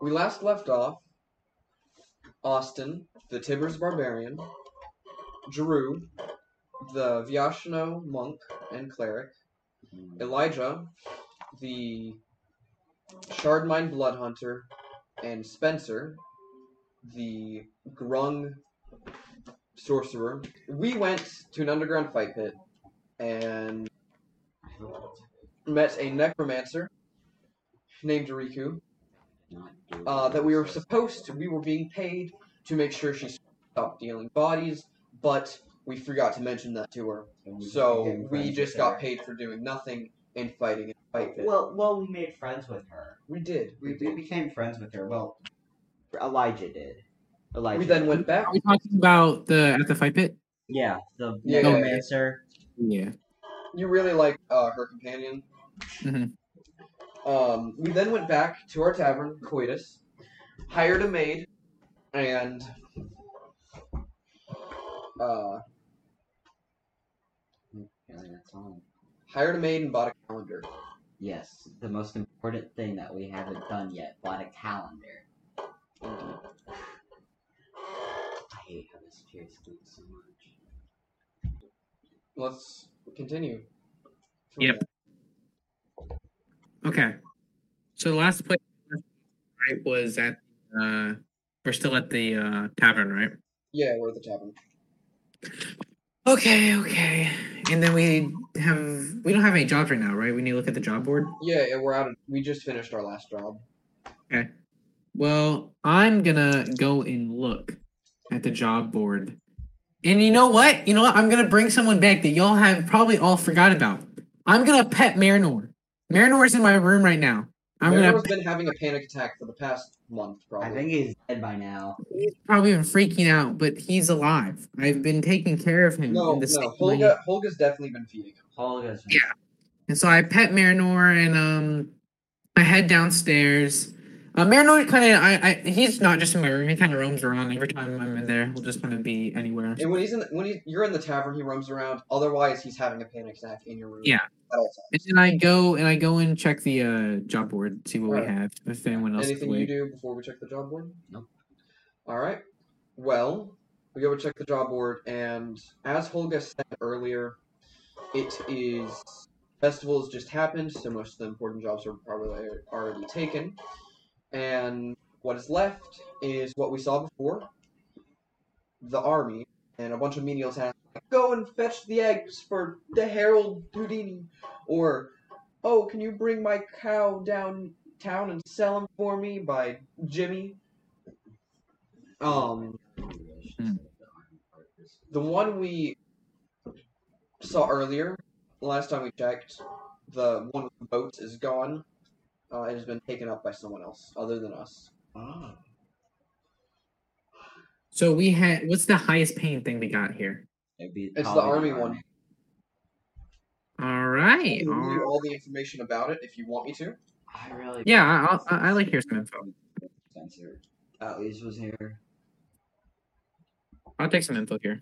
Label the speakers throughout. Speaker 1: We last left off Austin, the Tibbers barbarian, Drew, the Vyashno monk and cleric, Elijah, the Shardmine blood hunter, and Spencer, the Grung sorcerer. We went to an underground fight pit and met a necromancer named Riku. uh, that we were supposed to, we were being paid to make sure she stopped dealing bodies, but we forgot to mention that to her. So we just got paid for doing nothing and fighting and fight pit.
Speaker 2: Well, well, we made friends with her.
Speaker 1: We did.
Speaker 2: We, we became friends with her. Well, Elijah did. Elijah.
Speaker 1: We then
Speaker 2: did.
Speaker 1: went back.
Speaker 3: Are we talking about the at the fight pit?
Speaker 2: Yeah, the
Speaker 1: Yeah, yeah, yeah.
Speaker 2: romancer.
Speaker 3: Yeah.
Speaker 1: You really like uh, her companion.
Speaker 3: Mhm.
Speaker 1: Um, we then went back to our tavern, Coitus, hired a maid, and uh,
Speaker 2: Yeah, that's all.
Speaker 1: hired a maid and bought a calendar.
Speaker 2: Yes, the most important thing that we haven't done yet. Bought a calendar. I hate how this tear squeaks so much.
Speaker 1: Let's continue. from
Speaker 3: Yep. Okay. So the last place right was at uh we're still at the uh tavern, right?
Speaker 1: Yeah, we're at the tavern.
Speaker 3: Okay, okay. And then we have we don't have any jobs right now, right? We need to look at the job board.
Speaker 1: Yeah, yeah, we're out. Of, we just finished our last job.
Speaker 3: Well, I'm gonna go and look at the job board. And you know what? You know what? I'm gonna bring someone back that y'all have probably all forgot about. I'm gonna pet Marinor. Marinor's in my room right now. I'm
Speaker 1: Marinor
Speaker 3: gonna
Speaker 1: has been having a panic attack for the past month, probably.
Speaker 2: I think he's dead by now.
Speaker 3: he's probably been freaking out, but he's alive. I've been taking care of him.
Speaker 1: no,
Speaker 3: in the same
Speaker 1: no,
Speaker 3: way.
Speaker 1: Holga, Holga's definitely been feeding him.
Speaker 2: Holga's
Speaker 3: Yeah. And so I pet Marinor and um I head downstairs. Uh, Marinor kind of, I, I, he's not just in my room. He kind of roams around every time I'm in there. He'll just kind of be anywhere.
Speaker 1: And when he's in, when he, you're in the tavern, he roams around. Otherwise, he's having a panic attack in your room.
Speaker 3: Yeah.
Speaker 1: At all times.
Speaker 3: And then I go and I go and check the uh, job board, see what we
Speaker 1: Alright.
Speaker 3: have, if anyone else. is
Speaker 1: Anything you
Speaker 3: awake.
Speaker 1: do before we check the job board?
Speaker 2: Nope.
Speaker 1: All right. Well, we go and check the job board, and as Holga said earlier, it is festivals just happened, so most of the important jobs are probably already taken, and what is left is what we saw before: the army and a bunch of menial tasks. like, Go and fetch the eggs for the Herald Houdini, or oh, can you bring my cow down town and sell him for me by Jimmy. Um,
Speaker 3: Hmm.
Speaker 1: the one we saw earlier, last time we checked, the one with the boats is gone. Uh, it has been taken up by someone else other than us.
Speaker 2: Oh.
Speaker 3: So we had, what's the highest paying thing we got here?
Speaker 2: It'd be
Speaker 1: It's the
Speaker 2: probably
Speaker 1: army one.
Speaker 3: All right.
Speaker 1: I'll
Speaker 3: all
Speaker 1: give you
Speaker 3: right.
Speaker 1: all the information about it if you want me to.
Speaker 2: I really
Speaker 3: Yeah, I, I'll- I, I like hear some info.
Speaker 2: Spencer. At least was here.
Speaker 3: I'll take some info here.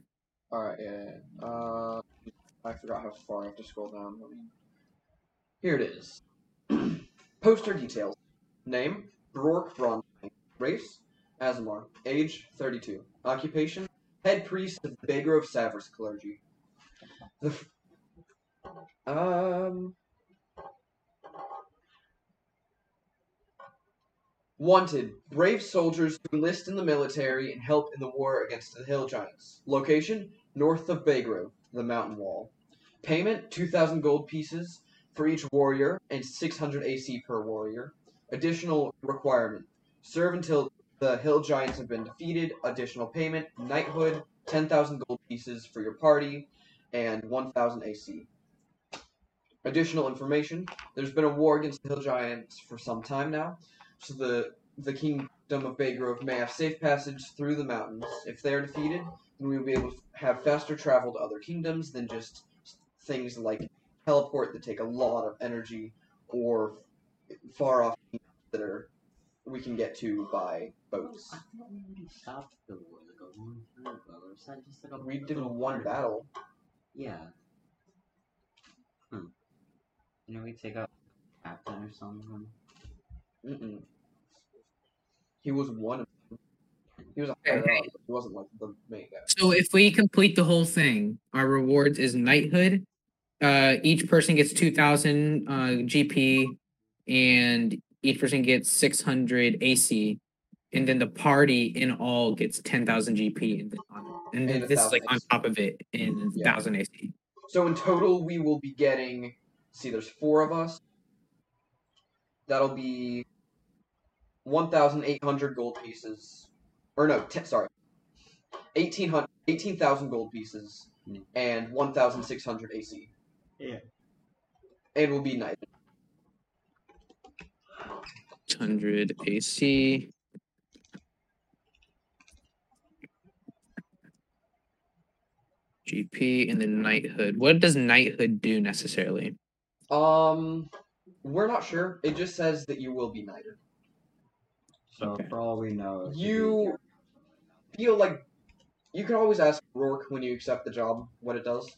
Speaker 1: All right, yeah. yeah, yeah. Uh, I forgot how far I have to scroll down. Let me- Here it is. Poster details: Name Brork Bronstein. Race: Asmar. Age: 32. Occupation: Head priest of the Baker of Savers clergy. The f- um. Wanted, brave soldiers who enlist in the military and help in the war against the Hill Giants. Location, north of Bagrove, the mountain wall. Payment, 2,000 gold pieces for each warrior and 600 AC per warrior. Additional requirement, serve until the Hill Giants have been defeated. Additional payment, knighthood, 10,000 gold pieces for your party and 1,000 AC. Additional information, there's been a war against the Hill Giants for some time now so the the kingdom of Bay Grove may have safe passage through the mountains. If they are defeated, then we will be able to have faster travel to other kingdoms than just things like teleport that take a lot of energy or far off kingdoms that are we can get to by boats.
Speaker 2: stopped the war like a long time ago. Or was that just like a
Speaker 1: We did
Speaker 2: little
Speaker 1: one
Speaker 2: part?
Speaker 1: battle.
Speaker 2: Yeah. Hmm. Didn't we take out captain or something?
Speaker 1: Mm-mm. He was one of them. He was a higher up.
Speaker 3: Alright.
Speaker 1: He wasn't like the main guy.
Speaker 3: So if we complete the whole thing, our rewards is knighthood. Uh, each person gets two thousand uh, GP, and each person gets six hundred AC, and then the party in all gets ten thousand GP, and then, on- and then
Speaker 1: And a
Speaker 3: this is like on
Speaker 1: thousand
Speaker 3: top of it in
Speaker 1: Yeah.
Speaker 3: thousand AC.
Speaker 1: So in total, we will be getting. See, there's four of us. That'll be 1,800 gold pieces. Or no, te- sorry. 1,800 18,000 gold pieces
Speaker 2: Mm.
Speaker 1: and 1,600 AC.
Speaker 2: Yeah.
Speaker 1: And we'll be knighted.
Speaker 3: Hundred AC. GP and then knighthood. What does knighthood do necessarily?
Speaker 1: Um, we're not sure. It just says that you will be knighted.
Speaker 2: So
Speaker 3: Okay.
Speaker 2: for all we know, it could be-
Speaker 1: You feel like you can always ask Rourke when you accept the job what it does.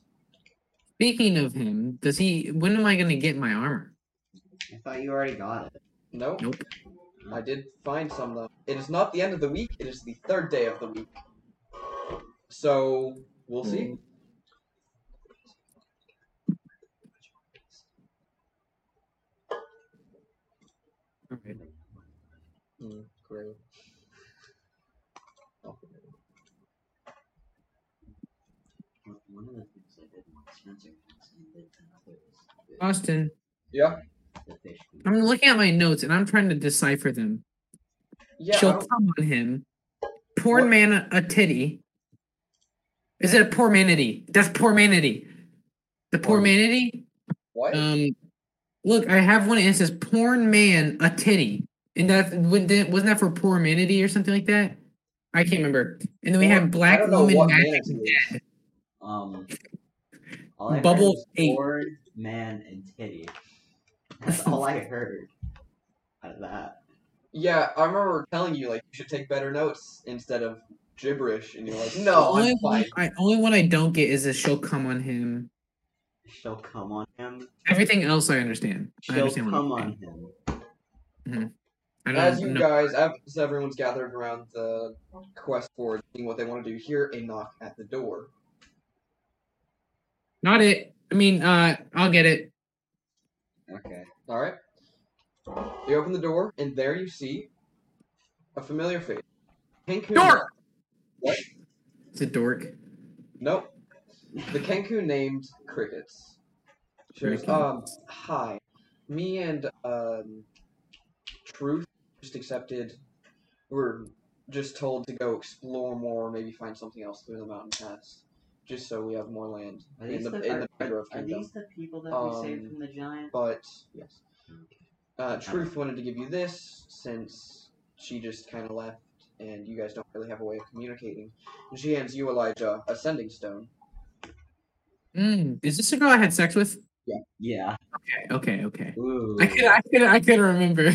Speaker 3: Speaking of him, does he? When am I gonna get my armor?
Speaker 2: I thought you already got it.
Speaker 1: No.
Speaker 3: Nope.
Speaker 1: I did find some though. It is not the end of the week. It is the third day of the week. So we'll see.
Speaker 3: Okay. Hmm.
Speaker 1: Mm, great.
Speaker 2: Well, One of the things I did want Spencer was and did another was
Speaker 3: Austin,
Speaker 1: Yeah.
Speaker 2: the fish. food.
Speaker 3: I'm looking at my notes and I'm trying to decipher them.
Speaker 1: Yeah. I
Speaker 3: She'll
Speaker 1: don't-
Speaker 3: come on him. Poor
Speaker 1: What?
Speaker 3: man, a, a titty. Is it a poor manity? That's poor manity. The poor
Speaker 1: Oh.
Speaker 2: Porn.
Speaker 3: manity.
Speaker 1: What?
Speaker 3: Um, look, I have one. And it says "porn man a titty," and that wasn't that wasn't that for poor manity or something like that. I can't remember. And then we
Speaker 1: Porn-
Speaker 3: have
Speaker 1: I
Speaker 3: black
Speaker 1: don't know
Speaker 3: woman
Speaker 1: what
Speaker 3: magic.
Speaker 1: manatee is.
Speaker 2: Um, all I
Speaker 3: Bubble
Speaker 2: heard was
Speaker 3: eight.
Speaker 2: board, man, and titty. That's all I heard out of that.
Speaker 1: Yeah, I remember telling you like you should take better notes instead of gibberish, and you're like, no,
Speaker 3: only,
Speaker 1: I'm
Speaker 3: one,
Speaker 1: fine.
Speaker 3: I, only one I don't get is that she'll come on him.
Speaker 2: She'll come on him.
Speaker 3: Everything else I understand. I
Speaker 2: She'll
Speaker 3: understand what
Speaker 2: come
Speaker 3: you're
Speaker 2: on
Speaker 3: saying.
Speaker 2: him.
Speaker 3: I don't
Speaker 1: As you
Speaker 3: know.
Speaker 1: guys, as everyone's gathered around the quest board, seeing what they want to do, you hear a knock at the door.
Speaker 3: Not it. I mean, uh, I'll get it.
Speaker 2: Okay.
Speaker 1: All right. You open the door, and there you see a familiar face. Cancun.
Speaker 3: Dork!
Speaker 1: Hmm. What?
Speaker 3: It's a dork.
Speaker 1: Nope. The Kenku named Crickets. She goes,
Speaker 3: Crickets.
Speaker 1: um, hi. Me and um, Truth just accepted. We're just told to go explore more, maybe find something else through the mountain pass, just so we have more land
Speaker 2: Are
Speaker 1: in
Speaker 2: these
Speaker 1: the,
Speaker 2: the,
Speaker 1: in
Speaker 2: are,
Speaker 1: the Mangrove
Speaker 2: are
Speaker 1: Kingdom.
Speaker 2: these the people that we
Speaker 1: Um,
Speaker 2: saved from the giant?
Speaker 1: But yes, uh, Truth wanted to give you this since she just kind of left, and you guys don't really have a way of communicating. And she hands you Elijah a sending stone.
Speaker 3: Mm, is this the girl I had sex with?
Speaker 2: Yeah.
Speaker 3: Okay, okay, okay.
Speaker 2: Ooh.
Speaker 3: I could, I could, I could remember.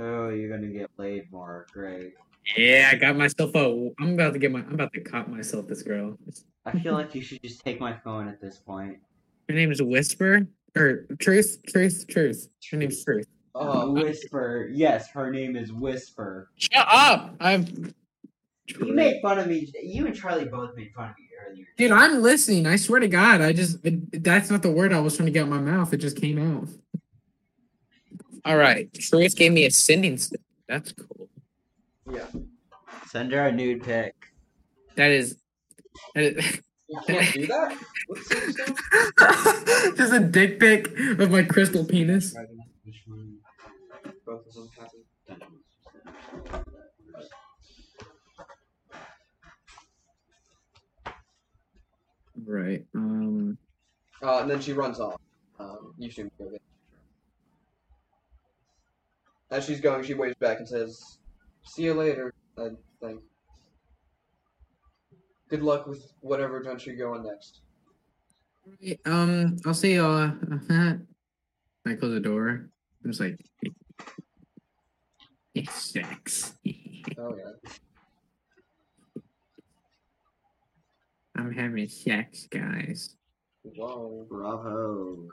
Speaker 2: Oh, you're gonna get played more. Great.
Speaker 3: yeah, I got myself a. I'm about to get my. I'm about to cop myself this girl.
Speaker 2: I feel like you should just take my phone at this point.
Speaker 3: Her name is Whisper or Truth, Truth, Truth. Her name's Truth.
Speaker 2: Oh.
Speaker 1: Uh,
Speaker 2: Whisper. Yes, her name is Whisper.
Speaker 3: Shut up! I've.
Speaker 2: You made fun of me. You and Charlie both made fun of me earlier.
Speaker 3: Dude, I'm listening. I swear to God, I just it- that's not the word I was trying to get out my mouth. It just came out. All right, Truth gave me a sending. St- that's cool.
Speaker 2: Send her a nude pic.
Speaker 3: That is. That is
Speaker 1: you can't do that? What's sending stone?
Speaker 3: just a dick pic of my crystal penis.
Speaker 2: Which one?
Speaker 1: Both of them happy.
Speaker 3: Right. Um.
Speaker 1: Uh, and then she runs off. Um, you should go get As she's going, she waves back and says, "See you later." I think. Good luck with whatever adventure you're going next.
Speaker 3: Um. I'll see y'all. I close the door. I'm just like. It sucks.
Speaker 1: Oh yeah.
Speaker 3: I'm having sex, guys.
Speaker 1: Whoa.
Speaker 2: Bravo.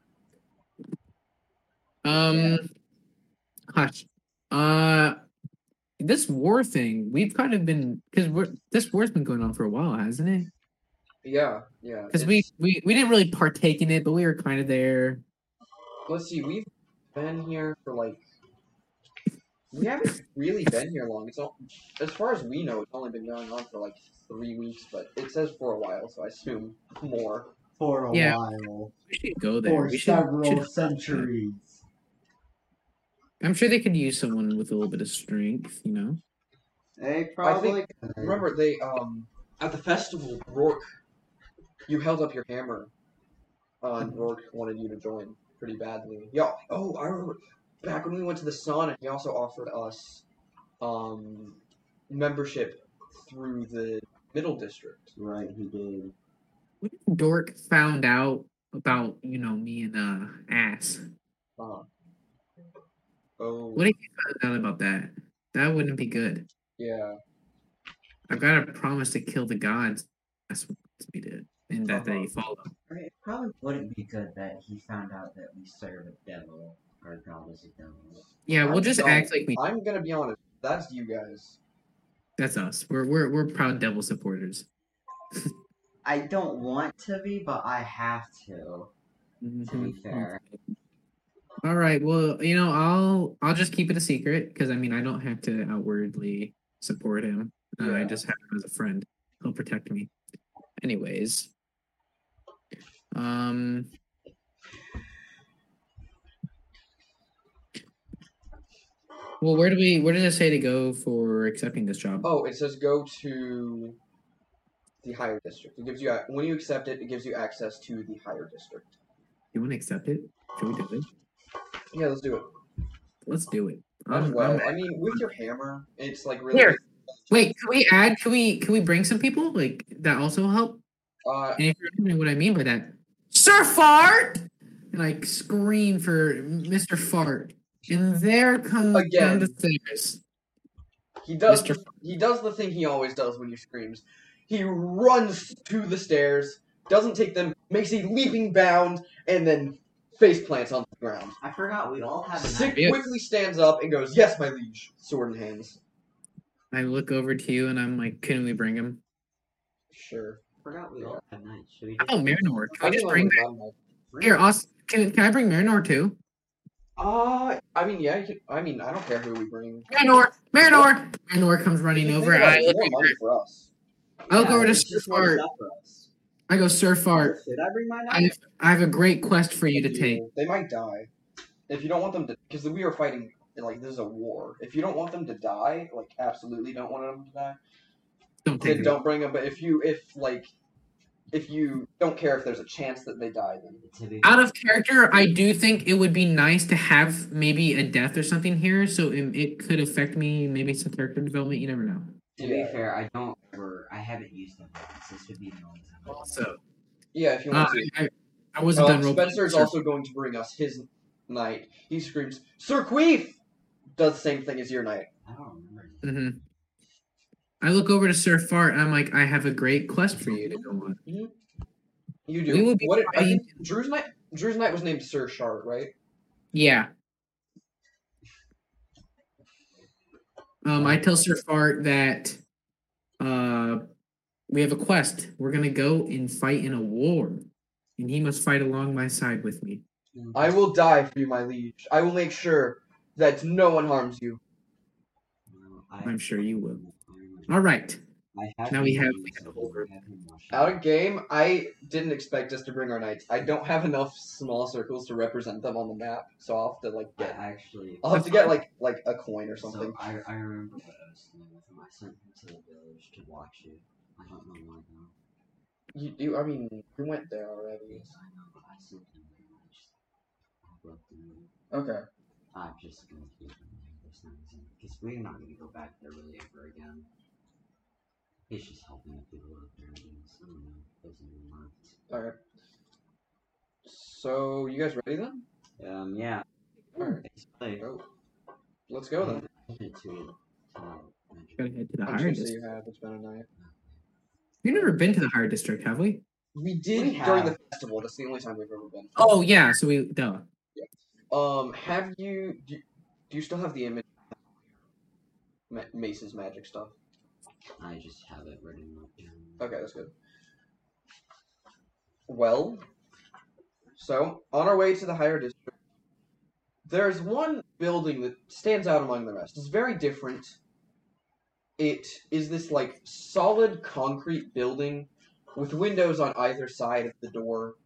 Speaker 3: Um, hush. Uh, this war thing, we've kind of been because we're this war's been going on for a while, hasn't it?
Speaker 1: Yeah, yeah.
Speaker 3: Because we,
Speaker 1: it's-
Speaker 3: we we didn't really partake in it, but we were kind of there.
Speaker 1: let's see, we've been here for like we haven't really been here long. It's all, as far as we know, it's only been going on for like three weeks, but it says for a while, so I assume more.
Speaker 2: for a
Speaker 3: Yeah.
Speaker 2: while,
Speaker 3: We should go there.
Speaker 2: for
Speaker 3: We should-
Speaker 2: several
Speaker 3: should-
Speaker 2: centuries.
Speaker 3: I'm sure they could use someone with a little bit of strength, you know.
Speaker 2: They
Speaker 1: probably- Remember they um at the festival Rourke, you held up your hammer. Uh, and Rourke wanted you to join pretty badly. Yeah. Oh, I remember back when we went to the sauna. He also offered us um membership through the middle district.
Speaker 2: right. He did.
Speaker 3: What if Dork found out about you know me and uh ass?
Speaker 1: Uh, oh.
Speaker 3: What if he found out about that? That wouldn't be good.
Speaker 1: Yeah.
Speaker 3: I've got to promise to kill the gods. That's what we did, and that they
Speaker 2: Uh-huh.
Speaker 3: follow.
Speaker 2: It probably wouldn't be good that he found out that we serve a devil or God is a devil.
Speaker 3: Yeah, we'll
Speaker 1: I'm
Speaker 3: just
Speaker 1: sorry.
Speaker 3: act like we.
Speaker 1: I'm gonna be honest. That's you guys.
Speaker 3: That's us. We're we're we're proud devil supporters.
Speaker 2: I don't want to be, but I have to. To
Speaker 3: Mm-hmm.
Speaker 2: be fair,
Speaker 3: All right. Well, you know, I'll I'll just keep it a secret because I mean I don't have to outwardly support him. Uh, I
Speaker 1: Yeah.
Speaker 3: just have him as a friend. He'll protect me. Anyways. Um. Well, where do we? Where does it say to go for accepting this job?
Speaker 1: Oh, it says go to the higher district. It gives you a- when you accept it, it gives you access to the higher district.
Speaker 3: You want to accept it? Should we do it?
Speaker 1: Yeah, let's do it.
Speaker 3: Let's do it.
Speaker 1: As
Speaker 3: I'm-
Speaker 1: well,
Speaker 3: I'm-
Speaker 1: I mean, with your hammer, it's like really.
Speaker 3: Here. Wait, can we add? Can we can we bring some people like that also will help?
Speaker 1: Uh,
Speaker 3: And if you're wondering what I mean by that, Sir Fart, and I scream for Mister Fart, and there comes down
Speaker 1: Again.
Speaker 3: the stairs.
Speaker 1: he does.
Speaker 3: Mr.
Speaker 1: He does the thing he always does when he screams. He runs to the stairs, doesn't take them, makes a leaping bound, and then face plants on the ground.
Speaker 2: I forgot we all have.
Speaker 1: Sick
Speaker 3: idea.
Speaker 1: quickly stands up and goes, "Yes, my liege." Sword in hands.
Speaker 3: I look over to you and I'm like, can we bring him?
Speaker 1: Sure.
Speaker 2: forgot we all have knives. Should we?
Speaker 3: Oh, Marinor, can we just bring back?
Speaker 1: that.
Speaker 3: Here, Austin, can, can I bring Marinor too?
Speaker 1: Uh, I mean, yeah, you can, I mean, I don't care who we bring.
Speaker 3: Marinor, Marinor, Marinor comes running
Speaker 1: You
Speaker 3: over.
Speaker 1: think about
Speaker 3: I
Speaker 1: it,
Speaker 3: look
Speaker 1: more
Speaker 3: over.
Speaker 1: money for us.
Speaker 3: I'll go over to
Speaker 2: it's just more
Speaker 3: Sir Fart.
Speaker 2: stuff for us.
Speaker 3: I go, Sir Fart.
Speaker 2: Should I bring my
Speaker 3: I
Speaker 2: knife?
Speaker 3: have, I have a great quest for you to take.
Speaker 1: They might die if you don't want them to, because we are fighting. Like this is a war. If you don't want them to die, like absolutely don't want them to die,
Speaker 3: Don't take
Speaker 1: then
Speaker 3: it.
Speaker 1: don't bring them. But if you, if like, if you don't care if there's a chance that they die, then
Speaker 2: To be-
Speaker 3: Out of character, I do think it would be nice to have maybe a death or something here, so it, it could affect me. Maybe some character development. You never know.
Speaker 2: To be
Speaker 1: Yeah.
Speaker 2: fair, I don't ever. I haven't used them. once. This would be the only time.
Speaker 3: Also,
Speaker 1: yeah, if you
Speaker 3: uh,
Speaker 1: want to.
Speaker 3: I, I
Speaker 1: Uh,
Speaker 3: wasn't done. roleplaying,
Speaker 1: Spencer is
Speaker 3: Sir
Speaker 1: also going to bring us his knight. He screams, "Sir Queef!" Does the same thing as your knight.
Speaker 2: I don't remember.
Speaker 3: hmm I look over to Sir Fart. And I'm like, I have a great quest for you to go on.
Speaker 1: You
Speaker 3: We will
Speaker 1: do.
Speaker 3: be
Speaker 1: What? I
Speaker 3: fighting-
Speaker 1: think Drew's knight. Drew's knight was named Sir Shard, right?
Speaker 3: Yeah. Um, I tell Sir Fart that uh, we have a quest. We're gonna go and fight in a war, and he must fight along my side with me.
Speaker 1: I will die for you, my liege. I will make sure that no one harms you.
Speaker 2: No, I-
Speaker 3: I'm sure you will. All right.
Speaker 2: I have
Speaker 3: Now we
Speaker 2: him
Speaker 3: have-
Speaker 2: used,
Speaker 3: we have
Speaker 2: so
Speaker 3: a whole group.
Speaker 2: have him wash
Speaker 1: Out of game, I didn't expect us to bring our knights. I don't have enough small circles to represent them on the map, so I'll have to like
Speaker 2: I
Speaker 1: get.
Speaker 2: actually.
Speaker 1: I'll have to get like like a coin or something.
Speaker 2: So I, I remember what I was doing with him. I sent him to the village to watch you. I don't know why now.
Speaker 1: You, you I mean, we went there already.
Speaker 2: Yes, I know, but I sent him there. I just. I left him there.
Speaker 1: Okay.
Speaker 2: I'm just gonna keep him there this time. Because we're not gonna go back there really ever again. He's just helping the people out there. I guess. I don't know. Doesn't really matter.
Speaker 1: All right. So you guys ready then?
Speaker 2: Um, yeah.
Speaker 1: All right.
Speaker 2: Basically,
Speaker 1: Go. Let's go then.
Speaker 2: to, to,
Speaker 3: Gotta head to the
Speaker 1: I'm
Speaker 3: higher
Speaker 1: sure so you
Speaker 3: district.
Speaker 1: have. It's been a night.
Speaker 3: We've never been to the higher district, have we?
Speaker 1: We did
Speaker 2: We
Speaker 1: during the festival. That's the only time we've ever been.
Speaker 3: Oh yeah. So we duh.
Speaker 1: Oh. Um, have you do, you do you still have the image? ma- Mason's magic stuff.
Speaker 2: I just have it written up down.
Speaker 1: Okay, that's good. Well, so on our way to the higher district, there's one building that stands out among the rest. It's very different. It is this like solid concrete building with windows on either side of the door.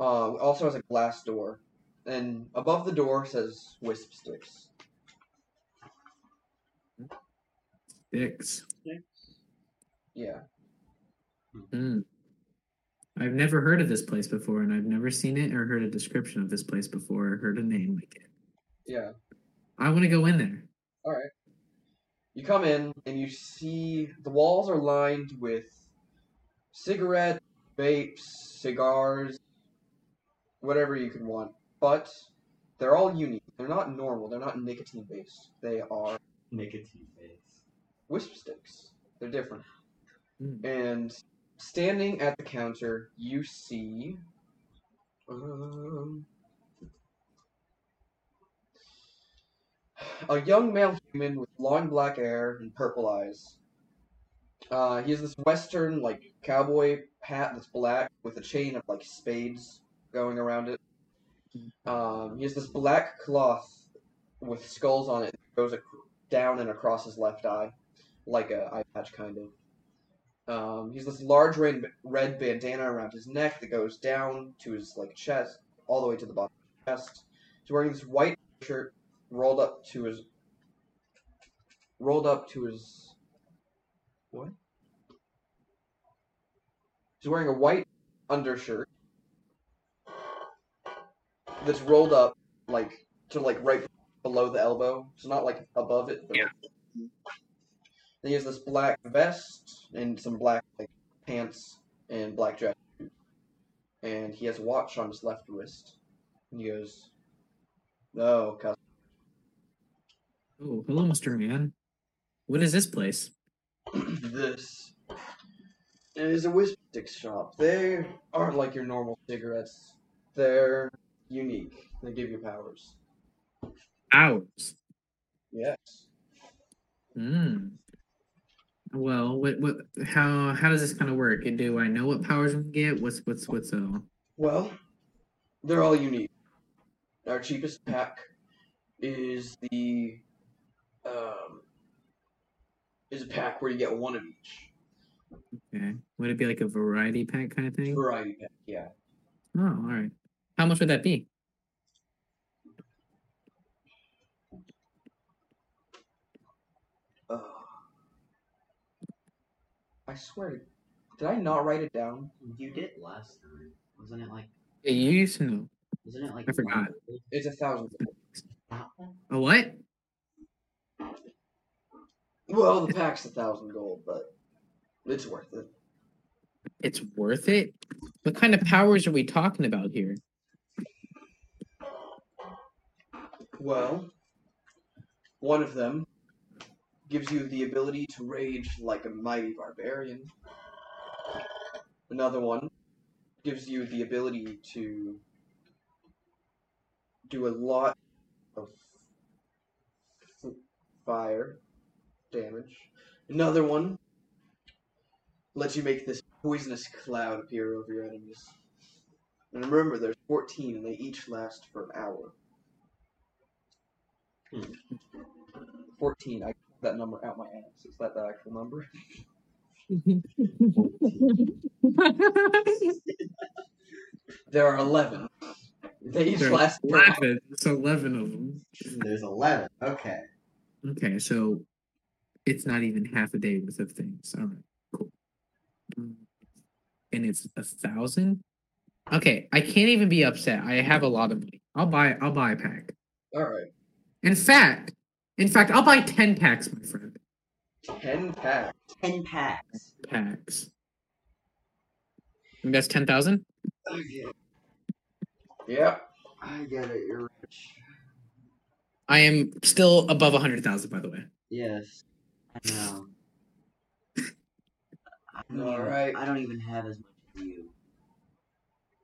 Speaker 1: Uh, also has a glass door, and above the door says "Wisp Sticks."
Speaker 3: Dicks.
Speaker 1: Yeah,
Speaker 3: Mm. I've never heard of this place before, and I've never seen it or heard a description of this place before or heard a name like it.
Speaker 1: yeah.
Speaker 3: I want to go in there.
Speaker 1: You come in and you see the walls are lined with cigarettes, vapes, cigars, whatever you could want. But they're all unique. They're not normal. They're not nicotine based. They are
Speaker 2: Nicotine face.
Speaker 1: wisp sticks. They're different.
Speaker 3: Mm.
Speaker 1: And standing at the counter, you see. Um, a young male human with long black hair and purple eyes. Uh, he has this western, like, cowboy hat that's black with a chain of, like, spades going around it. Um, he has this black cloth with skulls on it that goes ac- down and across his left eye like a eye patch kind of. Um, he's this large red, red bandana around his neck that goes down to his like chest, all the way to the bottom of his chest. He's wearing this white shirt rolled up to his rolled up to his what? He's wearing a white undershirt that's rolled up like to like right below the elbow. It's not like above it, but
Speaker 3: Yeah.
Speaker 1: then he has this black vest and some black like pants and black jacket. And he has a watch on his left wrist. And he goes, No, cuz
Speaker 3: Oh, hello, Mr. Man. What is this place?
Speaker 1: this is a wisp stick shop. They aren't like your normal cigarettes. They're unique. They give you powers.
Speaker 3: Ours.
Speaker 1: Yes.
Speaker 3: Mm. Well, what, what, how, how does this kind of work? And Do I know what powers we get? What's, what's, what's, uh,
Speaker 1: Well, they're all unique. Our cheapest pack is the um, is a pack where you get one of each
Speaker 3: okay. Would it be like a variety pack kind of thing?
Speaker 1: variety pack. Yeah,
Speaker 3: Oh, all right. How much would that be?
Speaker 1: uh, I swear, to- did I not write it down?
Speaker 2: You did last time. Wasn't it like
Speaker 3: Yeah, you used to know.
Speaker 2: isn't it like
Speaker 3: I forgot.
Speaker 2: one-
Speaker 1: It's a thousand.
Speaker 2: That one?
Speaker 3: A what?
Speaker 1: Well, the pack's a thousand gold, but it's worth it.
Speaker 3: It's worth it? What kind of powers are we talking about here?
Speaker 1: Well, one of them gives you the ability to rage like a mighty barbarian. Another one gives you the ability to do a lot of f- fire damage. Another one lets you make this poisonous cloud appear over your enemies. And remember, there's 14 and they each last for an hour. 14. I got that number out my ass. Is that the actual number? There are 11. They each
Speaker 3: There are
Speaker 1: last.
Speaker 3: Eleven. It's eleven of them.
Speaker 2: There's eleven. Okay.
Speaker 3: Okay, so it's not even half a day worth of things. All right, cool. Mm. And it's a thousand. Okay, I can't even be upset. I have a lot of money. I'll buy. I'll buy a pack.
Speaker 1: Alright.
Speaker 3: In fact, in fact, I'll buy ten packs, my friend.
Speaker 1: 10 packs.
Speaker 2: Ten packs.
Speaker 3: Packs. And that's ten thousand.
Speaker 2: Okay.
Speaker 1: Yep.
Speaker 2: I get it. You're rich.
Speaker 3: I am still above a hundred thousand, by the way.
Speaker 2: Yes. I know. I don't
Speaker 1: All
Speaker 2: even-
Speaker 1: right.
Speaker 2: I don't even have as much as you.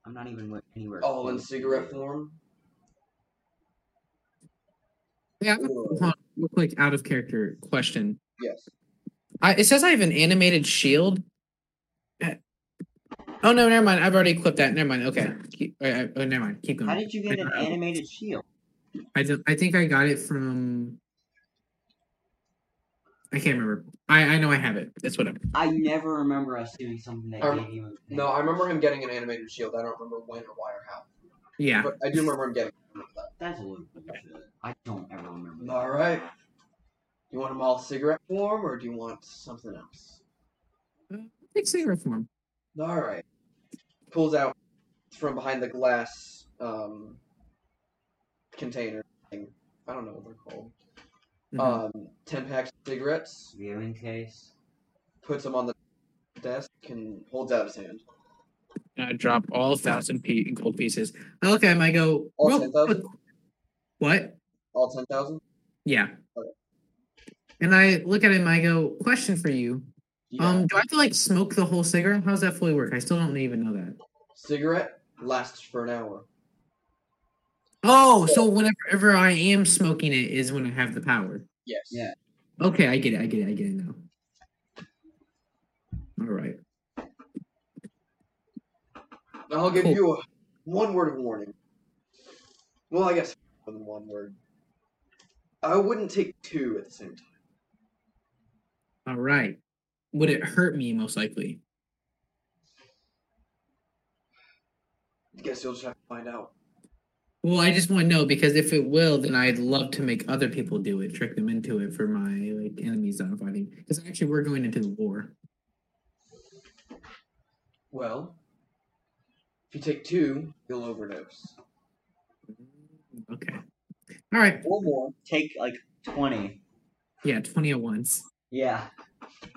Speaker 2: I'm not even wi- anywhere.
Speaker 1: All in
Speaker 2: close to
Speaker 1: cigarette
Speaker 2: you.
Speaker 1: form.
Speaker 3: Yeah.
Speaker 1: Whoa.
Speaker 3: Hold real quick out of character question.
Speaker 1: Yes.
Speaker 3: I, it says I have an animated shield. Eh, Oh no, never mind. I've already equipped that. Never mind. Okay. Keep, I- I- oh, never mind. Keep
Speaker 2: How
Speaker 3: going.
Speaker 2: did you get an animated shield?
Speaker 3: I don't, I think I got it from. I can't remember. I I know I have it. It's whatever.
Speaker 2: I never remember us doing something that
Speaker 1: Um,
Speaker 2: gave you. an
Speaker 1: No, I remember
Speaker 2: animated
Speaker 1: him getting an animated shield. I don't remember when or why or how.
Speaker 3: Yeah.
Speaker 1: But I do remember him getting one of that.
Speaker 2: shield. That's a little bullshit. I don't ever remember. that.
Speaker 1: All right. You want them all cigarette form or do you want something else?
Speaker 3: Take cigarette form.
Speaker 1: All right. Pulls out from behind the glass um, container thing. I don't know what they're called.
Speaker 3: Mhm.
Speaker 1: Um, ten packs of cigarettes.
Speaker 2: Viewing case.
Speaker 1: Puts them on the desk and holds out his hand.
Speaker 3: And I uh, drop all thousand pe- gold pieces. Okay, I might go.
Speaker 1: All
Speaker 3: real
Speaker 1: ten thousand.
Speaker 3: quick- What?
Speaker 1: All ten thousand.
Speaker 3: Yeah. And I look at him. I go, question for you. Um, do I have to like smoke the whole cigarette? How does that fully work? I still don't even know that.
Speaker 1: Cigarette lasts for an hour.
Speaker 3: Oh, so whenever I am smoking it is when I have the power.
Speaker 1: Yes.
Speaker 2: Yeah.
Speaker 3: Okay, I get it. I get it. I get it now. All right.
Speaker 1: I'll give
Speaker 3: Cool.
Speaker 1: you a one word warning. Well, I guess more than one word. I wouldn't take two at the same time.
Speaker 3: All right. Would it hurt me most likely?
Speaker 1: guess you'll just have to find out.
Speaker 3: Well, I just want to know because if it will, then I'd love to make other people do it, trick them into it for my like enemies that I'm fighting. Because actually, we're going into the war.
Speaker 1: Well, if you take two, you'll overdose.
Speaker 3: Okay. All right.
Speaker 1: Or more.
Speaker 2: Take like twenty.
Speaker 3: Yeah, twenty at once.
Speaker 2: Yeah.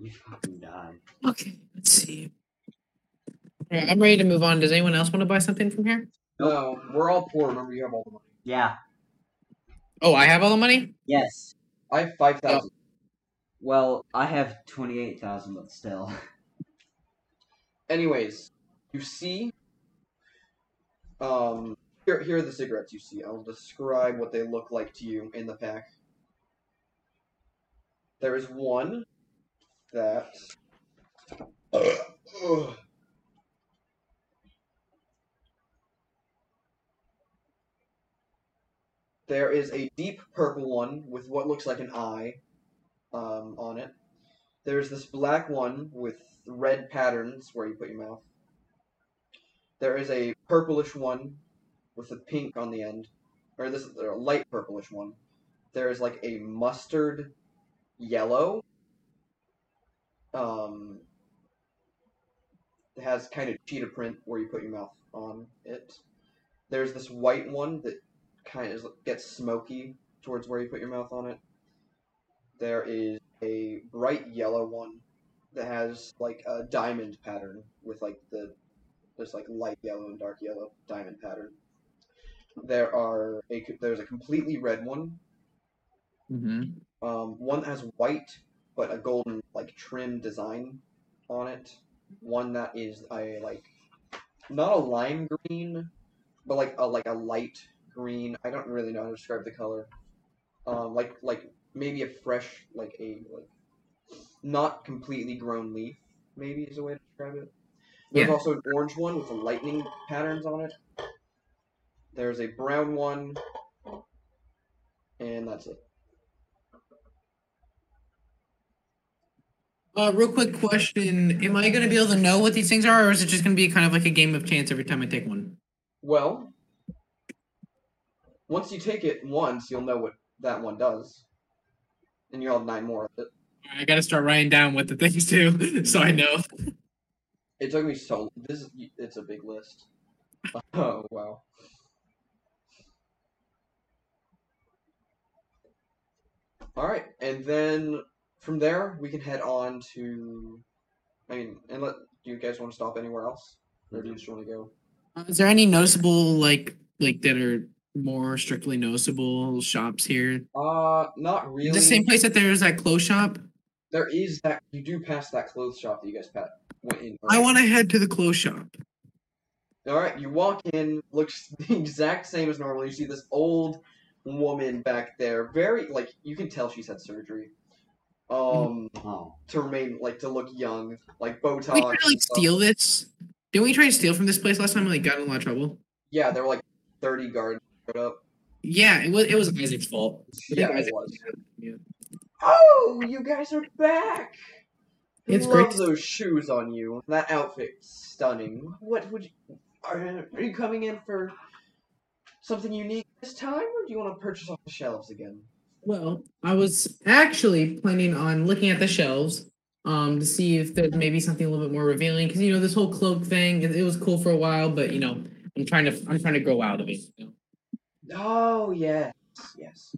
Speaker 2: You fucking died.
Speaker 3: Okay, let's see. All right, I'm ready to move on. Does anyone else want to buy something from here?
Speaker 1: No, we're all poor. Remember, you have all the money.
Speaker 2: Yeah.
Speaker 3: Oh, I have all the money?
Speaker 2: Yes.
Speaker 1: I have 5,000.
Speaker 2: Well, I have twenty-eight thousand, but still.
Speaker 1: Anyways, you see. Um, here, here are the cigarettes you see. I'll describe what they look like to you in the pack. There is one that. Ugh. There is a deep purple one with what looks like an eye um, on it. There's this black one with red patterns where you put your mouth. There is a purplish one with a pink on the end, or this is a light purplish one. There is like a mustard yellow. Um, it has kind of cheetah print where you put your mouth on it. There's this white one that kind of gets smoky towards where you put your mouth on it. There is a bright yellow one that has like a diamond pattern with like the there's like light yellow and dark yellow diamond pattern. There are a there's a completely red one,
Speaker 3: Mm-hmm.
Speaker 1: um, one that has white but a golden like trim design on it. One that is a like not a lime green, but like a like a light green. I don't really know how to describe the color. Um, like like maybe a fresh like a like not completely grown leaf. Maybe is a way to describe it. There's
Speaker 3: Yeah.
Speaker 1: also an orange one with the lightning patterns on it. There's a brown one, and that's it.
Speaker 3: Uh, real quick question: Am I going to be able to know what these things are, or is it just going to be kind of like a game of chance every time I take one?
Speaker 1: Well, once you take it once, you'll know what that one does, and you'll have nine more of it.
Speaker 3: I got to start writing down what the things do, so I know.
Speaker 1: It took me so. This is it's a big list. Oh wow. All right, and then from there we can head on to. I mean, and let do you guys want to stop anywhere else, or do you just want to go?
Speaker 3: Um, Is there any noticeable like like that are more strictly noticeable shops here?
Speaker 1: Uh, not really.
Speaker 3: The same place that there's that clothes shop.
Speaker 1: There is that you do pass that clothes shop that you guys pat went in.
Speaker 3: I
Speaker 1: right?
Speaker 3: want to head to the clothes shop.
Speaker 1: All right, you walk in, looks the exact same as normal. You see this old woman back there, very like you can tell she's had surgery, um,
Speaker 2: Oh,
Speaker 1: to remain like to look young, like Botox.
Speaker 3: we try to
Speaker 1: and
Speaker 3: like
Speaker 1: stuff.
Speaker 3: steal this. Didn't we try to steal from this place last time? and, Like got in a lot of trouble.
Speaker 1: Yeah, there were like thirty guards showed up.
Speaker 3: Yeah, it was it was Isaac's fault. I think
Speaker 1: Yeah, it
Speaker 3: Isaac-
Speaker 1: was.
Speaker 3: yeah.
Speaker 1: Oh, you guys are back!
Speaker 3: It's
Speaker 1: Love
Speaker 3: great to-
Speaker 1: those shoes on you. That outfit's stunning. What would you are, are you coming in for something unique this time, or do you want to purchase off the shelves again?
Speaker 3: Well, I was actually planning on looking at the shelves um to see if there's maybe something a little bit more revealing because you know this whole cloak thing it, it was cool for a while, but you know I'm trying to I'm trying to grow out of it. you know.
Speaker 1: Oh yes, yes.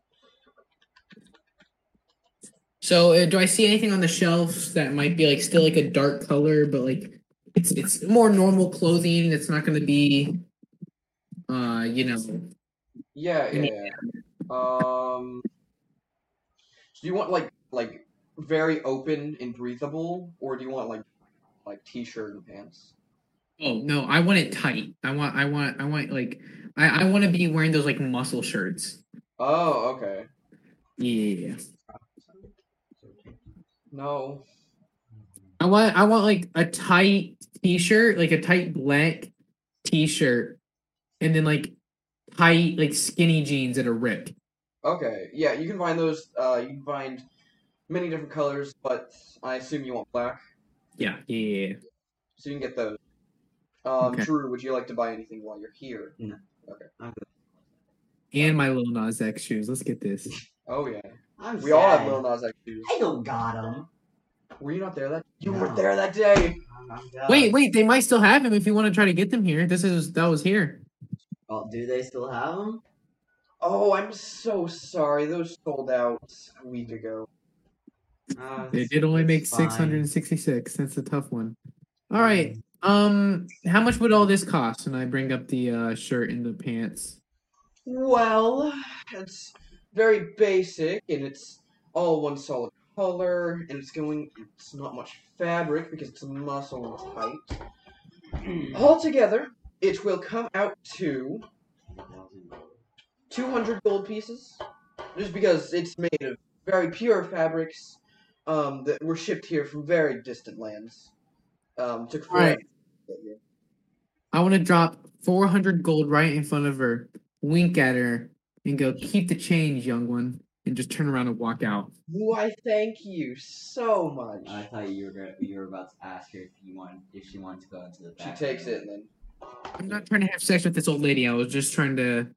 Speaker 3: So uh, do I see anything on the shelves that might be like still like a dark color, but like it's it's more normal clothing. It's not going to be, uh, you know,
Speaker 1: Yeah, yeah. yeah. Um. So do you want like like very open and breathable, or do you want like like t-shirt and pants?
Speaker 3: oh no, I want it tight. I want I want I want like I I want to be wearing those like muscle shirts.
Speaker 1: Oh, okay.
Speaker 3: Yeah.
Speaker 2: so take that.
Speaker 1: No.
Speaker 3: I want I want like a tight t-shirt, like a tight black t-shirt, and then like tight like skinny jeans that are ripped.
Speaker 1: Okay. Yeah, you can find those. Uh, you can find many different colors, but I assume you want black,
Speaker 3: Yeah. Yeah.
Speaker 1: so you can get those. Um,
Speaker 3: Okay.
Speaker 1: Drew, would you like to buy anything while you're here?
Speaker 2: I'm good.
Speaker 3: And my little Nas X shoes. Let's get this.
Speaker 1: Oh yeah.
Speaker 2: I'm
Speaker 1: We all have
Speaker 2: sad.
Speaker 1: Lil Nas X shoes.
Speaker 2: I don't got him.
Speaker 1: Were you not there that? You
Speaker 2: No.
Speaker 1: weren't there that day.
Speaker 3: Wait, wait. They might still have him if you want to try to get them here. This is that was here.
Speaker 2: Well, Oh, do they still have him?
Speaker 1: Oh, I'm so sorry. Those sold out a week ago.
Speaker 2: Uh,
Speaker 3: They did only
Speaker 2: it's
Speaker 3: make six hundred and sixty-six. That's a tough one. All right. Um, how much would all this cost? And I bring up the uh, shirt and the pants.
Speaker 1: Well, it's very basic, and it's all one solid color, and it's going. It's not much fabric because it's muscle and tight.
Speaker 2: fine.
Speaker 1: Altogether, it will come out to 200 gold pieces, just because it's made of very pure fabrics um, that were shipped here from very distant lands. Um, took forever.
Speaker 3: Alright. I want to drop 400 gold right in front of her, wink at her, and go, keep the change, young one, and just turn around and walk out.
Speaker 1: Why, thank you so much.
Speaker 2: I thought you were gonna, you were about to ask her if you want if she wanted to go into the.
Speaker 1: she
Speaker 2: back
Speaker 1: takes
Speaker 2: room.
Speaker 1: it and then.
Speaker 3: I'm not trying to have sex with this old lady. I was just trying to.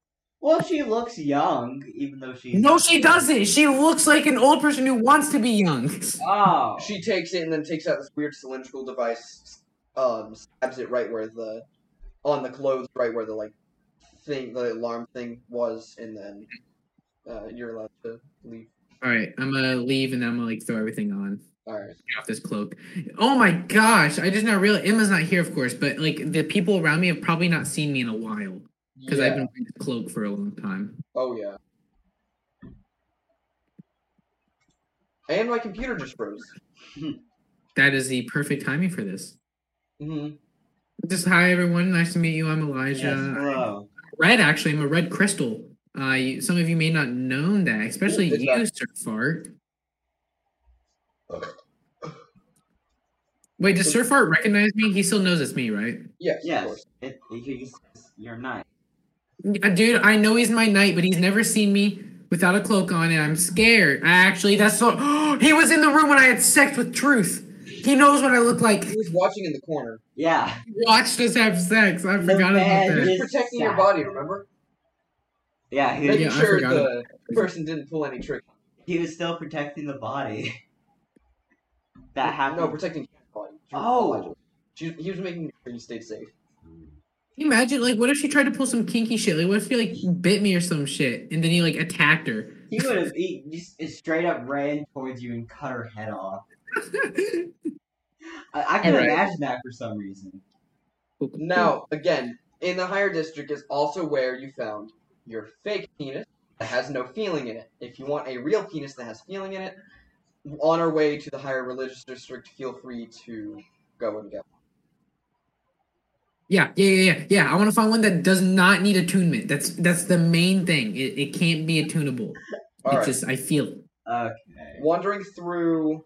Speaker 2: Well, she looks young, even though she's
Speaker 3: No, she doesn't. She looks like an old person who wants to be young.
Speaker 2: Oh,
Speaker 1: She takes it and then takes out this weird cylindrical device, um, stabs it right where the. on the clothes, right where the, like, thing, the alarm thing was, and then uh, you're allowed to leave.
Speaker 3: All right, I'm gonna leave and I'm gonna like throw everything on.
Speaker 1: Alright.
Speaker 3: Get off this cloak. Oh my gosh! I just not realized Emma's not here, of course, but like the people around me have probably not seen me in a while because
Speaker 1: yeah.
Speaker 3: I've been wearing the cloak for a long time.
Speaker 1: Oh yeah. And my computer just froze.
Speaker 3: That is the perfect timing for this. Mm-hmm.
Speaker 1: hmm
Speaker 3: Just hi everyone. Nice to meet you. I'm
Speaker 2: yes,
Speaker 3: Elijah.
Speaker 2: hello.
Speaker 3: Red, actually, I'm a red crystal. Uh, you, some of you may not know that, especially
Speaker 1: Ooh, good
Speaker 3: you, Sir Fart. Wait, does Sir Fart recognize me? He still knows it's me, right?
Speaker 1: Yes. Of
Speaker 2: Yes,
Speaker 1: course.
Speaker 2: it, he's, you're nice.
Speaker 3: Uh, Dude, I know he's my knight, but he's never seen me without a cloak on, and I'm scared. Actually, that's so. he was in the room when I had sex with Truth. He knows what I look like.
Speaker 1: He was watching in the corner.
Speaker 2: Yeah,
Speaker 3: He watched us have sex. I forgot about
Speaker 2: man
Speaker 3: that.
Speaker 1: He
Speaker 2: It's
Speaker 1: was protecting your
Speaker 2: sad.
Speaker 1: body, remember?
Speaker 2: yeah. He,
Speaker 1: Making
Speaker 3: Yeah, I
Speaker 1: sure
Speaker 3: forgot
Speaker 1: the person didn't pull any tricks.
Speaker 2: he was still protecting the body. that happened.
Speaker 1: No, protecting your body.
Speaker 2: Oh.
Speaker 1: She, he was making sure you stayed safe.
Speaker 3: Can you imagine, like, what if she tried to pull some kinky shit? Like, what if he, like, bit me or some shit, and then he, like, attacked her?
Speaker 2: He would have he just straight up ran towards you and cut her head off. I, I can
Speaker 3: Alright.
Speaker 2: imagine that for some reason.
Speaker 1: Now, again, in the higher district is also where you found your fake penis that has no feeling in it. If you want a real penis that has feeling in it, on our way to the higher religious district, feel free to go and get.
Speaker 3: Yeah, yeah, yeah, yeah, yeah. I want to find one that does not need attunement. That's that's the main thing. It, it can't be attunable.
Speaker 1: All
Speaker 3: it's
Speaker 1: right.
Speaker 3: just I feel it.
Speaker 2: Okay.
Speaker 1: Wandering through.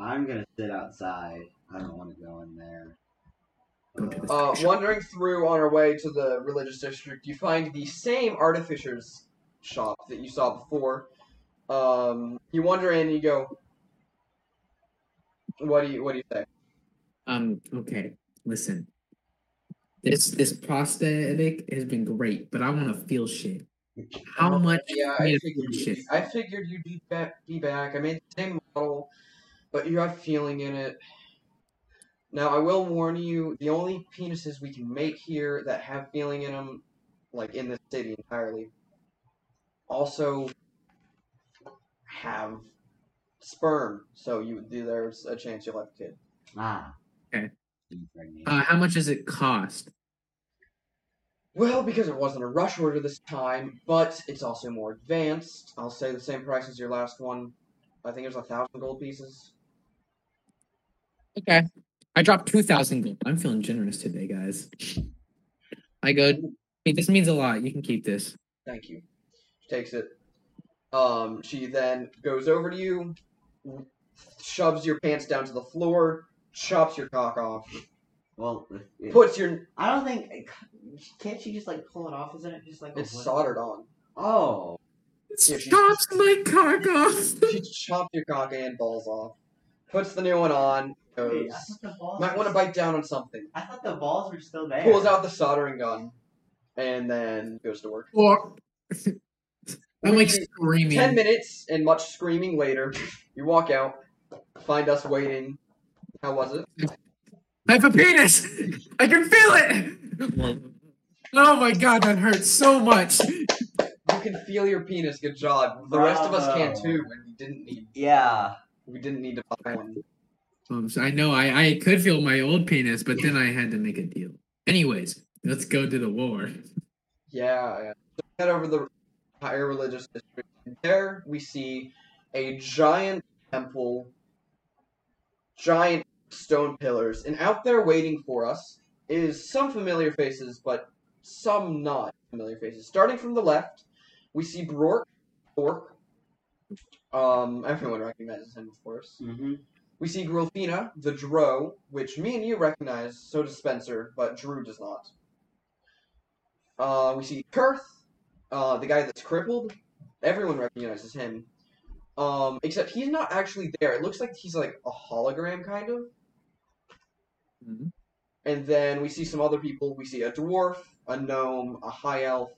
Speaker 2: I'm gonna sit outside. I don't want to go in there.
Speaker 3: Go to the-
Speaker 1: Uh, wandering through on our way to the religious district, you find the same artificer's shop that you saw before. Um, you wander in and you go, "What do you What do you say?"
Speaker 3: Um. Okay. Listen. This this prosthetic has been great, but I want to feel shit. How much?
Speaker 1: Oh, Yeah,
Speaker 3: I
Speaker 1: I
Speaker 3: need to
Speaker 1: figured.
Speaker 3: feel
Speaker 1: You'd,
Speaker 3: shit.
Speaker 1: I figured you'd be back, be back. I made the same model, but you have feeling in it. Now I will warn you: the only penises we can make here that have feeling in them, like in this city entirely, also have sperm. So you there's a chance you'll have a kid.
Speaker 2: Ah.
Speaker 3: Okay.
Speaker 2: Impregnated.
Speaker 3: Uh, how much does it cost?
Speaker 1: Well, because it wasn't a rush order this time, but it's also more advanced. I'll say the same price as your last one. I think it was a thousand gold pieces.
Speaker 3: Okay. I dropped 2,000 gold. I'm feeling generous today, guys. I go, "Hey, this means a lot. You can keep this.
Speaker 1: Thank you. She takes it. Um, she then goes over to you, shoves your pants down to the floor, chops your cock off,
Speaker 2: well, if- if-
Speaker 1: puts your
Speaker 2: I don't think. Can't you just like pull it off? Isn't it just like a
Speaker 1: it's
Speaker 2: wood-
Speaker 1: soldered on.
Speaker 2: Oh.
Speaker 1: Yeah, she-
Speaker 3: Chops my cock off.
Speaker 1: She chopped your cock and balls off, puts the new one on,
Speaker 2: Wait,
Speaker 1: goes
Speaker 2: I thought the balls.
Speaker 1: might
Speaker 2: were
Speaker 1: want to
Speaker 2: s-
Speaker 1: bite down on something,
Speaker 2: I thought the balls were still there.
Speaker 1: pulls out the soldering gun, and then goes to work.
Speaker 3: Or- I'm
Speaker 1: We-
Speaker 3: like screaming.
Speaker 1: Ten minutes and much screaming later, you walk out, find us waiting. How was it?
Speaker 3: I have a penis. I can feel it. Oh my god, that hurts so much.
Speaker 1: You can feel your penis. Good job. The rest of us can
Speaker 2: Bravo.
Speaker 1: too, and we didn't need
Speaker 2: Yeah.
Speaker 1: we didn't need to buy one.
Speaker 3: Um, so I know I, I could feel my old penis, but then I had to make a deal. Anyways, let's go to the war.
Speaker 1: Yeah. yeah. So we head over the entire religious district. There we see a giant temple, giant stone pillars, and out there waiting for us is some familiar faces, but some not familiar faces. Starting from the left, we see Brork, Thork. Um, everyone recognizes him, of course.
Speaker 2: Mm-hmm.
Speaker 1: We see Grofina, the Dro, which me and you recognize, so does Spencer, but Drew does not. Uh, we see Kurth, uh, the guy that's crippled. Everyone recognizes him. Um, except he's not actually there. It looks like he's like a hologram, kind of.
Speaker 3: Mhm.
Speaker 1: And then we see some other people. We see a dwarf, a gnome, a high elf,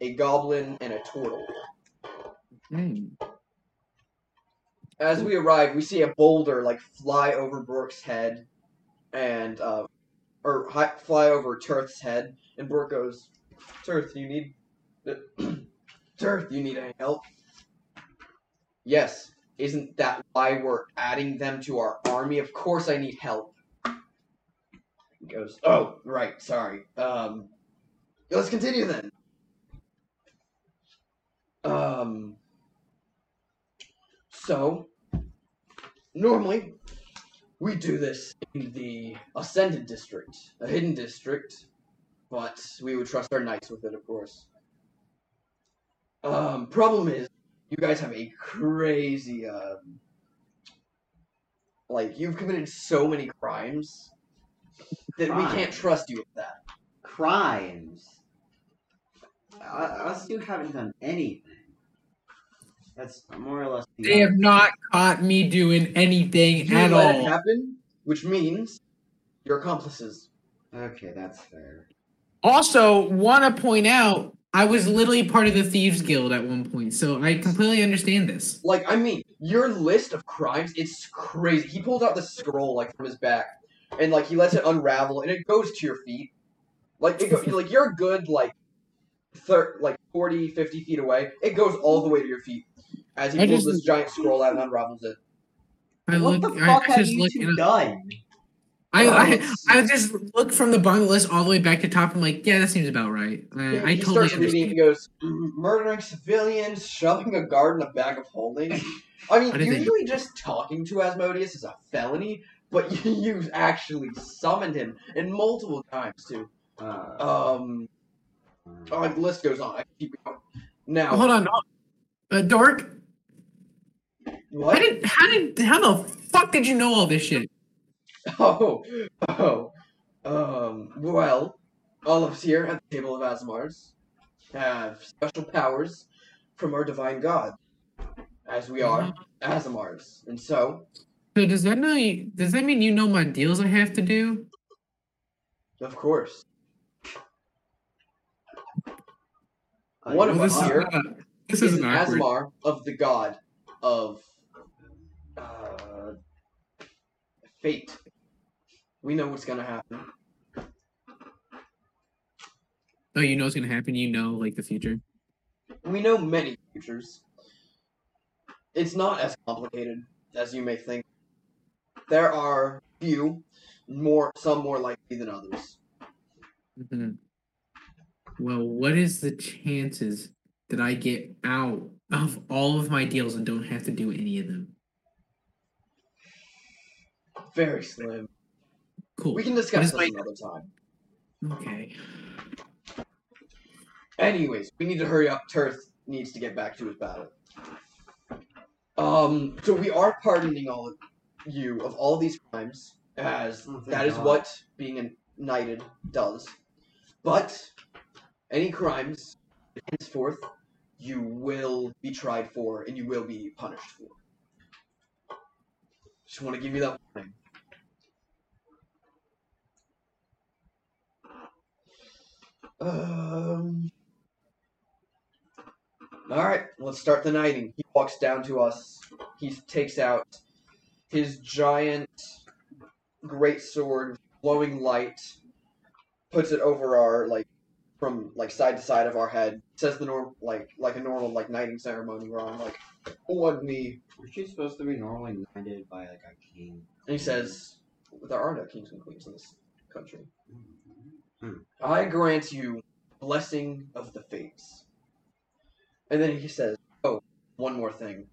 Speaker 1: a goblin, and a turtle.
Speaker 2: Mm-hmm.
Speaker 3: Hmm.
Speaker 1: As we arrive, we see a boulder like fly over Brooke's head, and uh, or hi- fly over Turth's head, and Brooke goes, "Turth, you need, Turth, you need any help?" Yes, isn't that why we're adding them to our army? Of course, I need help. He goes, "Oh, right, sorry. Um, let's continue then." Um. So, normally, we do this in the Ascended District, a hidden district, but we would trust our knights with it, of course. Um, problem is, you guys have a crazy, um, like, you've committed so many crimes that we can't
Speaker 2: Crimes?
Speaker 1: trust you with that.
Speaker 2: Crimes. Uh, us two haven't done anything. That's more or less. the-
Speaker 3: They have not caught me doing anything
Speaker 1: You
Speaker 3: at
Speaker 1: let it
Speaker 3: all.
Speaker 1: happen, which means you're accomplices.
Speaker 2: Okay, that's fair.
Speaker 3: Also, want to point out, I was literally part of the Thieves Guild at one point, so I completely understand this.
Speaker 1: Like, I mean, your list of crimes, it's crazy. He pulls out the scroll, like, from his back, and, like, he lets it unravel, and it goes to your feet. Like, it go- like you're a good, like, thir- like 40, 50 feet away. It goes all the way to your feet as he
Speaker 3: I
Speaker 1: pulls
Speaker 3: just-
Speaker 1: this giant scroll out and unravels it.
Speaker 3: I
Speaker 2: what
Speaker 3: look,
Speaker 2: the
Speaker 3: I,
Speaker 2: fuck
Speaker 3: I
Speaker 2: have
Speaker 3: just
Speaker 2: you
Speaker 3: look,
Speaker 2: two
Speaker 3: and
Speaker 2: done?
Speaker 3: I, I,
Speaker 1: Oh,
Speaker 3: I just look from the bottom of the list all the way back to top. I'm like, yeah, that seems about right.
Speaker 1: He,
Speaker 3: I, I
Speaker 1: he
Speaker 3: totally
Speaker 1: starts reading, he
Speaker 3: understand.
Speaker 1: goes, "M- murdering civilians, shoving a guard in a bag of holding. I mean,
Speaker 3: What did they do?
Speaker 1: usually just talking to Asmodeus is a felony, but you, you actually summoned him and multiple times too.
Speaker 2: Uh,
Speaker 1: Um, oh, the list goes on. I keep going. Now,
Speaker 3: Mm. Hold on, uh, Dork.
Speaker 1: what?
Speaker 3: How did how did how the fuck did you know all this shit?
Speaker 1: Oh, oh, um, well, all of us here at the table of Asmars have special powers from our divine god, as we are
Speaker 3: Mm-hmm.
Speaker 1: Asmars. And so,
Speaker 3: So does that know? you- Does that mean you know my deals I have to do?
Speaker 1: of course, one of
Speaker 3: Well,
Speaker 1: us
Speaker 3: this is
Speaker 1: here
Speaker 3: not- this
Speaker 1: is
Speaker 3: isn't
Speaker 1: an
Speaker 3: awkward.
Speaker 1: Asmar of the god of uh, fate. We know what's gonna happen.
Speaker 3: Oh, you know what's gonna happen. You know, like the future.
Speaker 1: We know many futures. It's not as complicated as you may think. There are few, more some more likely than others.
Speaker 3: hmm Mm-hmm. Well, what is the chances that I get out of all of my deals and don't have to do any of them?
Speaker 1: Very slim.
Speaker 3: Cool.
Speaker 1: We can discuss
Speaker 3: What
Speaker 1: this
Speaker 3: is
Speaker 1: another time.
Speaker 3: okay.
Speaker 1: Anyways, we need to hurry up. Turth needs to get back to his battle. Um, so we are pardoning all of you of all these crimes, as
Speaker 2: Oh, thank
Speaker 1: That is
Speaker 2: God.
Speaker 1: what being a knighted does. But any crimes henceforth you will be tried for and you will be punished for. Just want to give you that warning. Um. All right, let's start the knighting. He walks down to us. He takes out his giant great sword, glowing light, puts it over our like from like side to side of our head. Says the norm like like a normal like knighting ceremony where I'm like on me,
Speaker 2: Aren't you supposed to be normally knighted by like a king?
Speaker 1: and he says, "There are no kings and queens in this country.
Speaker 2: Mhm.
Speaker 1: I grant you blessing of the fates." And then he says, "Oh, one more thing.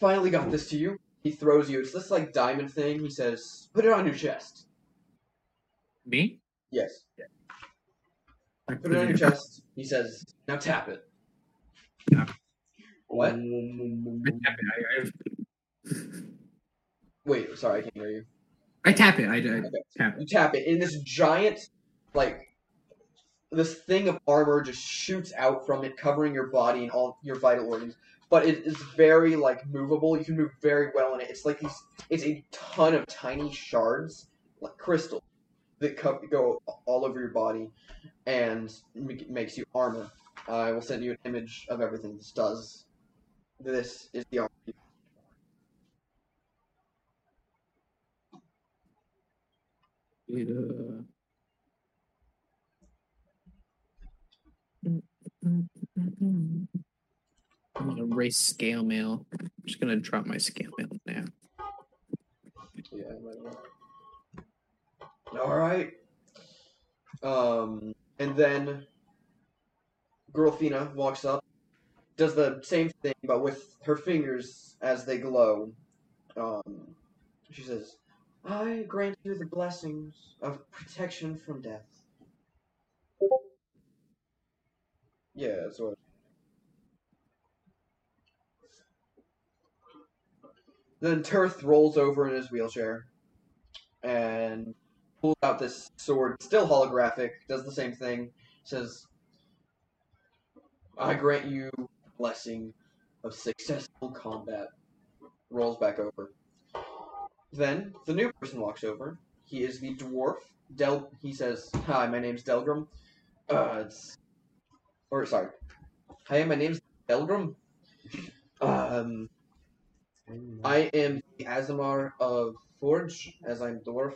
Speaker 1: Finally got this to you." He throws you. It's this like diamond thing. He says, "Put it on your chest."
Speaker 3: Me?
Speaker 1: Yes.
Speaker 3: I
Speaker 1: Put it on your chest. He says, now tap it. What?
Speaker 3: I tap it.
Speaker 1: Wait, sorry, I can't hear you.
Speaker 3: I, I, I tap it. I, I tap it.
Speaker 1: You tap it, and this giant, like, this thing of armor just shoots out from it, covering your body and all your vital organs. But it is very, like, movable. You can move very well in it. It's like these, it's a ton of tiny shards, like crystal, that co- go all over your body and m- makes you armor. I will send you an image of everything this does. This is the armor.
Speaker 3: I'm gonna erase scale mail. I'm just gonna drop my scale mail now.
Speaker 1: Yeah, I might not. All right. Um, and then Girlfina walks up, does the same thing, but with her fingers as they glow. Um, she says, "I grant you the blessings of protection from death." Yeah, that's what. Then Turth rolls over in his wheelchair and pulls out this sword, still holographic, does the same thing, says, I grant you blessing of successful combat. Rolls back over. Then the new person walks over. He is the dwarf. Del he says, Hi, my name's Delgrim. Uh it's or sorry. Hi, my name's Delgrim. Um I am the Azamar of Forge, as I'm dwarf.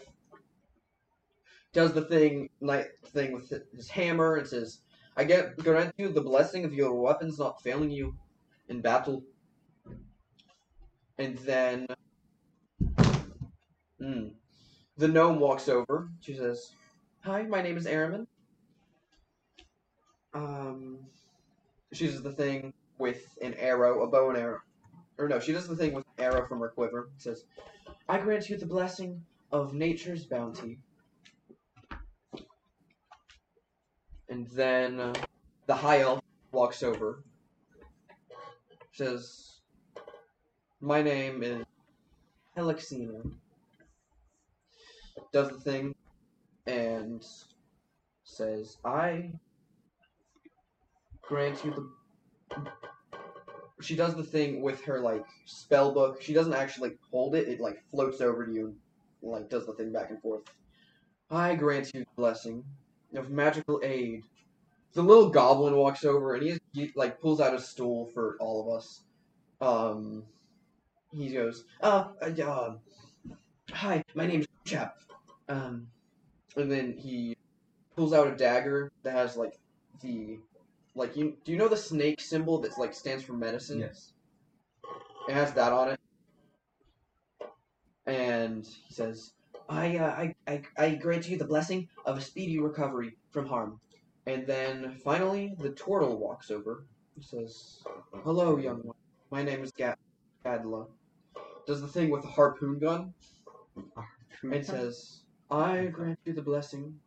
Speaker 1: Does the thing, knight thing with his hammer, and says, "I get grant you the blessing of your weapons not failing you in battle." And then, Hmm. the gnome walks over. She says, "Hi, my name is Araman." Um, she uses the thing with an arrow, a bow and arrow or no, she does the thing with arrow from her quiver. It says, "I grant you the blessing of nature's bounty." And then uh, the high elf walks over. Says, "My name is Alexina." Does the thing, and says, "I grant you the." She does the thing with her like spell book. She doesn't actually like, hold it; it like floats over to you and like does the thing back and forth. I grant you the blessing of magical aid. The little goblin walks over and he, he like pulls out a stool for all of us. Um, he goes, "Uh, uh, uh hi, my name's Chap." Um, and then he pulls out a dagger that has like the like you do you know the snake symbol that's like stands for medicine?
Speaker 2: Yes.
Speaker 1: It has that on it. And he says, I, uh, I, I, I grant you the blessing of a speedy recovery from harm. And then finally, the turtle walks over and says, Hello, young one. My name is Gad- Gadla. Does the thing with the harpoon gun and says, I grant you the blessing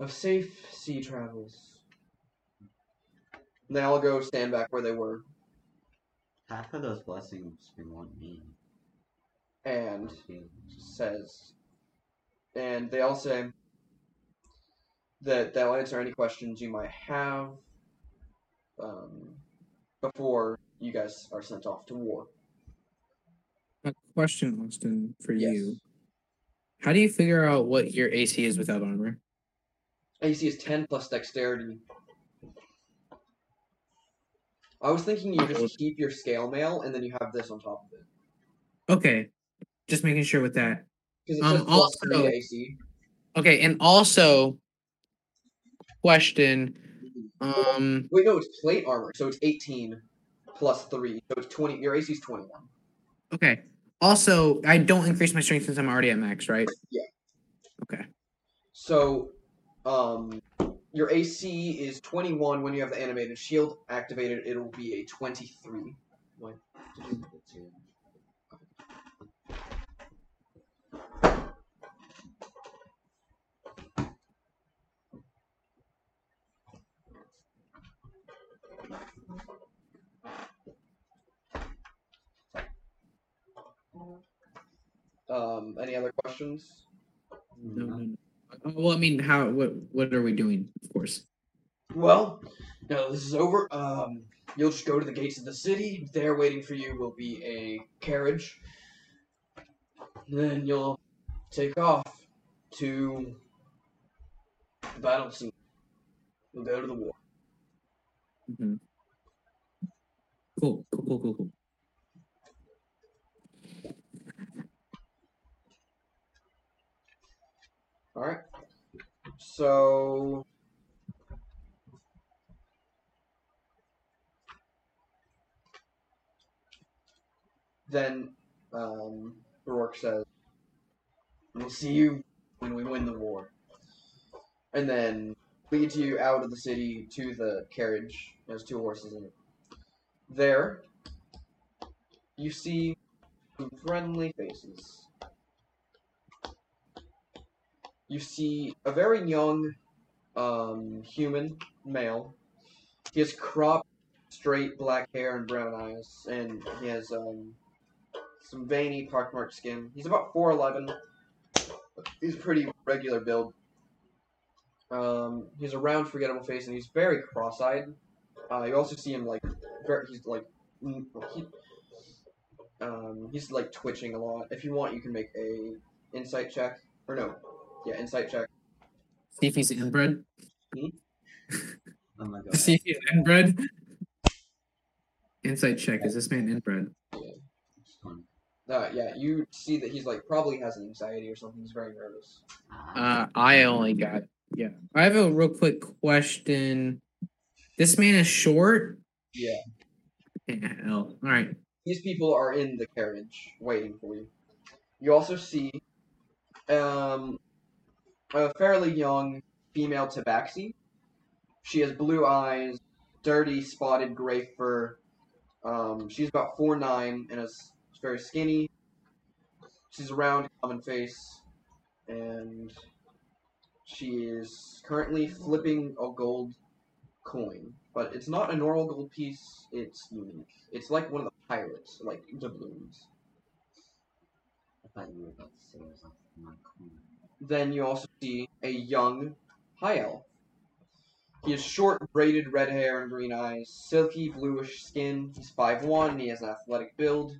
Speaker 1: of safe sea travels. And they all go stand back where they were.
Speaker 2: Half of those blessings we won't need.
Speaker 1: and says, and they all say that they'll answer any questions you might have um, before you guys are sent off to war.
Speaker 3: A question, Austin, for
Speaker 1: Yes.
Speaker 3: you. How do you figure out what your AC is without armor?
Speaker 1: AC is 10 plus dexterity. I was thinking you just keep your scale mail and then you have this on top of it.
Speaker 3: Okay. Just making sure with that.
Speaker 1: Because it
Speaker 3: Um,
Speaker 1: says plus
Speaker 3: also-
Speaker 1: 3 AC.
Speaker 3: Okay, and also question. Um
Speaker 1: Wait, no, it's plate armor, so it's 18 plus 3. So it's 20. Your AC is 21.
Speaker 3: okay. Also, I don't increase my strength since I'm already at max, right?
Speaker 1: So, um, your AC is 21 when you have the animated shield activated. It'll be a 23. Um, any other questions?
Speaker 3: No, no, no. Uh, Well, I mean, how what what are we doing? Of course.
Speaker 1: Well, now this is over. Um, you'll just go to the gates of the city. There, waiting for you, will be a carriage. And then you'll take off to the battle scene. You'll go to the war.
Speaker 3: Mhm. Cool, cool, cool, cool, cool.
Speaker 1: All right. So. Then, um, Rourke says, We'll see you when we win the war. And then leads you out of the city to the carriage. There's two horses in it. There, you see some friendly faces. you see a very young um, human male. He has cropped, straight black hair and brown eyes, and he has um, some veiny, pockmarked skin. He's about 4'11. He's a pretty regular build. Um, he has a round, forgettable face, and he's very cross-eyed. Uh, you also see him like, very, he's like, mm, he, um, he's like twitching a lot. If you want, you can make a insight check, or no, yeah, insight check.
Speaker 3: See if he's inbred.
Speaker 2: Oh my god.
Speaker 3: See if he's inbred. Insight check. Is this man inbred?
Speaker 2: It's fun.
Speaker 1: Uh, yeah, you see that he's like probably has anxiety or something. He's very nervous.
Speaker 2: Ah,
Speaker 3: Uh, I only got yeah. I have a real quick question. This man is short.
Speaker 1: Yeah.
Speaker 3: Yeah, hell. All right.
Speaker 1: These people are in the carriage waiting for you. You also see um, a fairly young female tabaxi. She has blue eyes, dirty spotted gray fur, Um, she's about four nine and is very skinny. She's a round, common face, and she is currently flipping a gold coin. But it's not a normal gold piece. It's unique. It's like one of the pirates, like doubloons.
Speaker 2: I thought you were about to say it was off my corner.
Speaker 1: Then you also see a young high elf. He has short, braided red hair and green eyes, silky, bluish skin. He's 5'1", and he has an athletic build.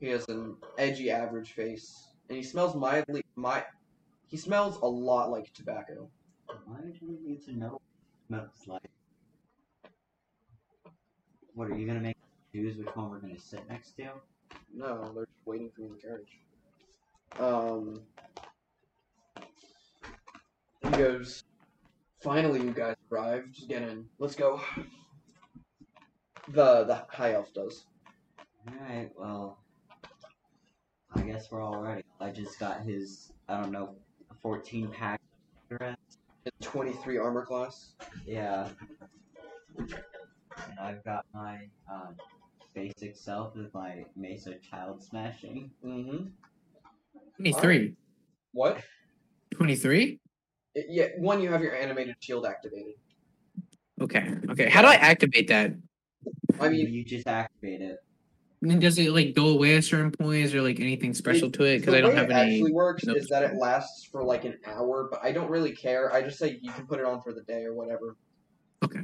Speaker 1: He has an edgy, average face, and he smells mildly. My, he smells a lot like tobacco.
Speaker 2: Why do you need to know what it smells like? What are you gonna make choose which one we're gonna sit next to?
Speaker 1: No, they're just waiting for me in the carriage. Um, he goes, "Finally, you guys arrived. Just get in. Let's go." The the high elf does.
Speaker 2: Alright, well, I guess we're all ready. I just got his, I don't know, 14 pack. cigarettes.
Speaker 1: Twenty three armor class.
Speaker 2: Yeah. And I've got my uh, basic self with my Mesa Child Smashing.
Speaker 1: Mm-hmm.
Speaker 3: 23.
Speaker 1: What?
Speaker 3: 23?
Speaker 1: It- yeah, one you have your animated shield activated.
Speaker 3: Okay. Okay. How do I activate that?
Speaker 1: I mean,
Speaker 2: you just activate it.
Speaker 3: I mean, does it like go away at certain points? Is there like anything special to it? Because
Speaker 1: the
Speaker 3: I don't
Speaker 1: way
Speaker 3: have
Speaker 1: it
Speaker 3: any.
Speaker 1: actually works
Speaker 3: no.
Speaker 1: is that it lasts for like an hour, but I don't really care. I just say you can put it on for the day or whatever.
Speaker 3: Okay.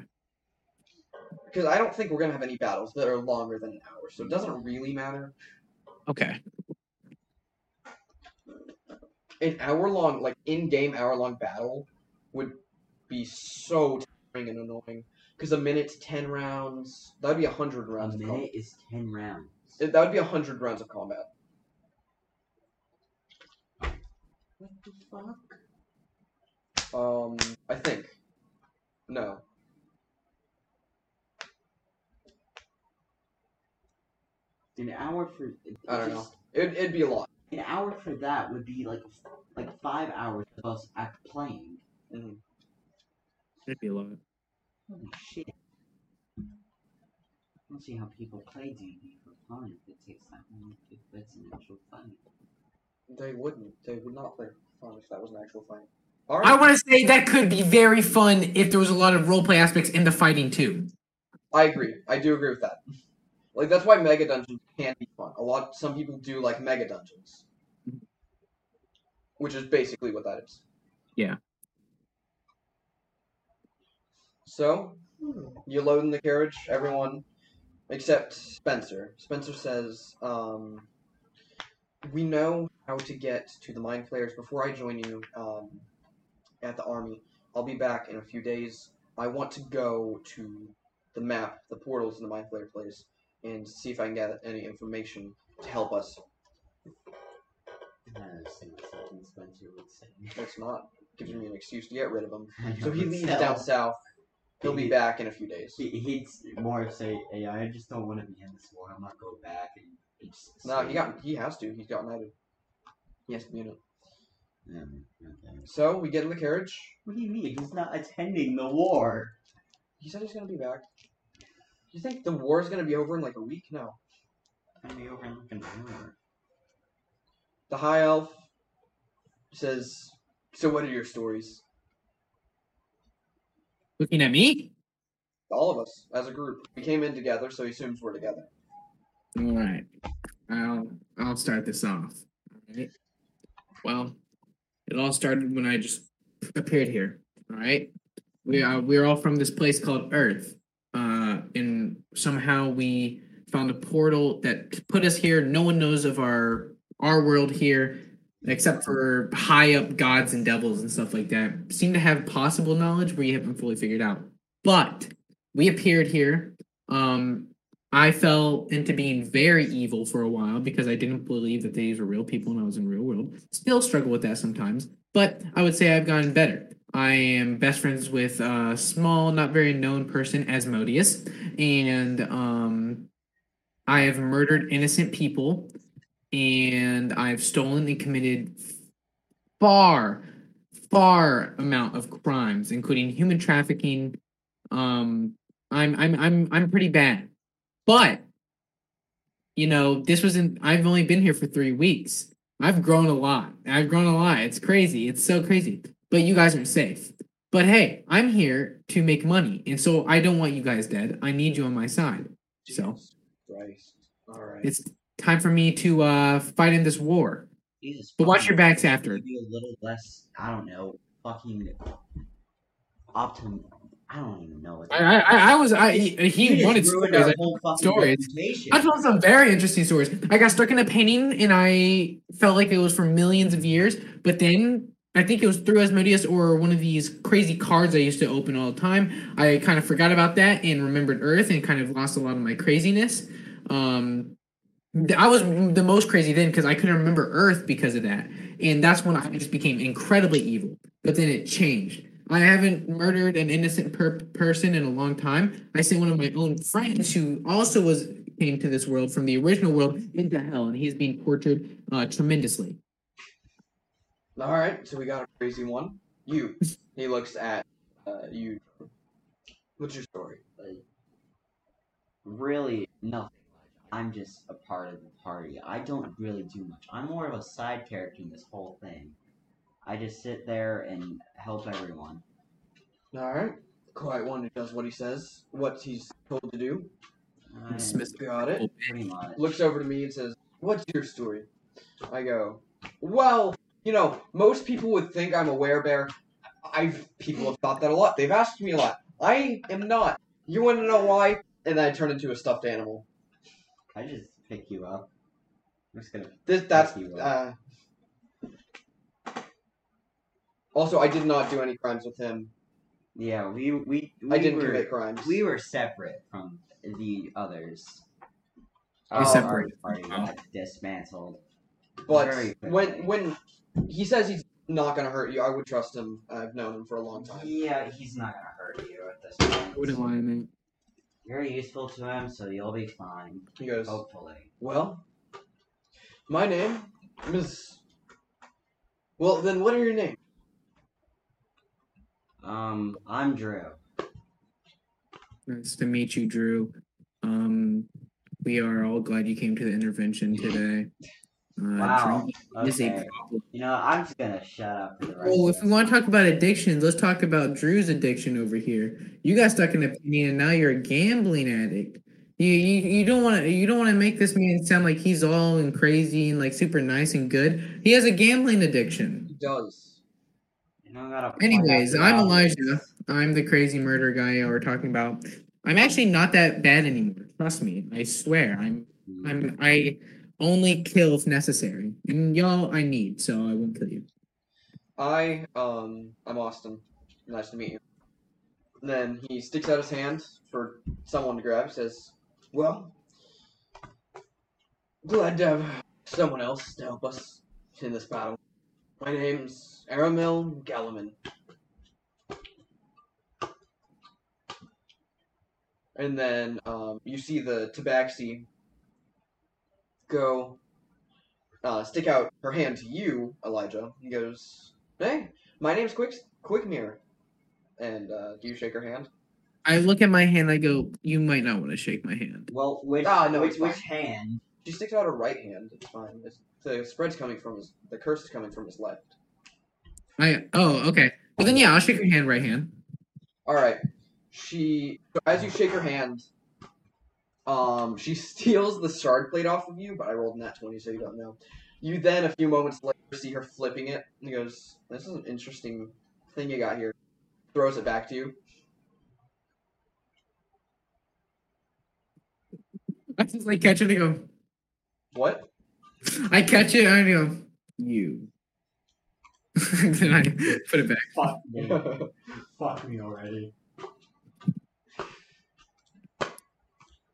Speaker 1: Because I don't think we're gonna have any battles that are longer than an hour, so it doesn't really matter.
Speaker 3: Okay.
Speaker 1: An hour long, like in game hour long battle, would be so tiring and annoying. Because a minute's ten rounds. That'd be a hundred
Speaker 2: A
Speaker 1: rounds. of
Speaker 2: minute is 10 rounds.
Speaker 1: combat. That would be a hundred rounds of combat.
Speaker 2: What the fuck?
Speaker 1: Um, I think. No.
Speaker 2: An hour for.
Speaker 1: I don't
Speaker 2: just-
Speaker 1: It, it'd be a lot.
Speaker 2: An hour for that would be like like five hours of us act playing.
Speaker 1: Mm-hmm.
Speaker 3: That'd be a lot.
Speaker 2: Holy shit. I don't see how people play D&D for fun if it takes that long. If that's an actual fun.
Speaker 1: They wouldn't. They would not play fun if that was an actual fight. All
Speaker 3: I
Speaker 1: right.
Speaker 3: want to say that could be very fun if there was a lot of roleplay aspects in the fighting too.
Speaker 1: I agree. I do agree with that. Like that's why mega dungeons can be fun. A lot. Some people do like mega dungeons, which is basically what that is.
Speaker 3: Yeah.
Speaker 1: So you load in the carriage, everyone, except Spencer. Spencer says, um, "We know how to get to the mind flayers. Before I join you um, at the army, I'll be back in a few days. I want to go to the map, the portals in the Mind Flayer place, and see if I can get any information to help us.
Speaker 2: I don't understand something Spencer would say.
Speaker 1: That's not gives me an excuse to get rid of him.
Speaker 2: I know
Speaker 1: So he
Speaker 2: it's
Speaker 1: leaves
Speaker 2: hell.
Speaker 1: down south. He'll be back in a few days.
Speaker 2: He, he'd s- more of say, hey, I just don't want to be in this war. I'm not going back. And he'd just
Speaker 1: No,
Speaker 2: say-
Speaker 1: he got he has to. He's got knighted. He has to be in it.
Speaker 2: Um, okay.
Speaker 1: So we get in the carriage.
Speaker 2: What do you mean? He's not attending the war.
Speaker 1: He said he's gonna be back. You think the war's gonna be over in like a week? No.
Speaker 2: I'm gonna be over in like an hour.
Speaker 1: The high elf says, "So what are your stories?
Speaker 3: Looking at me?
Speaker 1: All of us as a group. We came in together, so he assumes we're together."
Speaker 3: All right. I'll I'll start this off. All right. Well, it all started when I just appeared here. All right. We are we're all from this place called Earth. Uh and somehow we found a portal that put us here. No one knows of our our world here except for high up gods and devils and stuff like that. Seem to have possible knowledge but you haven't fully figured out. But we appeared here. Um I fell into being very evil for a while because I didn't believe that these were real people and I was in the real world. Still struggle with that sometimes, but I would say I've gotten better. I am best friends with a small, not very known person, Asmodeus, and um, I have murdered innocent people, and I've stolen and committed far, far amount of crimes, including human trafficking. Um, I'm, I'm, I'm, I'm pretty bad. But you know, this was in, I've only been here for three weeks. I've grown a lot. I've grown a lot. It's crazy. It's so crazy. But you guys are safe. But hey, I'm here to make money. And so I don't want you guys dead. I need you on my side. So
Speaker 1: Jesus Christ. All right.
Speaker 3: it's time for me to uh, fight in this war.
Speaker 2: Jesus.
Speaker 3: But watch
Speaker 2: fucking
Speaker 3: your backs after.
Speaker 2: Be a little less. I don't know. Fucking optim. I don't even know what.
Speaker 3: I, I, I- I was, I,
Speaker 2: You
Speaker 3: he
Speaker 2: just
Speaker 3: wanted
Speaker 2: ruined
Speaker 3: stories.
Speaker 2: our
Speaker 3: I
Speaker 2: whole fucking
Speaker 3: stories.
Speaker 2: reputation.
Speaker 3: I told some very interesting stories. I got stuck in a painting and I felt like it was for millions of years, but then I think it was through Asmodeus or one of these crazy cards I used to open all the time. I kind of forgot about that and remembered Earth and kind of lost a lot of my craziness. Um, th- I was the most crazy then because I couldn't remember Earth because of that. And that's when I just became incredibly evil. But then it changed. I haven't murdered an innocent per- person in a long time. I sent one of my own friends who also was came to this world from the original world into hell, and he's being tortured uh, tremendously.
Speaker 1: All right, so we got a crazy one. You. He looks at uh, you. What's your story?
Speaker 2: like, really nothing. I'm just a part of the party. I don't really do much. I'm more of a side character in this whole thing. I just sit there and help everyone.
Speaker 1: All right. Quiet one who does what he says, what he's told to do.
Speaker 2: I
Speaker 3: Dismiss-
Speaker 1: Got it.
Speaker 2: Eh, pretty much.
Speaker 1: Looks over to me and says, "What's your story?" I go, "Well, you know, most people would think I'm a werebear. I've people have thought that a lot. They've asked me a lot. I am not. You want to know why?" And I turn into a stuffed animal.
Speaker 2: I just pick you up. I'm just gonna.
Speaker 1: This that's
Speaker 2: Thank you,
Speaker 1: uh Also, I did not do any crimes with him.
Speaker 2: Yeah, we we, we
Speaker 1: I didn't
Speaker 2: were
Speaker 1: commit crimes.
Speaker 2: we were separate from the others.
Speaker 1: We
Speaker 3: separated.
Speaker 2: Our party got dismantled. Very
Speaker 1: but
Speaker 2: quickly.
Speaker 1: when when he says he's not gonna hurt you, I would trust him. I've known him for a long time.
Speaker 2: yeah, he's not gonna hurt you at this point.
Speaker 3: I wouldn't lie, man.
Speaker 2: You're useful to him, so you'll be fine.
Speaker 1: He goes,
Speaker 2: Hopefully.
Speaker 1: "Well, my name is." Well, then, what are your name?
Speaker 2: Um, I'm Drew.
Speaker 3: Nice to meet you, Drew. Um, we are all glad you came to the intervention today. Uh,
Speaker 2: Wow.
Speaker 3: drinking is a
Speaker 2: Okay.
Speaker 3: problem.
Speaker 2: You know, I'm just gonna shut up for the rest.
Speaker 3: Well,
Speaker 2: of
Speaker 3: if we want to talk about addictions, let's talk about Drew's addiction over here. You got stuck in a painting, and now you're a gambling addict. You you, you don't want to you don't want to make this man sound like he's all and crazy and like super nice and good. He has a gambling addiction.
Speaker 1: He does.
Speaker 2: You don't gotta point
Speaker 3: Anyways,
Speaker 2: out the
Speaker 3: I'm
Speaker 2: obvious.
Speaker 3: Elijah. I'm the crazy murder guy we're talking about. I'm actually not that bad anymore. Trust me. I swear. I'm I'm I only kill if necessary. And y'all I need, so I won't kill you.
Speaker 1: I um, I'm Austin. Nice to meet you. Then he sticks out his hand for someone to grab. Says, "Well, glad to have someone else to help us in this battle. My name's Aramil Galliman." And then um, you see the Tabaxi go uh, stick out her hand to you, Elijah. He goes, "Hey, my name's Quick Quickmere," and uh, do you shake her hand?
Speaker 3: I look at my hand, I go, you might not want to shake my hand.
Speaker 2: Well, which
Speaker 1: Ah, no,
Speaker 2: which,
Speaker 1: it's
Speaker 2: which
Speaker 1: fine.
Speaker 2: hand?
Speaker 1: She sticks out her right hand. It's fine. It's, the spread's coming from his. The curse is coming from his left.
Speaker 3: I oh, okay. Well then yeah, I'll shake your hand right hand.
Speaker 1: All right. She, as you shake her hand, um, she steals the shard plate off of you. But I rolled in that twenty, so you don't know. You then, a few moments later, see her flipping it. And he goes, "This is an interesting thing you got here." Throws it back to you.
Speaker 3: I just like catch it and go
Speaker 1: What?
Speaker 3: I catch it and I go, you. then I put it back.
Speaker 2: Fuck me. Fuck me already.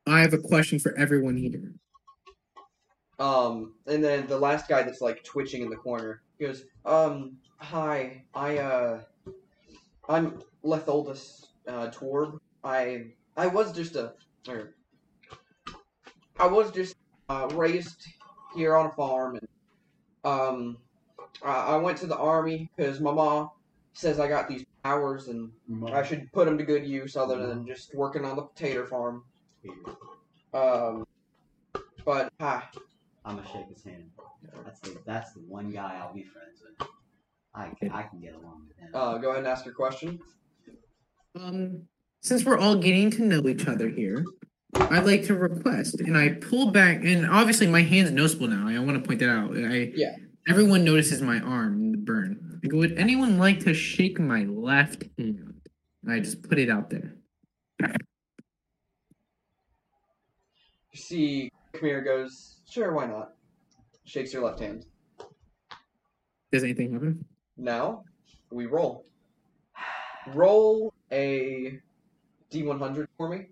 Speaker 3: I have a question for everyone here.
Speaker 1: Um, and then the last guy that's like twitching in the corner he goes, um, hi, I, uh, I'm Letholdus, uh, Torb. I, I was just a, or, I was just, uh, raised here on a farm, and, um, I, I went to the army because my mom says I got these powers and I should put them to good use other than just working on the potato farm. Um, But ah,
Speaker 2: I'm gonna shake his hand. That's the that's the one guy I'll be friends with. I can, I can get along with him.
Speaker 1: uh, go ahead and ask your question.
Speaker 3: Um, since we're all getting to know each other here, I'd like to request, and I pull back, and obviously my hand's noticeable now. I want to point that out. I
Speaker 1: Yeah.
Speaker 3: Everyone notices my arm and the burn. I go, would anyone like to shake my left hand? And I just put it out there.
Speaker 1: You see, Khmer goes, sure, why not? Shakes your left hand.
Speaker 3: Does anything happen?
Speaker 1: Now we roll. Roll a D100 for me.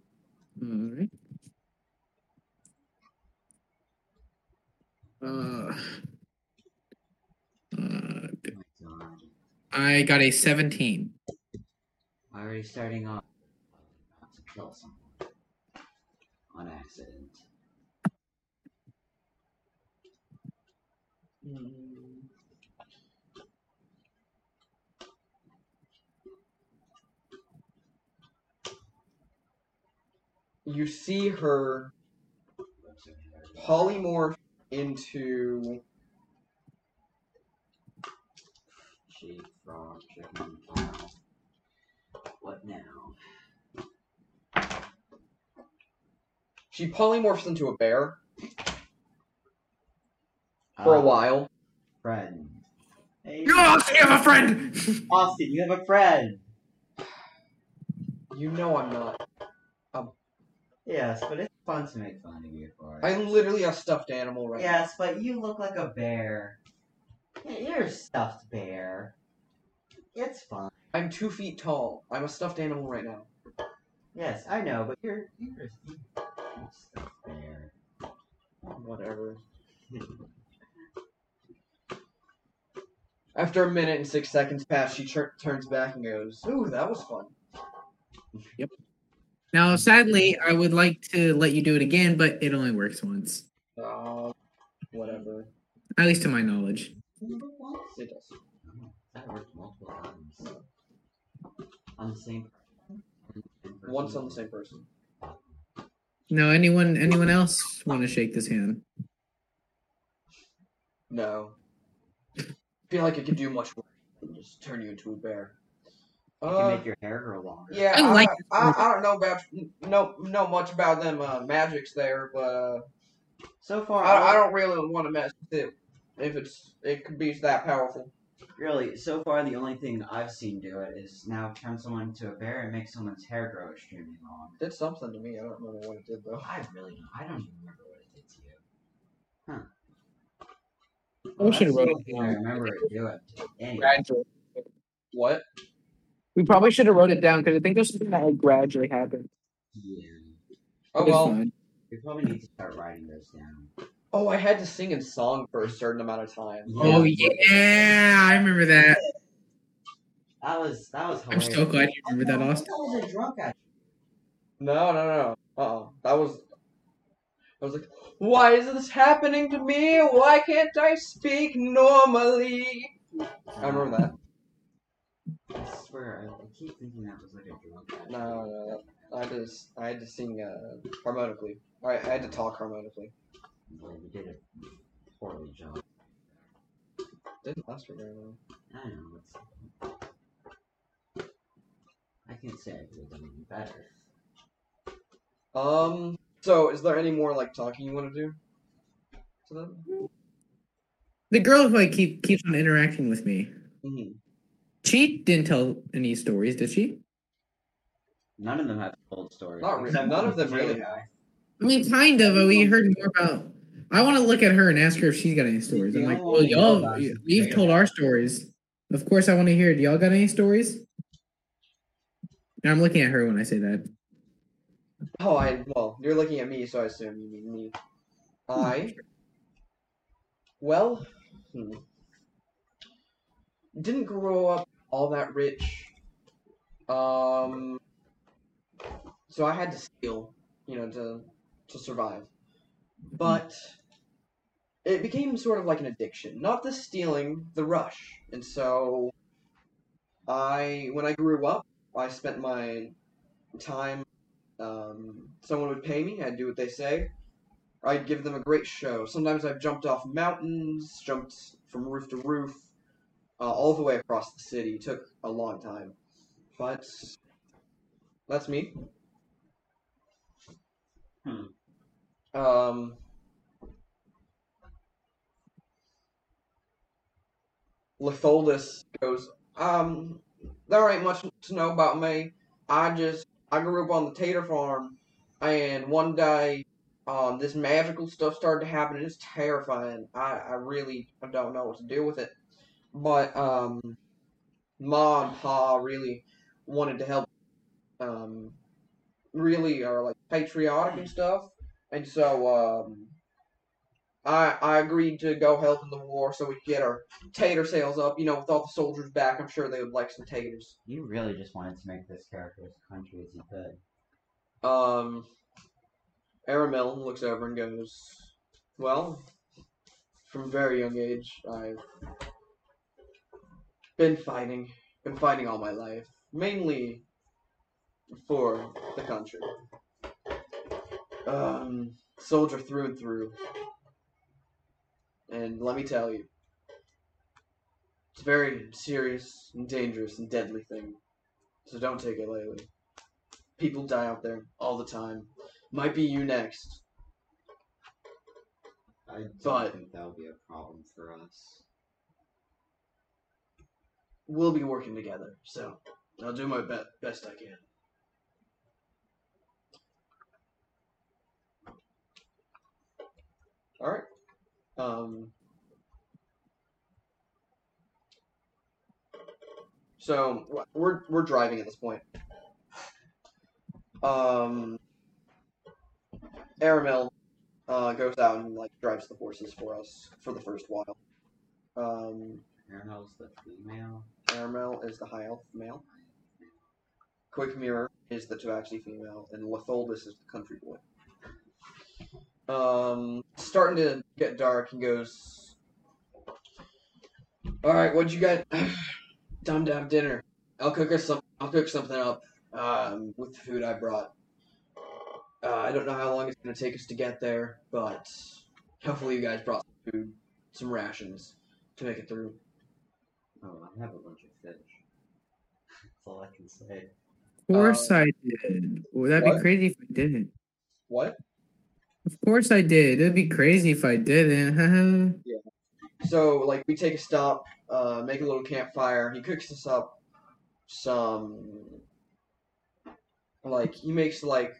Speaker 3: All right. Uh, uh,
Speaker 2: Oh my God.
Speaker 3: I got a 17.
Speaker 2: Already starting off. uh, To kill someone on accident.
Speaker 1: You see her polymorph into
Speaker 2: Sheep, frog, chicken, cow. What now?
Speaker 1: she polymorphs into a bear for a
Speaker 2: Uh,
Speaker 1: while.
Speaker 2: Friend. Hey,
Speaker 3: You're all you have a friend!
Speaker 2: Austin, you have a friend.
Speaker 1: You know I'm not.
Speaker 2: Yes, but it's fun to make fun of you for it.
Speaker 1: I'm literally a stuffed animal right now.
Speaker 2: Yes, but you look like a bear. Yeah, You're a stuffed bear. It's fun.
Speaker 1: I'm two feet tall. I'm a stuffed animal right now.
Speaker 2: Yes, I know, but you're you're a stuffed bear.
Speaker 1: Whatever. After a minute and six seconds pass, she tur- turns back and goes, "Ooh, that was fun."
Speaker 3: Now, sadly, I would like to let you do it again, but it only works once,
Speaker 1: Oh, whatever.
Speaker 3: at least to my knowledge.
Speaker 1: It does.
Speaker 2: Oh, That worked multiple times. On the same.
Speaker 1: Once on the same person.
Speaker 3: No, anyone, anyone else want to shake this hand?
Speaker 1: No. Feel like it could do much worse. than Just turn you into a bear.
Speaker 2: You can
Speaker 1: Uh,
Speaker 2: make your hair grow longer.
Speaker 1: yeah,
Speaker 3: I
Speaker 1: I,
Speaker 3: like-
Speaker 1: I, I don't know about no know much about them uh, magics there, but uh,
Speaker 2: So far,
Speaker 1: I, I don't really want to mess with it if it's it could be that powerful.
Speaker 2: Really, so far the only thing I've seen do it is now turn someone into a bear and make someone's hair grow extremely long.
Speaker 1: did something to me. I don't remember what it did though.
Speaker 2: I really don't. I don't even remember what it did to you. Huh.
Speaker 3: I wish I'd
Speaker 2: That's
Speaker 3: wrote
Speaker 2: the
Speaker 3: it
Speaker 2: only thing I
Speaker 3: down.
Speaker 2: remember it do it. to anyone.
Speaker 1: What?
Speaker 3: We probably should have wrote it down because I think there's something that like gradually happened.
Speaker 2: Yeah.
Speaker 1: Oh well.
Speaker 2: We probably need to start writing those down.
Speaker 1: Oh, I had to sing in song for a certain amount of time.
Speaker 3: Oh yeah, I remember that.
Speaker 2: That was that was
Speaker 3: I'm
Speaker 2: hilarious.
Speaker 3: so glad you remember that,
Speaker 2: I
Speaker 3: Austin.
Speaker 2: thought I was a drunk guy.
Speaker 1: No, no, no. Uh oh. That was. I was like, why is this happening to me? Why can't I speak normally? I remember that.
Speaker 2: I swear, I, I keep thinking that was like a drunk guy.
Speaker 1: No, no, I just, I had to sing uh, harmonically. I, I had to talk harmonically.
Speaker 2: Well, we did a poorly job.
Speaker 1: Didn't last for very long.
Speaker 2: I don't know. It's... I can't say I could have done any better.
Speaker 1: Um. So, is there any more like talking you want to do? To them?
Speaker 3: The girl who I keep keeps on interacting with me.
Speaker 1: hmm
Speaker 3: She didn't tell any stories, did she?
Speaker 2: None of them have told stories.
Speaker 1: Not really.
Speaker 2: except
Speaker 1: None
Speaker 2: one
Speaker 1: of them really
Speaker 2: guy.
Speaker 3: I mean, kind of. but We heard more about. I want to look at her and ask her if she's got any stories. I'm like, well, y'all, we've told our stories. Of course, I want to hear. it. Do y'all got any stories? And I'm looking at her when I say that.
Speaker 1: Oh, I well, you're looking at me, so I assume you mean me. I. Well, hmm. didn't grow up all that rich. Um, so I had to steal, you know, to to survive. But it became sort of like an addiction. Not the stealing, the rush. And so I when I grew up, I spent my time um, someone would pay me, I'd do what they say, I'd give them a great show. Sometimes I've jumped off mountains, jumped from roof to roof, uh, all the way across the city. It took a long time. But that's me.
Speaker 4: Hmm.
Speaker 1: Um, Litholdus goes, um, there ain't much to know about me. I just, I grew up on the tater farm, and one day, um, this magical stuff started to happen, and it's terrifying. I, I really don't know what to do with it. But, um, Ma and Pa really wanted to help, um, really are like patriotic and stuff, and so, um, I, I agreed to go help in the war so we could get our tater sales up. You know, with all the soldiers back, I'm sure they would like some taters.
Speaker 2: You really just wanted to make this character as country as you could.
Speaker 1: Um, Aramel looks over and goes, Well, from a very young age, I've been fighting, been fighting all my life, mainly for the country. Um, soldier through and through. And let me tell you, it's a very serious and dangerous and deadly thing, so don't take it lightly. People die out there all the time. Might be you next.
Speaker 2: I don't
Speaker 1: But-
Speaker 2: think that'll be a problem for us.
Speaker 1: We'll be working together, so I'll do my be- best I can. All right. Um. So wh- we're we're driving at this point. Um. Aramel uh, goes out and like drives the horses for us for the first while. Um.
Speaker 2: Arnold's the female.
Speaker 1: Aramel is the high elf male. Quick Mirror is the Tabaxi female, and Litholdus is the country boy. Um, starting to get dark. He goes, "All right, what'd you got? Time to have dinner. I'll cook us some. I'll cook something up um, with the food I brought. Uh, I don't know how long it's gonna take us to get there, but hopefully you guys brought some food, some rations to make it through."
Speaker 2: Oh, I have a bunch of fish. That's all I can say.
Speaker 3: Of course I did. Well, that'd
Speaker 1: what?
Speaker 3: be crazy if I didn't.
Speaker 1: What?
Speaker 3: Of course I did. It'd be crazy if I didn't.
Speaker 1: So like we take a stop, uh, make a little campfire. He cooks us up some, like he makes like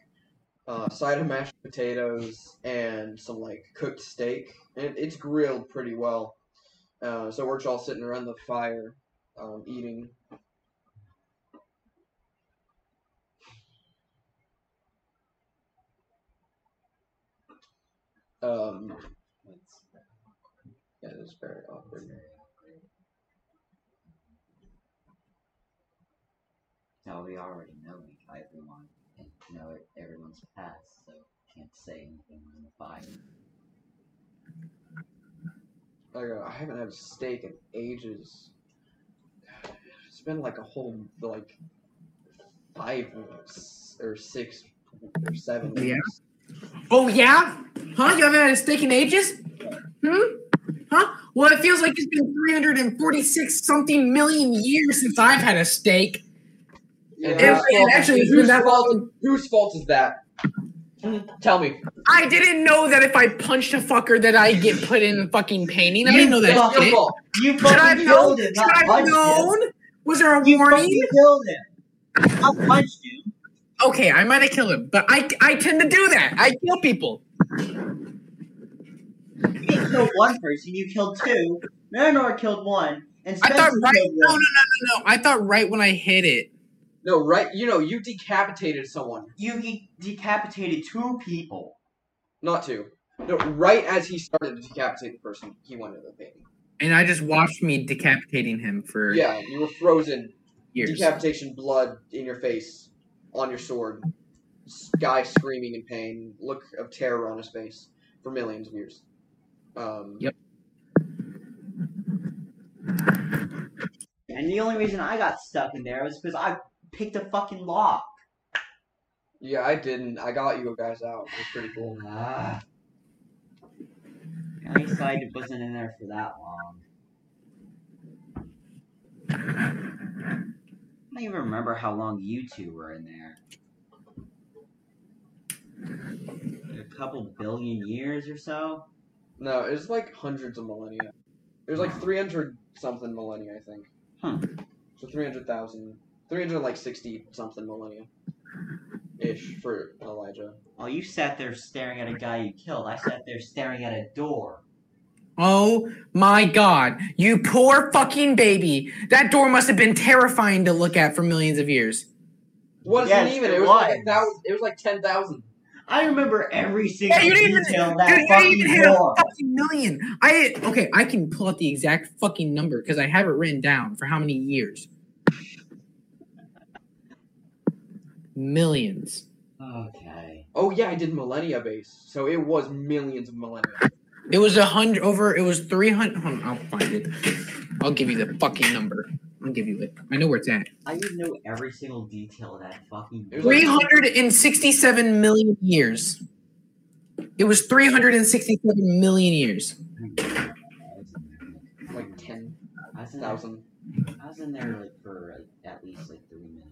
Speaker 1: uh, side of mashed potatoes and some like cooked steak, and it's grilled pretty well. Uh, so we're just all sitting around the fire, um, eating. Um,
Speaker 2: It's
Speaker 1: yeah, it was very awkward.
Speaker 2: No, we already know each- everyone and know everyone's past, so can't say anything on the fire.
Speaker 1: I go, uh, I haven't had a steak in ages. It's been like a whole like five s- or six or seven.
Speaker 3: Yeah.
Speaker 1: Weeks.
Speaker 3: Oh yeah? Huh? You haven't had a steak in ages? Hmm? Huh? Well, it feels like it's been 346 something million years since I've had a steak.
Speaker 1: And
Speaker 3: And-
Speaker 1: whose
Speaker 3: and
Speaker 1: fault is-
Speaker 3: actually, it's been
Speaker 1: whose
Speaker 3: that
Speaker 1: fault,
Speaker 3: long.
Speaker 1: whose fault is that? Tell me.
Speaker 3: I didn't know that if I punched a fucker that I get put in fucking painting. I
Speaker 1: You-
Speaker 3: didn't know that.
Speaker 1: It's your
Speaker 3: shit.
Speaker 1: fault.
Speaker 4: You
Speaker 3: Should I have
Speaker 4: fucking
Speaker 3: known?
Speaker 4: killed
Speaker 3: Should
Speaker 4: him.
Speaker 3: I
Speaker 4: Not
Speaker 3: have
Speaker 4: punched him.
Speaker 3: known? Was there a
Speaker 4: You
Speaker 3: warning?
Speaker 4: fucking killed him. Not punched him.
Speaker 3: Okay, I might have killed him, but I I tend to do that. I kill people.
Speaker 4: You didn't kill one person. You killed two. Marinor killed one, and
Speaker 3: I
Speaker 4: Spencer
Speaker 3: thought right.
Speaker 4: killed
Speaker 3: No, no, no,
Speaker 4: one.
Speaker 3: no, no. I thought right when I hit it.
Speaker 1: No, right? You know, you decapitated someone.
Speaker 4: You de- decapitated two people.
Speaker 1: Not to. No, right as he started to decapitate the person, he went into the painting.
Speaker 3: And I just watched me decapitating him for
Speaker 1: Yeah, you were frozen
Speaker 3: years.
Speaker 1: Decapitation, blood in your face, on your sword. S- Guy screaming in pain, look of terror on his face for millions of years. Um,
Speaker 3: Yep.
Speaker 4: And the only reason I got stuck in there was because I picked a fucking lock.
Speaker 1: Yeah, I didn't. I got you guys out. It was pretty cool.
Speaker 2: Ah, I'm glad it wasn't in there for that long. I don't even remember how long you two were in there. A couple billion years or so?
Speaker 1: No, it was like hundreds of millennia. It was like 300 something millennia, I think.
Speaker 2: Huh.
Speaker 1: So 300,000, 360 something millennia ish for Elijah.
Speaker 2: Oh, you sat there staring at a guy you killed. I sat there staring at a door.
Speaker 3: Oh my god, you poor fucking baby. That door must have been terrifying to look at for millions of years.
Speaker 1: Wasn't
Speaker 4: Yes,
Speaker 1: even.
Speaker 4: it
Speaker 1: It was, like
Speaker 4: was.
Speaker 1: a thousand, it was like 10,000.
Speaker 2: I remember every single
Speaker 3: you didn't even-
Speaker 2: detail of
Speaker 3: Dude,
Speaker 2: that
Speaker 3: you didn't even
Speaker 2: fucking
Speaker 3: hit a
Speaker 2: door.
Speaker 3: fucking million. I okay, I can pull out the exact fucking number because I have it written down for how many years. Millions.
Speaker 2: Okay.
Speaker 1: Oh, yeah, I did millennia base. So it was millions of millennia.
Speaker 3: It was a hundred over. It was three hundred. Hold on, I'll find it. I'll give you the fucking number. I'll give you it. I know where it's at.
Speaker 2: I didn't know every single detail of that fucking
Speaker 1: It was
Speaker 3: Three
Speaker 1: like-
Speaker 3: hundred and sixty-seven million years. It was three hundred and sixty-seven million years.
Speaker 2: Oh,
Speaker 1: Like
Speaker 2: I was in there-
Speaker 1: 10,000.
Speaker 2: I was in there like for like, at least like three minutes.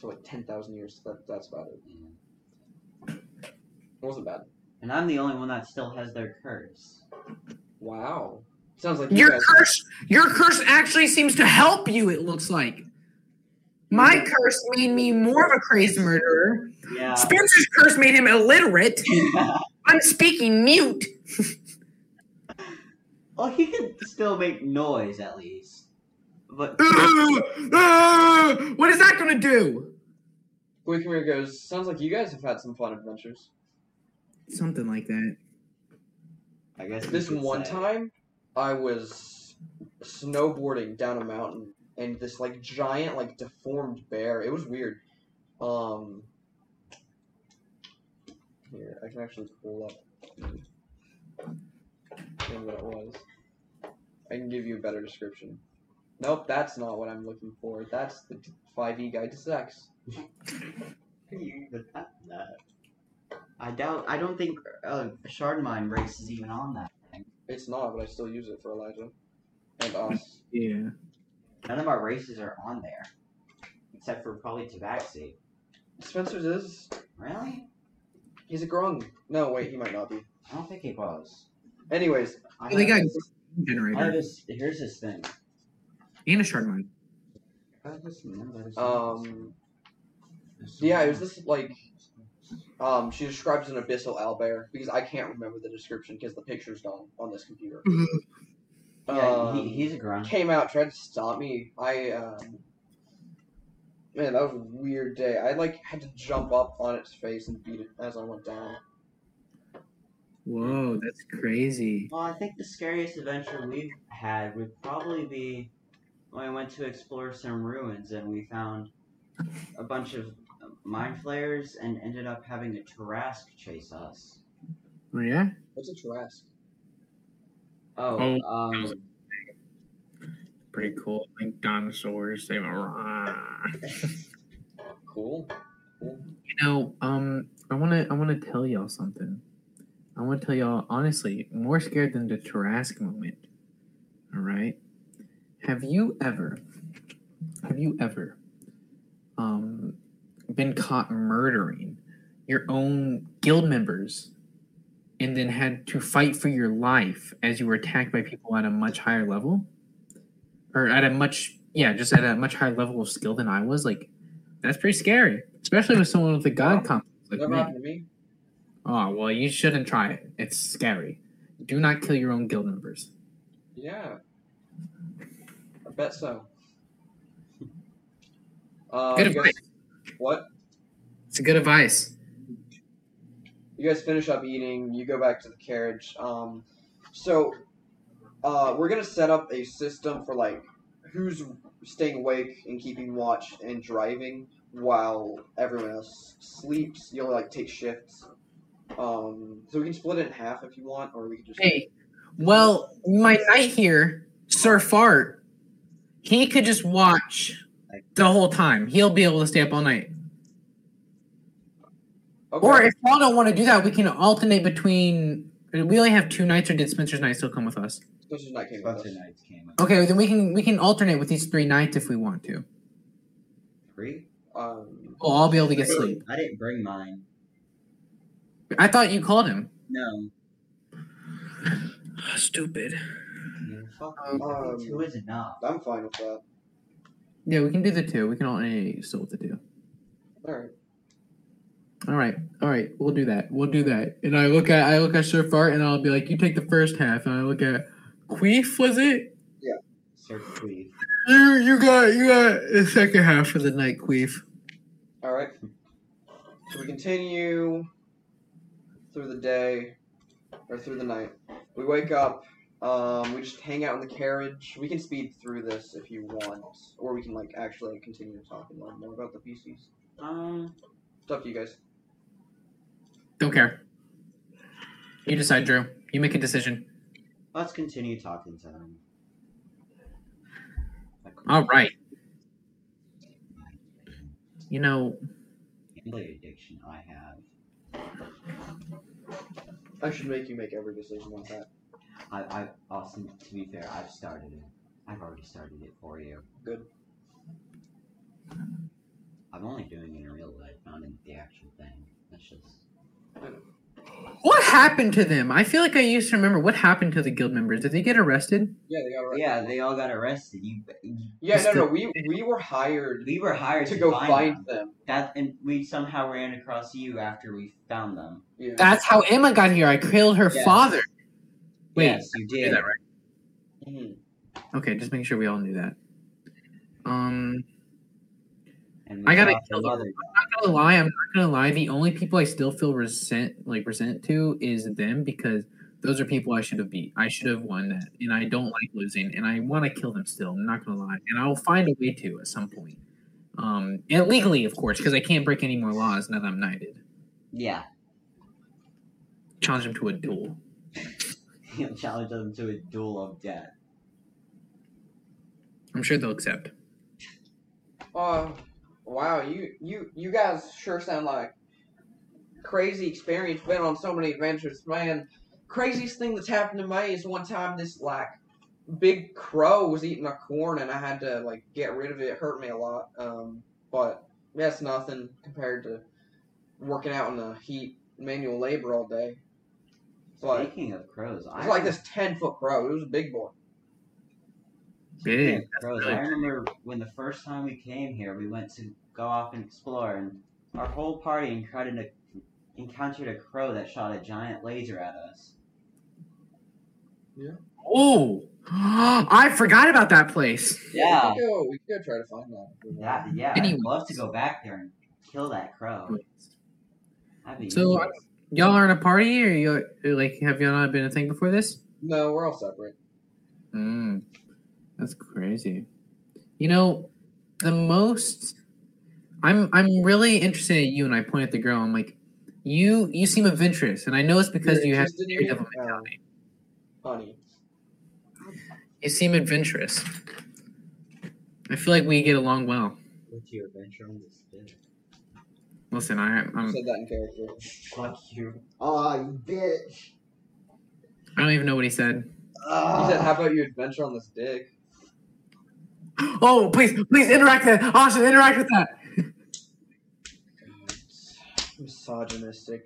Speaker 1: So like 10,000 years. That, that's about it.
Speaker 2: Yeah.
Speaker 1: It wasn't bad.
Speaker 2: And I'm the only one that still has their curse.
Speaker 1: Wow. Sounds like you
Speaker 3: Your
Speaker 1: guys.
Speaker 3: curse, your curse actually seems to help you. It looks like my curse made me more of a crazed murderer.
Speaker 2: Yeah.
Speaker 3: Spencer's curse made him illiterate. I'm speaking mute.
Speaker 2: well, he can still make noise at least. But
Speaker 3: Ugh, ugh, what is that going to do?
Speaker 1: Guicamere goes, sounds like you guys have had some fun adventures.
Speaker 3: Something like that.
Speaker 2: I guess you
Speaker 1: This
Speaker 2: could
Speaker 1: one
Speaker 2: say-
Speaker 1: time, I was snowboarding down a mountain, and this like giant, like deformed bear. It was weird. Um, here I can actually pull up and what it was. I can give you a better description. Nope, that's not what I'm looking for. That's the 5e guide to sex.
Speaker 2: You even have that. I doubt. I don't think uh, Shardmine race is even on that.
Speaker 1: It's not, but I still use it for Elijah and us.
Speaker 3: Yeah.
Speaker 2: None of our races are on there, except for probably Tabaxi.
Speaker 1: Spencer's is
Speaker 2: Really?
Speaker 1: he's a grung. No, wait, he might not be.
Speaker 2: I don't think he was.
Speaker 1: Anyways,
Speaker 2: I
Speaker 3: Well, they
Speaker 2: have
Speaker 3: got
Speaker 2: this- I have
Speaker 3: generator
Speaker 2: this. Here's this thing.
Speaker 3: and a shard mine.
Speaker 2: I just remember this.
Speaker 1: Um, yeah, it was this like, um, she describes an abyssal owlbear because I can't remember the description because the picture's gone on this computer.
Speaker 2: Yeah,
Speaker 1: Um,
Speaker 2: he, he's a grunt.
Speaker 1: came out, tried to stop me. I, um, man, that was a weird day. I like had to jump up on its face and beat it as I went down.
Speaker 3: Whoa, that's crazy.
Speaker 2: Well, I think the scariest adventure we've had would probably be when we went to explore some ruins and we found a bunch of mind flayers and ended up having a Tarask chase us.
Speaker 3: Oh yeah.
Speaker 1: What's a Jurassic?
Speaker 2: Oh, um,
Speaker 3: Pretty cool. Like dinosaurs, they ah.
Speaker 1: Cool.
Speaker 3: You know, um, I wanna I wanna tell y'all something. I wanna tell y'all honestly, more scared than the Tarask moment. All right. Have you ever, have you ever, um, been caught murdering your own guild members, and then had to fight for your life as you were attacked by people at a much higher level, or at a much yeah, just at a much higher level of skill than I was? Like, that's pretty scary, especially with someone with a god complex like
Speaker 1: Never
Speaker 3: me.
Speaker 1: happened to me.
Speaker 3: Oh well, you shouldn't try it. It's scary. Do not kill your own guild members.
Speaker 1: Yeah. I bet so. Uh,
Speaker 3: Good
Speaker 1: you guys, what?
Speaker 3: It's a good advice.
Speaker 1: You guys finish up eating. You go back to the carriage. Um, so uh, we're gonna set up a system for like who's staying awake and keeping watch and driving while everyone else sleeps. You'll like take shifts. Um, so we can split it in half if you want, or we can just
Speaker 3: Hey, well, my knight here, Sir Fart, he could just watch the whole time. He'll be able to stay up all night.
Speaker 1: Okay.
Speaker 3: Or if y'all don't want to do that, we can alternate between We only have two nights, or did Spencer's night still come with us?
Speaker 1: This is not came with us.
Speaker 2: Spencer Knights came with
Speaker 3: Okay, then we can we can alternate with these three nights if we want to.
Speaker 2: three.
Speaker 1: Um,
Speaker 3: We'll all be able to get sleep.
Speaker 2: I didn't bring mine.
Speaker 3: I thought you called him.
Speaker 2: No.
Speaker 3: Stupid.
Speaker 2: You
Speaker 1: Um,
Speaker 2: fucking
Speaker 1: um,
Speaker 2: two is enough.
Speaker 1: I'm fine with that.
Speaker 3: Yeah, we can do the two. We can alternate still with the two.
Speaker 1: All right.
Speaker 3: All right, all right, we'll do that. We'll do that. And I look at I look at Sir Fart, and I'll be like, "You take the first half," and I look at Queef. Was it?
Speaker 2: Sir Queef.
Speaker 3: You you got you got the second half of the night, Queef.
Speaker 1: All right. So we continue through the day or through the night. We wake up. Um, we just hang out in the carriage. We can speed through this if you want, or we can like actually continue to talk and learn more about the PCs.
Speaker 2: Um,
Speaker 1: It's up to you guys.
Speaker 3: Don't care. You decide, Drew. You make a decision.
Speaker 2: let's continue talking to him.
Speaker 3: All right. You know,
Speaker 2: Gambling addiction I have.
Speaker 1: I should make you make every decision on that.
Speaker 2: I, I, Austin, to be fair, I've started it. I've already started it for you.
Speaker 1: Good.
Speaker 2: I'm only doing it in real life, not in the actual thing. That's just.
Speaker 3: what happened to them? I feel like I used to remember what happened to the guild members. Did they get arrested?
Speaker 1: Yeah, they got right.
Speaker 2: Yeah, they all got arrested. You, you-
Speaker 1: Yeah, no,
Speaker 3: Just
Speaker 1: no.
Speaker 3: the-
Speaker 1: We we were hired
Speaker 2: we were hired
Speaker 1: to go
Speaker 2: find
Speaker 1: find
Speaker 2: them.
Speaker 1: them.
Speaker 2: that, and we somehow ran across you after we found them.
Speaker 1: Yeah.
Speaker 3: That's how Emma got here. I killed her
Speaker 2: Yes.
Speaker 3: father. Wait,
Speaker 2: yes, Mm-hmm. you
Speaker 3: I did
Speaker 2: did.
Speaker 3: that right?
Speaker 1: Mhm.
Speaker 3: Okay, just making sure we all knew that. Um,
Speaker 2: And
Speaker 3: I gotta
Speaker 2: saw
Speaker 3: kill
Speaker 2: the
Speaker 3: them.
Speaker 2: mother.
Speaker 3: I'm not gonna lie. I'm not gonna lie. The only people I still feel resent, like resent to, is them because those are people I should have beat. I should have won that, and I don't like losing, and I want to kill them still. I'm not gonna lie, and I'll find a way to at some point. Um, and legally, of course, because I can't break any more laws now that I'm knighted.
Speaker 2: Yeah,
Speaker 3: Challenge them to a duel.
Speaker 2: he'll challenge them to a duel of death.
Speaker 3: I'm sure they'll accept.
Speaker 1: Oh, wow! You you you guys sure sound like crazy experience. Been on so many adventures, man. Craziest thing that's happened to me is one time this like big crow was eating my corn, and I had to like get rid of it. It hurt me a lot. Um, but that's nothing compared to working out in the heat, manual labor all day. But
Speaker 2: Speaking of crows, I
Speaker 1: it's like this ten foot crow. It was a big boy.
Speaker 3: Big.
Speaker 2: Yeah, Rose,
Speaker 3: really
Speaker 2: I remember when the first time we came here, we went to go off and explore, and our whole party encountered a, encountered a crow that shot a giant laser at us.
Speaker 3: Oh, I forgot about that place.
Speaker 2: Yeah.
Speaker 1: we could go. We could go try to find that.
Speaker 2: That, yeah,
Speaker 3: Anyways.
Speaker 2: I'd love to go back there and kill that crow. That'd be
Speaker 3: So, uh,
Speaker 2: nice.
Speaker 3: Y'all are in a party, or you like have y'all not been a thing before this?
Speaker 1: No, we're all separate.
Speaker 3: Mm, that's crazy. You know, the most I'm I'm really interested at you and I point at the girl, I'm like, you you seem adventurous, and I know it's because
Speaker 1: You're
Speaker 3: you have
Speaker 1: interested in me?
Speaker 3: daredevil
Speaker 1: Oh.
Speaker 3: mentality.
Speaker 1: Honey.
Speaker 3: You seem adventurous. I feel like we get along well.
Speaker 2: What's your adventure on this bit?
Speaker 3: Listen, I I'm,
Speaker 1: said that in character.
Speaker 2: Fuck you.
Speaker 4: Aw, you bitch.
Speaker 3: I don't even know what he said.
Speaker 1: He
Speaker 2: Uh,
Speaker 1: said,
Speaker 4: Ugh.
Speaker 1: "How about you adventure on this dick?"
Speaker 3: Oh, please, please interact with that. Austin, interact with that.
Speaker 1: Misogynistic.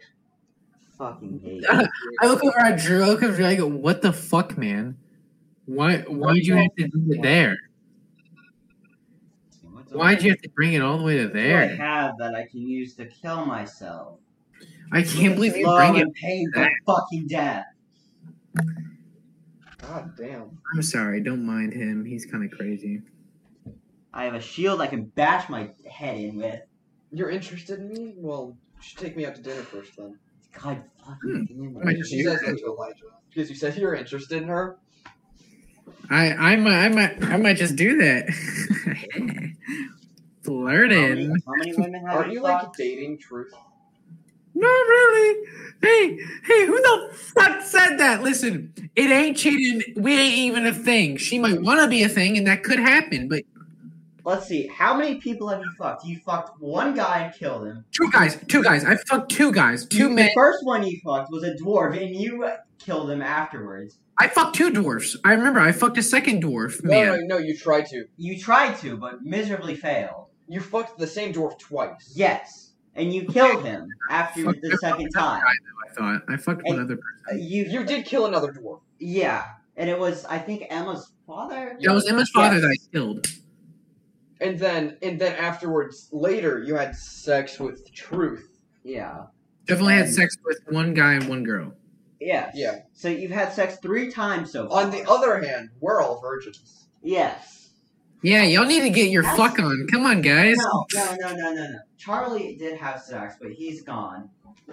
Speaker 2: Fucking hate.
Speaker 3: I look over at Drew. I look over at Drew. I go, "What the fuck, man? Why? Why did you have to do it there? Why did you have to bring it all the way to
Speaker 2: I
Speaker 3: there?
Speaker 2: have that I can use to kill myself.
Speaker 3: I can't believe you
Speaker 2: Slow
Speaker 3: bring it.
Speaker 2: and painful fucking death.
Speaker 1: God damn.
Speaker 3: I'm sorry. Don't mind him. He's kind of crazy.
Speaker 2: I have a shield I can bash my head in with.
Speaker 1: You're interested in me? Well, you should take me out to dinner first then.
Speaker 2: God
Speaker 3: Hmm.
Speaker 2: fucking damn
Speaker 3: I
Speaker 2: it.
Speaker 3: just
Speaker 1: She
Speaker 3: you.
Speaker 1: says that to Elijah because you said you're interested in her.
Speaker 3: I, I might, I might, I might just do that.
Speaker 2: How many,
Speaker 3: Flirting?
Speaker 2: how many women have
Speaker 1: Are
Speaker 2: you
Speaker 1: you
Speaker 2: fucked?
Speaker 1: like dating Truth?
Speaker 3: No, really. Hey, hey, who the fuck said that? Listen, it ain't cheating. We ain't even a thing. She might want to be a thing, and that could happen. But
Speaker 2: Let's see. How many people have you fucked? You fucked one guy and killed him.
Speaker 3: two guys, two guys. I fucked two guys, two
Speaker 2: You-
Speaker 3: men.
Speaker 2: The first one you fucked was a dwarf, and you kill them afterwards.
Speaker 3: I fucked two dwarfs. I remember I fucked a second dwarf
Speaker 1: No,
Speaker 3: man.
Speaker 1: no, no, you tried to.
Speaker 2: You tried to, but miserably failed.
Speaker 1: You fucked the same dwarf twice.
Speaker 2: Yes, and you killed him after
Speaker 3: Fuck,
Speaker 2: the
Speaker 3: I
Speaker 2: second
Speaker 3: fucked another
Speaker 2: time.
Speaker 3: guy, though, I thought I fucked one
Speaker 2: And-
Speaker 3: other. person.
Speaker 2: Uh, You,
Speaker 1: You did kill another dwarf.
Speaker 2: yeah, and it was I think Emma's father.
Speaker 3: That was Emma's father
Speaker 2: Yes.
Speaker 3: that I killed.
Speaker 1: And then and then afterwards later you had sex with truth.
Speaker 2: Yeah,
Speaker 3: Definitely had
Speaker 2: And-
Speaker 3: sex with one guy and one girl.
Speaker 2: yes,
Speaker 1: Yeah.
Speaker 2: So you've had sex three times so far.
Speaker 1: On the other hand, we're all virgins.
Speaker 2: yes.
Speaker 3: Yeah, y'all need to get your
Speaker 2: That's-
Speaker 3: fuck on. Come on, guys.
Speaker 2: No, no, no, no, no, no. Charlie did have sex, but he's gone.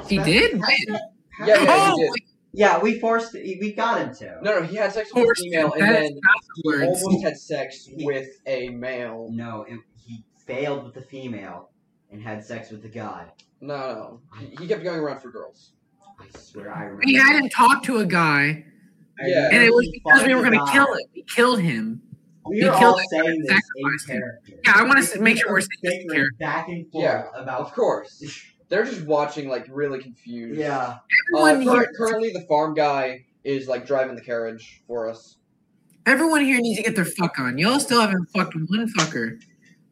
Speaker 3: He
Speaker 2: Spe-
Speaker 3: did?
Speaker 2: Has
Speaker 3: When?
Speaker 2: it- has
Speaker 1: Yeah,
Speaker 2: it-
Speaker 1: yeah, he
Speaker 3: Oh,
Speaker 1: did.
Speaker 2: Yeah, we forced. We got him to.
Speaker 1: No, no, he had sex
Speaker 3: of
Speaker 1: with a
Speaker 3: course.
Speaker 1: female and
Speaker 3: that's
Speaker 1: then he
Speaker 3: afterwards.
Speaker 1: almost had sex with a male.
Speaker 2: No, it, he failed with the female and had sex with the guy.
Speaker 1: No, no, he kept going around for girls.
Speaker 2: I swear, I remember.
Speaker 3: We had him talk to a guy,
Speaker 2: I
Speaker 1: Yeah.
Speaker 2: remember
Speaker 3: and it was
Speaker 2: he
Speaker 3: because
Speaker 2: fought
Speaker 3: we were
Speaker 2: the
Speaker 3: going to
Speaker 2: guy.
Speaker 3: kill him. We killed him.
Speaker 2: We
Speaker 3: He
Speaker 2: are all
Speaker 3: killed him,
Speaker 2: saying this in
Speaker 3: sacrificed him.
Speaker 2: character.
Speaker 3: Yeah, I wanna s- make sure we're saying
Speaker 2: Bickering
Speaker 3: this in character.
Speaker 2: back and forth
Speaker 1: Yeah, Of
Speaker 2: about.
Speaker 1: course. They're just watching, like, really confused.
Speaker 2: Yeah,
Speaker 1: Uh,
Speaker 3: Everyone,
Speaker 1: cur-
Speaker 3: here,
Speaker 1: currently, the farm guy is, like, driving the carriage for us.
Speaker 3: everyone here needs to get their fuck on. Y'all still haven't fucked one fucker.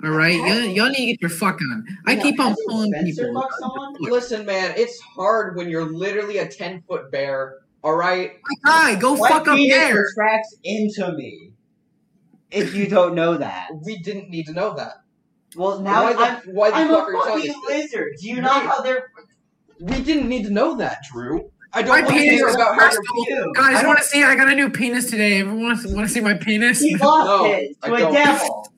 Speaker 3: All right, y'all, y'all need to get your fuck on. I
Speaker 2: Yeah,
Speaker 3: keep on
Speaker 2: hasn't
Speaker 3: pulling
Speaker 2: Spencer
Speaker 3: people.
Speaker 2: fucked someone?
Speaker 3: Look,
Speaker 1: Listen, man, it's hard when you're literally a 10 foot bear, alright?
Speaker 3: my guy, go
Speaker 2: My
Speaker 3: fuck up
Speaker 2: penis
Speaker 3: there.
Speaker 2: retracts into me. If you don't know that,
Speaker 1: We didn't need to know that.
Speaker 2: well now
Speaker 1: why the,
Speaker 2: I'm,
Speaker 1: why the
Speaker 2: I'm
Speaker 1: fuck
Speaker 2: a
Speaker 1: are you telling
Speaker 2: fucking
Speaker 1: us this?
Speaker 2: lizard. Do you not how they're
Speaker 1: We didn't need to know that, Drew. I
Speaker 3: My
Speaker 1: don't want to
Speaker 3: penis
Speaker 1: hear
Speaker 3: is
Speaker 1: about how you're.
Speaker 3: personal.
Speaker 2: you?
Speaker 3: Guys,
Speaker 2: I
Speaker 3: want to see? I got a new penis today. Everyone wants to see my penis.
Speaker 2: He lost
Speaker 1: No,
Speaker 2: it
Speaker 1: I
Speaker 2: to a
Speaker 1: don't.
Speaker 2: devil.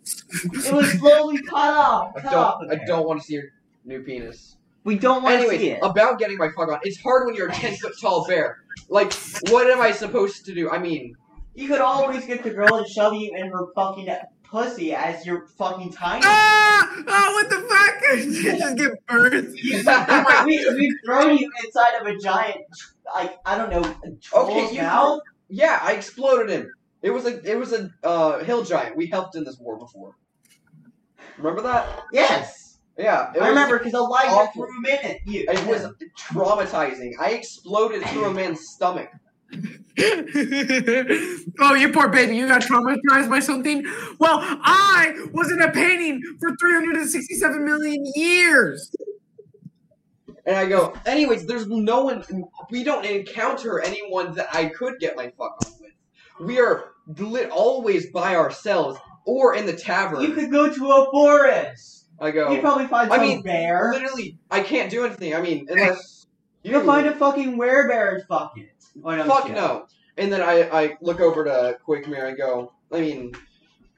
Speaker 2: It was slowly cut off.
Speaker 1: I
Speaker 2: Cut off
Speaker 1: don't, I don't want to see your new penis.
Speaker 2: We don't want to see
Speaker 1: Anyways, uh,
Speaker 2: it.
Speaker 1: about getting my fuck on, it's hard when you're a 10 foot tall bear. Like, what am I supposed to do? I mean,
Speaker 2: You could always get the girl to shove you in her fucking pussy as you're fucking tiny.
Speaker 3: Ah! Oh, what the fuck? You just get birds.
Speaker 1: okay,
Speaker 2: we, we've thrown you inside of a giant, like, I don't know, troll's
Speaker 1: you.
Speaker 2: mouth?
Speaker 1: Yeah, I exploded him. It was a it was a uh, hill giant. We helped in this war before. Remember that?
Speaker 2: Yes.
Speaker 1: Yeah, it
Speaker 2: I
Speaker 1: was-
Speaker 2: remember because Elijah
Speaker 1: awful.
Speaker 2: threw him in at you.
Speaker 1: It was traumatizing. I exploded through a man's stomach.
Speaker 3: oh, you poor baby. You got traumatized by something? Well, I was in a painting for 367 million years.
Speaker 1: And I go, anyways, there's no one. We don't encounter anyone that I could get my fuck on with. We are lit always by ourselves or in the tavern.
Speaker 2: You could go to a forest.
Speaker 1: I go.
Speaker 2: You'd probably find
Speaker 1: I
Speaker 2: some
Speaker 1: mean,
Speaker 2: bear.
Speaker 1: Literally, I can't do anything. I mean, unless you
Speaker 2: You'll find a fucking werebear and fuck it. Oh, no,
Speaker 1: fuck
Speaker 2: shit.
Speaker 1: no. And then I, I look over to Quakemere and go, I mean,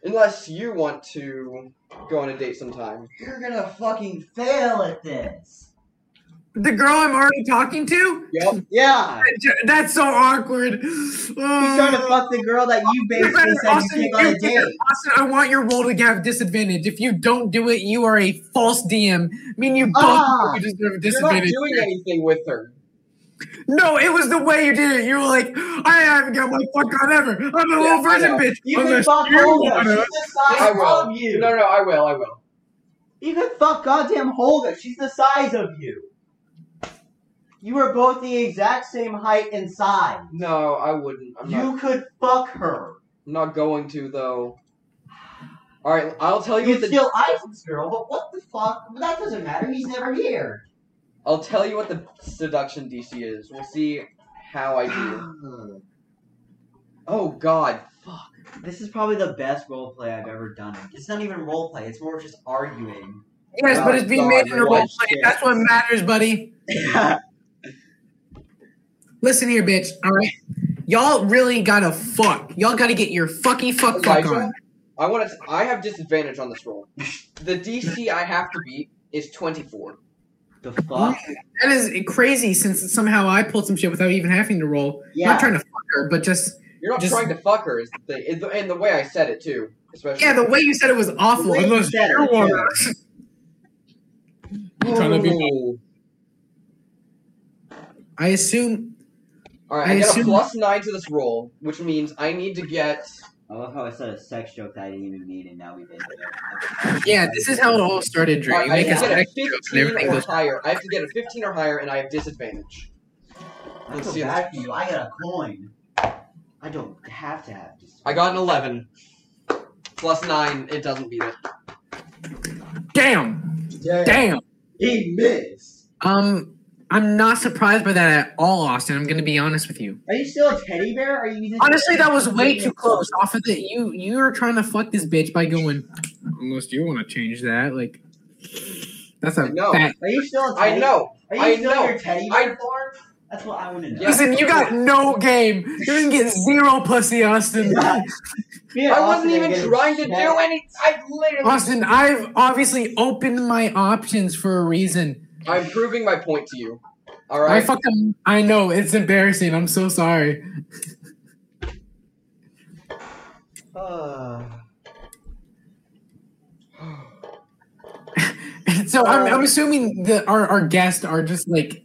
Speaker 1: unless you want to go on a date sometime.
Speaker 2: You're gonna fucking fail at this.
Speaker 3: The girl I'm already talking to?
Speaker 1: Yep.
Speaker 2: Yeah.
Speaker 3: That's so awkward. Oh.
Speaker 2: He's trying to fuck the girl that you
Speaker 3: You
Speaker 2: basically
Speaker 3: better-
Speaker 2: said
Speaker 3: Austin,
Speaker 2: you
Speaker 3: you
Speaker 2: took on a
Speaker 3: did
Speaker 2: date.
Speaker 3: it. Austin, I want your role to have disadvantage. If you don't do it, you are a false DM. I mean, you both
Speaker 2: Ah,
Speaker 3: you deserve a
Speaker 1: You're not
Speaker 3: disadvantage.
Speaker 1: doing anything with her.
Speaker 3: No, it was the way you did it. You were like, I haven't got my fuck on ever. I'm a little
Speaker 1: Yeah, I
Speaker 3: virgin
Speaker 1: know.
Speaker 3: bitch.
Speaker 2: You can
Speaker 3: Unless
Speaker 2: fuck
Speaker 3: you
Speaker 2: Holga.
Speaker 3: wanna-
Speaker 2: She's the size
Speaker 1: I will.
Speaker 2: of you.
Speaker 1: No, no, I will, I will.
Speaker 2: You can fuck goddamn Holga. She's the size of you. You are both the exact same height and size.
Speaker 1: No, I wouldn't. I'm not,
Speaker 2: You could fuck her.
Speaker 1: I'm not going to, though. Alright, I'll tell you
Speaker 2: You
Speaker 1: what
Speaker 2: would
Speaker 1: the
Speaker 2: steal Isaac's girl, but what the fuck? That doesn't matter. He's never here.
Speaker 1: I'll tell you what the seduction DC is. We'll see how I do. Oh god.
Speaker 2: This is probably the best roleplay I've ever done. It's not even roleplay, it's more just arguing.
Speaker 3: Yes, but it's being made in a
Speaker 1: Oh,
Speaker 3: role
Speaker 2: God,
Speaker 3: play.
Speaker 2: shit.
Speaker 3: That's what matters, buddy. Listen here, bitch. All right. Y'all really gotta fuck. Y'all gotta get your fucky fuck fuck
Speaker 1: Elijah?
Speaker 3: on.
Speaker 1: I want to. I have disadvantage on this roll. The DC I have to beat is twenty four.
Speaker 2: the fuck?
Speaker 3: That is crazy since somehow I pulled some shit without even having to roll.
Speaker 2: Yeah.
Speaker 3: Not trying to fuck her, but just
Speaker 1: You're not
Speaker 3: Just-
Speaker 1: trying to fuck her, is the thing, and the, and the way I said it too, especially.
Speaker 3: yeah, the way you said it was awful.
Speaker 2: The way you
Speaker 3: Unless
Speaker 2: said it,
Speaker 3: you want it. trying to be- I assume
Speaker 1: All right,
Speaker 3: I
Speaker 1: I, get a
Speaker 3: assume-
Speaker 1: plus nine to this roll, which means I need to get.
Speaker 2: I love how I said a sex joke that I didn't even mean, and now we did
Speaker 3: yeah, this is how it all started, Drew.
Speaker 1: I,
Speaker 3: You
Speaker 1: I
Speaker 3: make
Speaker 1: need
Speaker 3: a
Speaker 1: to get a
Speaker 3: sex joke and
Speaker 1: fifteen
Speaker 3: everything
Speaker 1: or
Speaker 3: goes
Speaker 1: higher. I have to get a fifteen or higher, and I have disadvantage.
Speaker 2: I
Speaker 1: Let's
Speaker 2: feel
Speaker 1: see.
Speaker 2: bad for you. I got a coin.
Speaker 4: I don't have to have this.
Speaker 1: I got an 11. Plus 9, it doesn't beat it.
Speaker 3: Damn.
Speaker 2: Damn.
Speaker 3: Damn.
Speaker 2: He missed.
Speaker 3: Um, I'm not surprised by that at all, Austin. I'm gonna be honest with you.
Speaker 2: Are you still a teddy bear? Are you using
Speaker 3: Honestly, that was way too close. Off of the you you were trying to fuck this bitch by going. Unless you want to change that, like that's a
Speaker 1: No.
Speaker 3: fat.
Speaker 2: Are you still a teddy
Speaker 1: I know.
Speaker 2: Are you
Speaker 1: I
Speaker 2: still
Speaker 1: know.
Speaker 2: your teddy
Speaker 1: I-
Speaker 2: bear form? That's what I want to know.
Speaker 1: Yeah.
Speaker 3: Listen, you got no game. You didn't get zero pussy, Austin.
Speaker 2: Yeah. Me and
Speaker 1: I wasn't
Speaker 2: Austin are
Speaker 1: even
Speaker 2: getting
Speaker 1: trying to do
Speaker 2: smacked.
Speaker 1: any. I literally.
Speaker 3: Austin, I've obviously opened my options for a reason.
Speaker 1: I'm proving my point to you. All
Speaker 3: I
Speaker 1: right.
Speaker 3: fucking I know it's embarrassing. I'm so sorry.
Speaker 4: Uh,
Speaker 3: so I'm, I'm assuming that our our guests are just like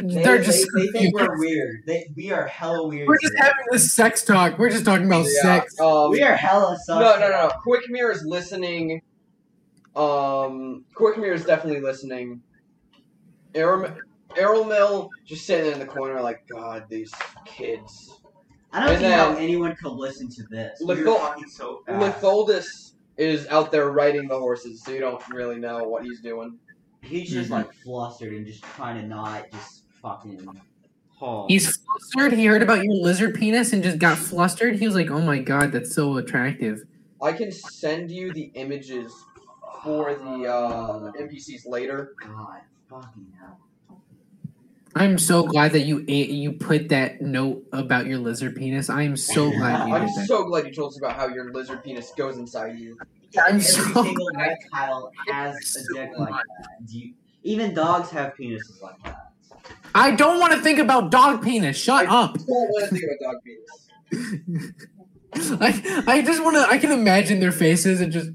Speaker 2: They,
Speaker 3: they're just
Speaker 2: they, they think we're weird. They, we are hella weird.
Speaker 3: We're just
Speaker 2: here.
Speaker 3: having this sex talk. We're just talking about
Speaker 1: Yeah,
Speaker 3: sex.
Speaker 1: Um,
Speaker 2: we are hella
Speaker 1: no,
Speaker 2: sus.
Speaker 1: no, no, no. Quick Mirror is listening. Um, Quick Mirror is definitely listening. Errol, Errol Mill just sitting in the corner, like, God, these kids.
Speaker 4: I
Speaker 1: And
Speaker 4: don't think
Speaker 1: then-
Speaker 4: how anyone could listen to this. We
Speaker 1: Lethal-
Speaker 4: were talking so fast.
Speaker 1: Litholdus is out there riding the horses, so you don't really know what he's doing.
Speaker 4: He's just
Speaker 3: Mhm.
Speaker 4: like flustered and just trying to not just fucking haul.
Speaker 3: He's flustered. He heard about your lizard penis and just got flustered. He was like, "Oh my god, that's so attractive."
Speaker 1: I can send you the images for the uh, NPCs later.
Speaker 4: God fucking hell.
Speaker 3: I'm so glad that you ate, you put that note about your lizard penis. I am so glad you
Speaker 1: I'm
Speaker 3: did that.
Speaker 1: so glad you told us about how your lizard penis goes inside you.
Speaker 3: I'm
Speaker 4: Every
Speaker 3: so
Speaker 4: single
Speaker 3: glad.
Speaker 4: reptile has a dick like that. Do you, even dogs have penises like that.
Speaker 3: I don't want to think about dog penis. Shut up.
Speaker 1: Don't want to think about dog penis.
Speaker 3: I I just want to. I can imagine their faces and just.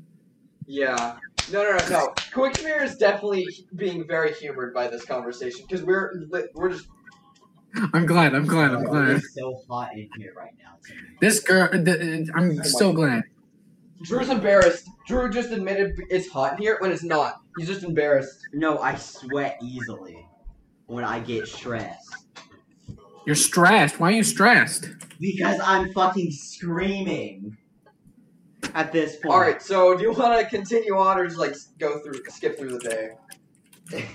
Speaker 1: Yeah. No, no, no, no. Quickmere is definitely being very humored by this conversation because we're li- we're just
Speaker 3: I'm glad. I'm glad. I'm glad.
Speaker 4: It's so hot in here right now.
Speaker 3: This girl. The, I'm so glad.
Speaker 1: Drew's embarrassed. Drew just admitted it's hot in here when it's not. He's just embarrassed.
Speaker 4: No, I sweat easily when I get stressed
Speaker 3: You're stressed. Why are you stressed?
Speaker 4: because I'm fucking screaming at this point.
Speaker 1: All right. So do you want to continue on or just like go through skip through the day?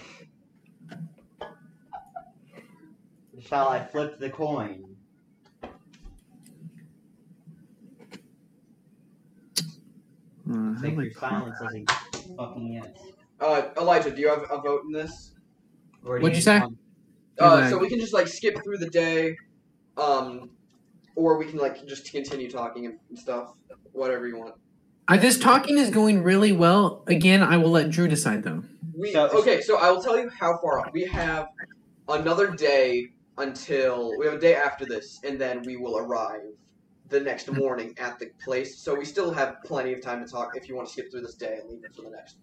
Speaker 4: Shall I flip the coin?
Speaker 3: Uh,
Speaker 4: Take
Speaker 3: holy
Speaker 4: your
Speaker 3: crap.
Speaker 4: silence as a fucking yes.
Speaker 1: Uh, Elijah, do you have a vote in this?
Speaker 4: Or do
Speaker 3: What'd you say?
Speaker 4: want-
Speaker 1: Uh,
Speaker 3: Eli.
Speaker 1: so we can just like skip through the day, um, or we can like just continue talking and stuff, whatever you want.
Speaker 3: Uh, this talking is going really well. Again, I will let Drew decide though.
Speaker 1: We
Speaker 4: So-
Speaker 1: okay. So I will tell you how far off. we have. Another day until we have a day after this, and then we will arrive the next morning at the place. So we still have plenty of time to talk. If you want to skip through this day and leave it for the next.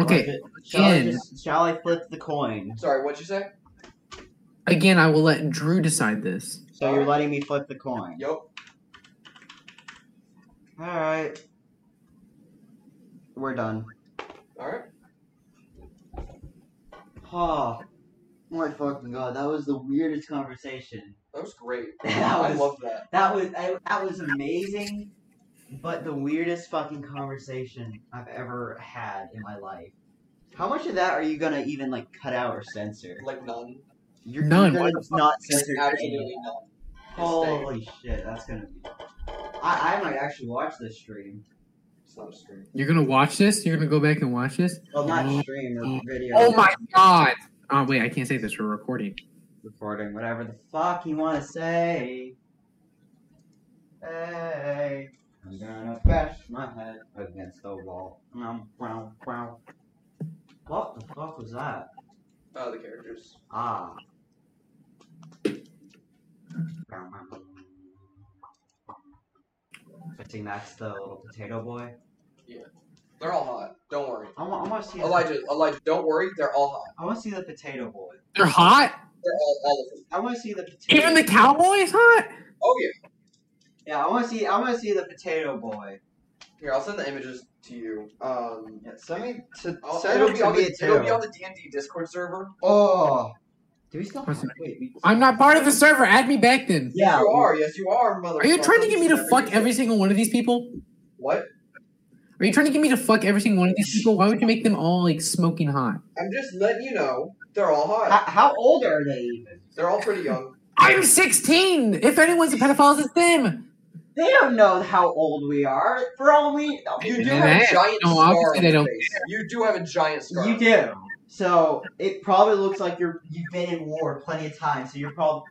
Speaker 3: Okay,
Speaker 4: Or ju- Shall I,
Speaker 3: Ian.
Speaker 4: just, shall I flip the coin?
Speaker 1: Sorry, what'd you say?
Speaker 3: again, I will let Drew decide this.
Speaker 4: So you're letting me flip the coin.
Speaker 1: Yep.
Speaker 4: Alright. We're done.
Speaker 1: All right.
Speaker 4: Oh my fucking god, that was the weirdest conversation.
Speaker 1: That was great.
Speaker 4: That
Speaker 1: I
Speaker 4: was-
Speaker 1: love that.
Speaker 4: That was I, that was amazing, but the weirdest fucking conversation I've ever had in my life. How much of that are you gonna even like cut out or censor?
Speaker 1: Like none.
Speaker 4: You're,
Speaker 3: None.
Speaker 4: You're
Speaker 3: What
Speaker 4: gonna not censor
Speaker 1: Absolutely none. Just stay.
Speaker 4: Holy shit, that's gonna be. I, I might actually watch this stream.
Speaker 1: It's not a stream.
Speaker 3: You're gonna watch this. You're gonna go back and watch this.
Speaker 4: Well,
Speaker 3: Oh.
Speaker 4: not stream or video.
Speaker 3: Oh my god! Oh wait, I can't say this. We're recording.
Speaker 4: Recording, whatever the fuck you wanna say. Hey, I'm gonna bash my head against the wall. Um, wow, wow. What the fuck was that?
Speaker 1: Uh, the characters.
Speaker 4: Ah. I think that's the little potato boy.
Speaker 1: They're all hot. Don't worry.
Speaker 4: I want, I want to see.
Speaker 1: Elijah, Elijah, don't worry. They're all hot.
Speaker 4: I want to see the potato boy.
Speaker 3: They're hot.
Speaker 1: They're all, all of them.
Speaker 4: I want to see the potato.
Speaker 3: Even the cowboy is hot.
Speaker 1: Oh yeah.
Speaker 4: yeah, I want to see. I want to see the potato boy.
Speaker 1: Here, I'll send the images to you. Um,
Speaker 4: Yeah, send me to.
Speaker 1: I'll,
Speaker 4: send
Speaker 1: it'll
Speaker 4: it
Speaker 1: be
Speaker 4: to
Speaker 1: on
Speaker 4: me
Speaker 1: the
Speaker 4: too.
Speaker 1: it'll be on the D and D Discord server.
Speaker 4: Oh,
Speaker 2: Do we still have?
Speaker 3: Listen,
Speaker 2: Wait, we-
Speaker 3: I'm not part of the server. Add me back then.
Speaker 1: Yes,
Speaker 4: Yeah.
Speaker 1: you are. Yes, you are, mother.
Speaker 3: Are you trying to get me to fuck every single one of these people?
Speaker 1: What?
Speaker 3: Are you trying to get me to fuck every single one of these people? Why would you make them all like smoking hot?
Speaker 1: I'm just letting you know they're all hot.
Speaker 4: How, how old are they even?
Speaker 1: They're all pretty young.
Speaker 3: I'm 16. If anyone's a pedophile, it's them.
Speaker 4: They don't know how old we are. For all we,
Speaker 1: You do
Speaker 3: Man,
Speaker 1: have a
Speaker 3: that-
Speaker 1: giant
Speaker 3: no,
Speaker 1: scar
Speaker 3: obviously
Speaker 1: on
Speaker 3: they
Speaker 1: your
Speaker 3: don't
Speaker 1: face. You do have a giant scar.
Speaker 4: you do. So it probably looks like you're you've been in war plenty of times. So you're probably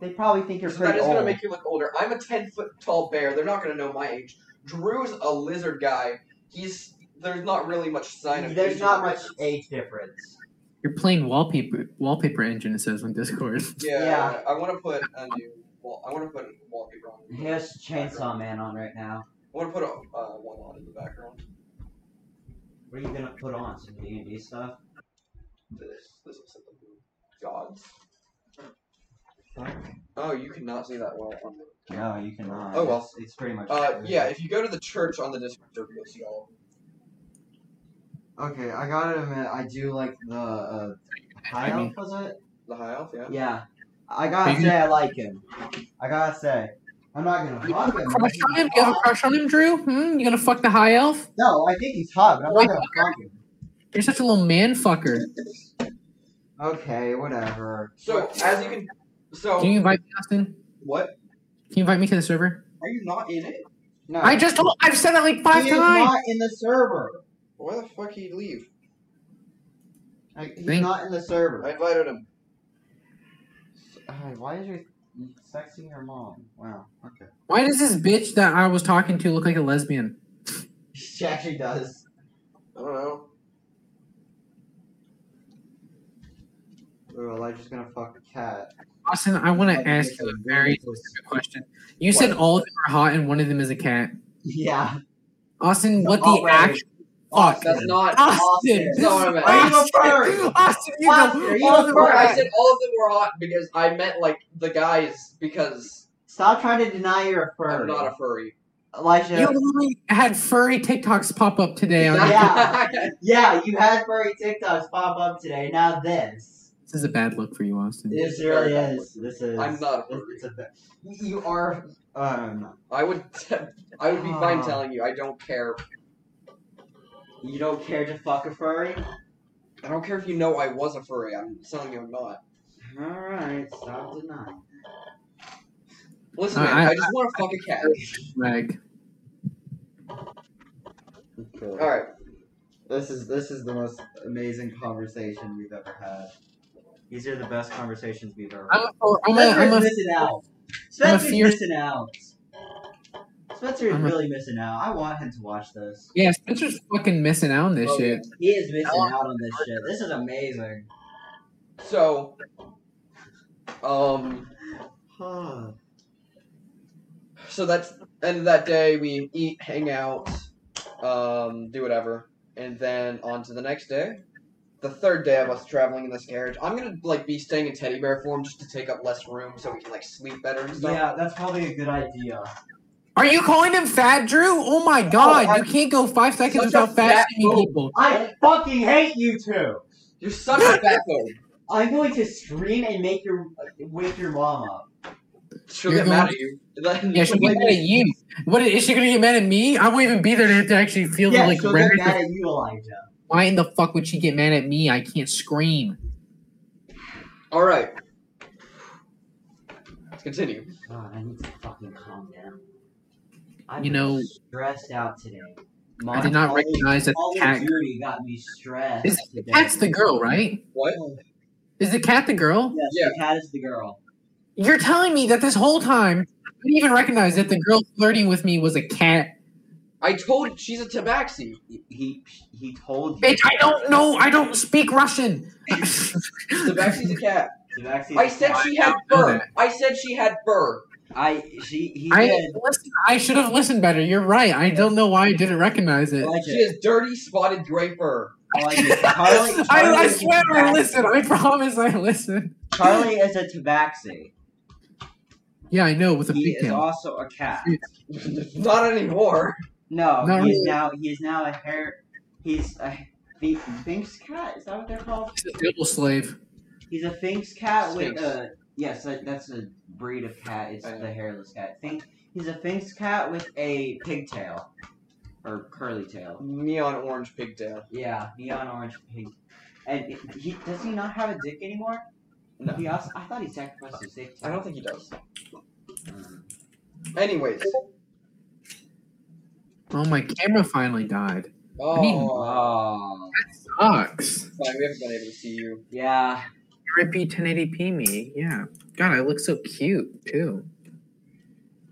Speaker 4: they probably think you're
Speaker 1: So that
Speaker 4: pretty
Speaker 1: is
Speaker 4: old.
Speaker 1: gonna make you look older. I'm a ten foot tall bear. They're not gonna know my age. Drew's a lizard guy. He's there's not really much sign of.
Speaker 4: There's
Speaker 1: age
Speaker 4: not
Speaker 1: in
Speaker 4: much
Speaker 1: lizards.
Speaker 4: age difference.
Speaker 3: You're playing wallpaper wallpaper engine. It says on Discord.
Speaker 1: Yeah,
Speaker 4: Yeah. Mm-hmm.
Speaker 1: I want to put a new. Well, I want to put wallpaper on.
Speaker 2: He has Chainsaw Man on right now.
Speaker 1: I want to put a, uh, one on in the background.
Speaker 2: What are you gonna put on? Some D and D stuff?
Speaker 1: This this looks like the gods. Oh, you cannot see that well. On the,
Speaker 2: No, you cannot.
Speaker 1: Oh, well.
Speaker 2: It's, it's pretty much.
Speaker 1: uh, yeah, if you go to the church on the Discord server, you'll see all.
Speaker 2: Okay, I gotta admit, I do like the uh,
Speaker 3: high I mean- elf,
Speaker 2: was it?
Speaker 1: The high elf, yeah.
Speaker 2: Yeah, I
Speaker 3: Are
Speaker 2: gotta
Speaker 3: you-
Speaker 2: say I like him. I gotta say, I'm not gonna
Speaker 3: You
Speaker 2: fuck him. but
Speaker 3: Crush on
Speaker 2: he's
Speaker 3: him? You have a
Speaker 2: hot.
Speaker 3: crush on him, Drew? Hmm? You gonna fuck the high elf?
Speaker 2: No, I think he's hot, but I'm not gonna fuck him.
Speaker 3: You're such a little man fucker.
Speaker 2: Okay, whatever.
Speaker 1: So as you can, so
Speaker 3: Can you invite me, Austin? Can
Speaker 1: Oh. what?
Speaker 3: you invite me to the server?
Speaker 1: Are you not in it?
Speaker 2: No,
Speaker 4: Uh,
Speaker 3: I just told. I've said that like
Speaker 2: he
Speaker 3: five
Speaker 2: is
Speaker 3: times.
Speaker 2: not in the server.
Speaker 1: Why the fuck he leave?
Speaker 2: Like, he's
Speaker 3: Thank-
Speaker 2: not in the
Speaker 1: I
Speaker 2: server.
Speaker 1: invited him.
Speaker 2: Uh, why is your sexing your mom? Wow. Okay.
Speaker 3: Why does this bitch that I was talking to look like a lesbian?
Speaker 4: She actually does.
Speaker 1: I don't know.
Speaker 2: Well, I'm just gonna fuck a cat.
Speaker 3: Austin, I want to ask you a very specific question. You said all of them are hot and one of them is a cat.
Speaker 4: Yeah.
Speaker 3: Austin,
Speaker 4: No,
Speaker 3: what the
Speaker 4: already.
Speaker 3: actual fuck?
Speaker 1: That's not.
Speaker 3: Austin,
Speaker 4: Austin.
Speaker 1: That's not what I meant.
Speaker 4: Are you
Speaker 3: Austin,
Speaker 4: a bird?
Speaker 3: Austin, you
Speaker 4: Austin, are
Speaker 3: know
Speaker 4: you
Speaker 3: all
Speaker 4: a
Speaker 3: of them
Speaker 4: bird?
Speaker 3: are
Speaker 1: I
Speaker 3: hot.
Speaker 1: said all of them were hot because I meant like the guys because
Speaker 4: Stop trying to deny you're a furry.
Speaker 1: I'm not a furry.
Speaker 4: Elijah.
Speaker 3: You literally had furry TikToks pop up today. On
Speaker 4: Yeah.
Speaker 1: yeah.
Speaker 4: yeah, you had furry TikToks pop up today. Now this.
Speaker 3: This is a bad look for you, Austin.
Speaker 4: This really is. This is.
Speaker 1: I'm not a
Speaker 4: It's,
Speaker 1: furry.
Speaker 4: it's a, bit- you are. Um,
Speaker 1: I would. T- I would be fine
Speaker 4: Ah.
Speaker 1: telling you. I don't care.
Speaker 4: you don't care to fuck a furry?
Speaker 1: I don't care if you know I was a furry. I'm telling you, I'm not.
Speaker 2: All right, stop denying.
Speaker 1: Listen,
Speaker 3: Uh,
Speaker 1: man. I,
Speaker 3: I-
Speaker 1: just want to fuck a cat.
Speaker 3: Like,
Speaker 1: All right.
Speaker 2: This is this is the most amazing conversation we've ever had. These are the best conversations we've ever
Speaker 3: I'm a, oh, I'm a,
Speaker 4: Spencer's
Speaker 3: I'm a,
Speaker 4: missing out. Spencer's
Speaker 3: fierce-
Speaker 4: missing out. Spencer is
Speaker 3: I'm a-
Speaker 4: really missing out. I want him to watch this.
Speaker 3: yeah, Spencer's fucking missing out on this
Speaker 1: Oh,
Speaker 3: shit.
Speaker 4: He is missing
Speaker 3: Oh.
Speaker 4: out on this shit. This is amazing.
Speaker 1: So. Um.
Speaker 2: had.
Speaker 1: So that's end of that day. We eat, hang out, um, do whatever, and then on to the next day. The third day of us traveling in this carriage, I'm gonna like be staying in teddy bear form just to take up less room so we can like sleep better and stuff.
Speaker 4: Yeah, that's probably a good idea.
Speaker 3: Are you calling him fat, Drew? Oh my god,
Speaker 1: I-
Speaker 3: you can't go five seconds
Speaker 1: Such a
Speaker 3: without fat
Speaker 1: fat
Speaker 3: shaming
Speaker 1: fool.
Speaker 3: people.
Speaker 4: I fucking hate you two.
Speaker 1: You're such a fat phobe.
Speaker 4: I'm going to scream and make your wake your mom up.
Speaker 1: She'll
Speaker 3: You're
Speaker 1: get mad
Speaker 3: going-
Speaker 1: at you. Then-
Speaker 3: Yeah, she'll get mad at you. What is she gonna get mad at me? I won't even be there to have to actually feel
Speaker 4: yeah,
Speaker 3: the like
Speaker 4: she'll get
Speaker 3: rage.
Speaker 4: mad at you, Elijah.
Speaker 3: Why in the fuck would she get mad at me? I can't scream.
Speaker 1: All right. Let's continue.
Speaker 4: God, I need to fucking calm down. I'm
Speaker 3: You know-
Speaker 4: stressed out today.
Speaker 3: I did not
Speaker 4: Call of-
Speaker 3: recognize that
Speaker 4: Call
Speaker 3: the
Speaker 4: of
Speaker 3: cat.
Speaker 4: Duty got me stressed
Speaker 3: Is
Speaker 4: today.
Speaker 3: Cat's the girl, right?
Speaker 1: What?
Speaker 3: Is the cat the girl?
Speaker 4: Yes,
Speaker 1: Yeah.
Speaker 4: the cat is the girl.
Speaker 3: You're telling me that this whole time I didn't even recognize that the girl flirting with me was a cat.
Speaker 1: I told she's a tabaxi.
Speaker 2: He, he he told you.
Speaker 3: Bitch, I don't know. I don't speak Russian.
Speaker 1: Tabaxi's a cat.
Speaker 2: Tabaxi-
Speaker 1: I said she had fur. I said she had fur.
Speaker 2: I she he
Speaker 3: I
Speaker 2: did.
Speaker 3: listen, I should have listened better. You're right. I don't know why I didn't recognize it.
Speaker 4: Elijah,
Speaker 1: She has dirty spotted gray fur.
Speaker 4: Elijah, Charlie,
Speaker 3: I,
Speaker 4: Charlie
Speaker 3: I
Speaker 4: is a
Speaker 3: swear I
Speaker 4: tabaxi.
Speaker 3: listen. I promise I listen.
Speaker 4: Charlie is a tabaxi.
Speaker 3: Yeah, I know with a
Speaker 4: He
Speaker 3: big
Speaker 4: is
Speaker 3: tail.
Speaker 4: also a cat.
Speaker 1: Not anymore.
Speaker 4: No,
Speaker 3: Not
Speaker 4: he is
Speaker 3: really.
Speaker 4: now he is now a hair. He's a Binks cat. Is that what they're called?
Speaker 3: He's a devil slave.
Speaker 2: He's a Finks cat with
Speaker 1: Sphinx.
Speaker 2: a yes, that, that's a breed of cat. It's
Speaker 1: I know.
Speaker 2: the hairless cat. Fink. He's a Finks cat with a pigtail or curly tail.
Speaker 1: Neon orange pigtail.
Speaker 2: Yeah, neon orange pig. And he does he not have a dick anymore?
Speaker 1: No.
Speaker 2: He also, I thought he sacrificed his dick. To
Speaker 1: I don't think he does. Hmm.
Speaker 2: Mm.
Speaker 1: Anyways.
Speaker 3: Oh, my camera finally died.
Speaker 1: Oh,
Speaker 2: Oh.
Speaker 3: Sucks.
Speaker 1: fine. We haven't been able to see you.
Speaker 2: Yeah.
Speaker 3: Rippy 1080p me. Yeah. God, I look so cute too.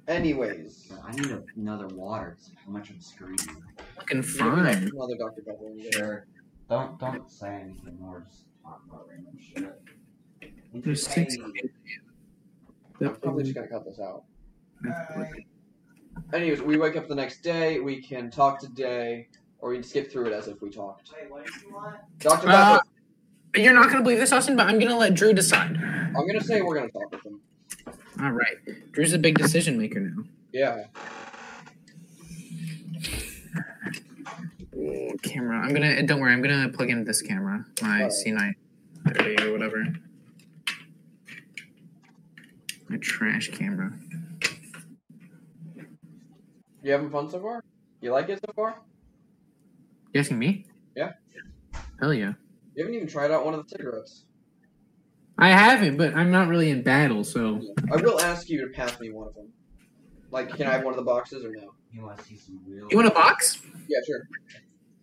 Speaker 1: Anyways.
Speaker 2: I need another water. 'cause of How much I'm screaming.
Speaker 3: Looking
Speaker 1: Maybe
Speaker 3: fine.
Speaker 1: that's Another Dr. Pepper. one day.
Speaker 2: Sure. Don't don't say anything more. Just talk about random shit.
Speaker 3: There's six.
Speaker 2: Hey,
Speaker 1: I'm probably just gonna cut this out. Anyways, we wake up the next day. We can talk today, or we can skip through it as if we talked.
Speaker 4: Wait, what did you want?
Speaker 1: Dr. Pepper.
Speaker 3: Uh, You're not gonna believe this, Austin, but I'm gonna let Drew decide.
Speaker 1: I'm gonna say we're gonna talk with him.
Speaker 3: All right. Drew's a big decision maker now.
Speaker 1: Yeah.
Speaker 3: Ooh, camera. I'm gonna. Don't worry. I'm gonna plug in this camera. My
Speaker 1: Alright.
Speaker 3: C9 30 or whatever. My trash camera.
Speaker 1: You having fun so far? You like it so far?
Speaker 3: You asking me?
Speaker 1: Yeah.
Speaker 3: Hell yeah.
Speaker 1: You haven't even tried out one of the cigarettes.
Speaker 3: I haven't, but I'm not really in battle, so
Speaker 1: I will ask you to pass me one of them. Like, can I have one of the boxes or no?
Speaker 2: You want to see some real?
Speaker 3: you want a box?
Speaker 1: Yeah, sure.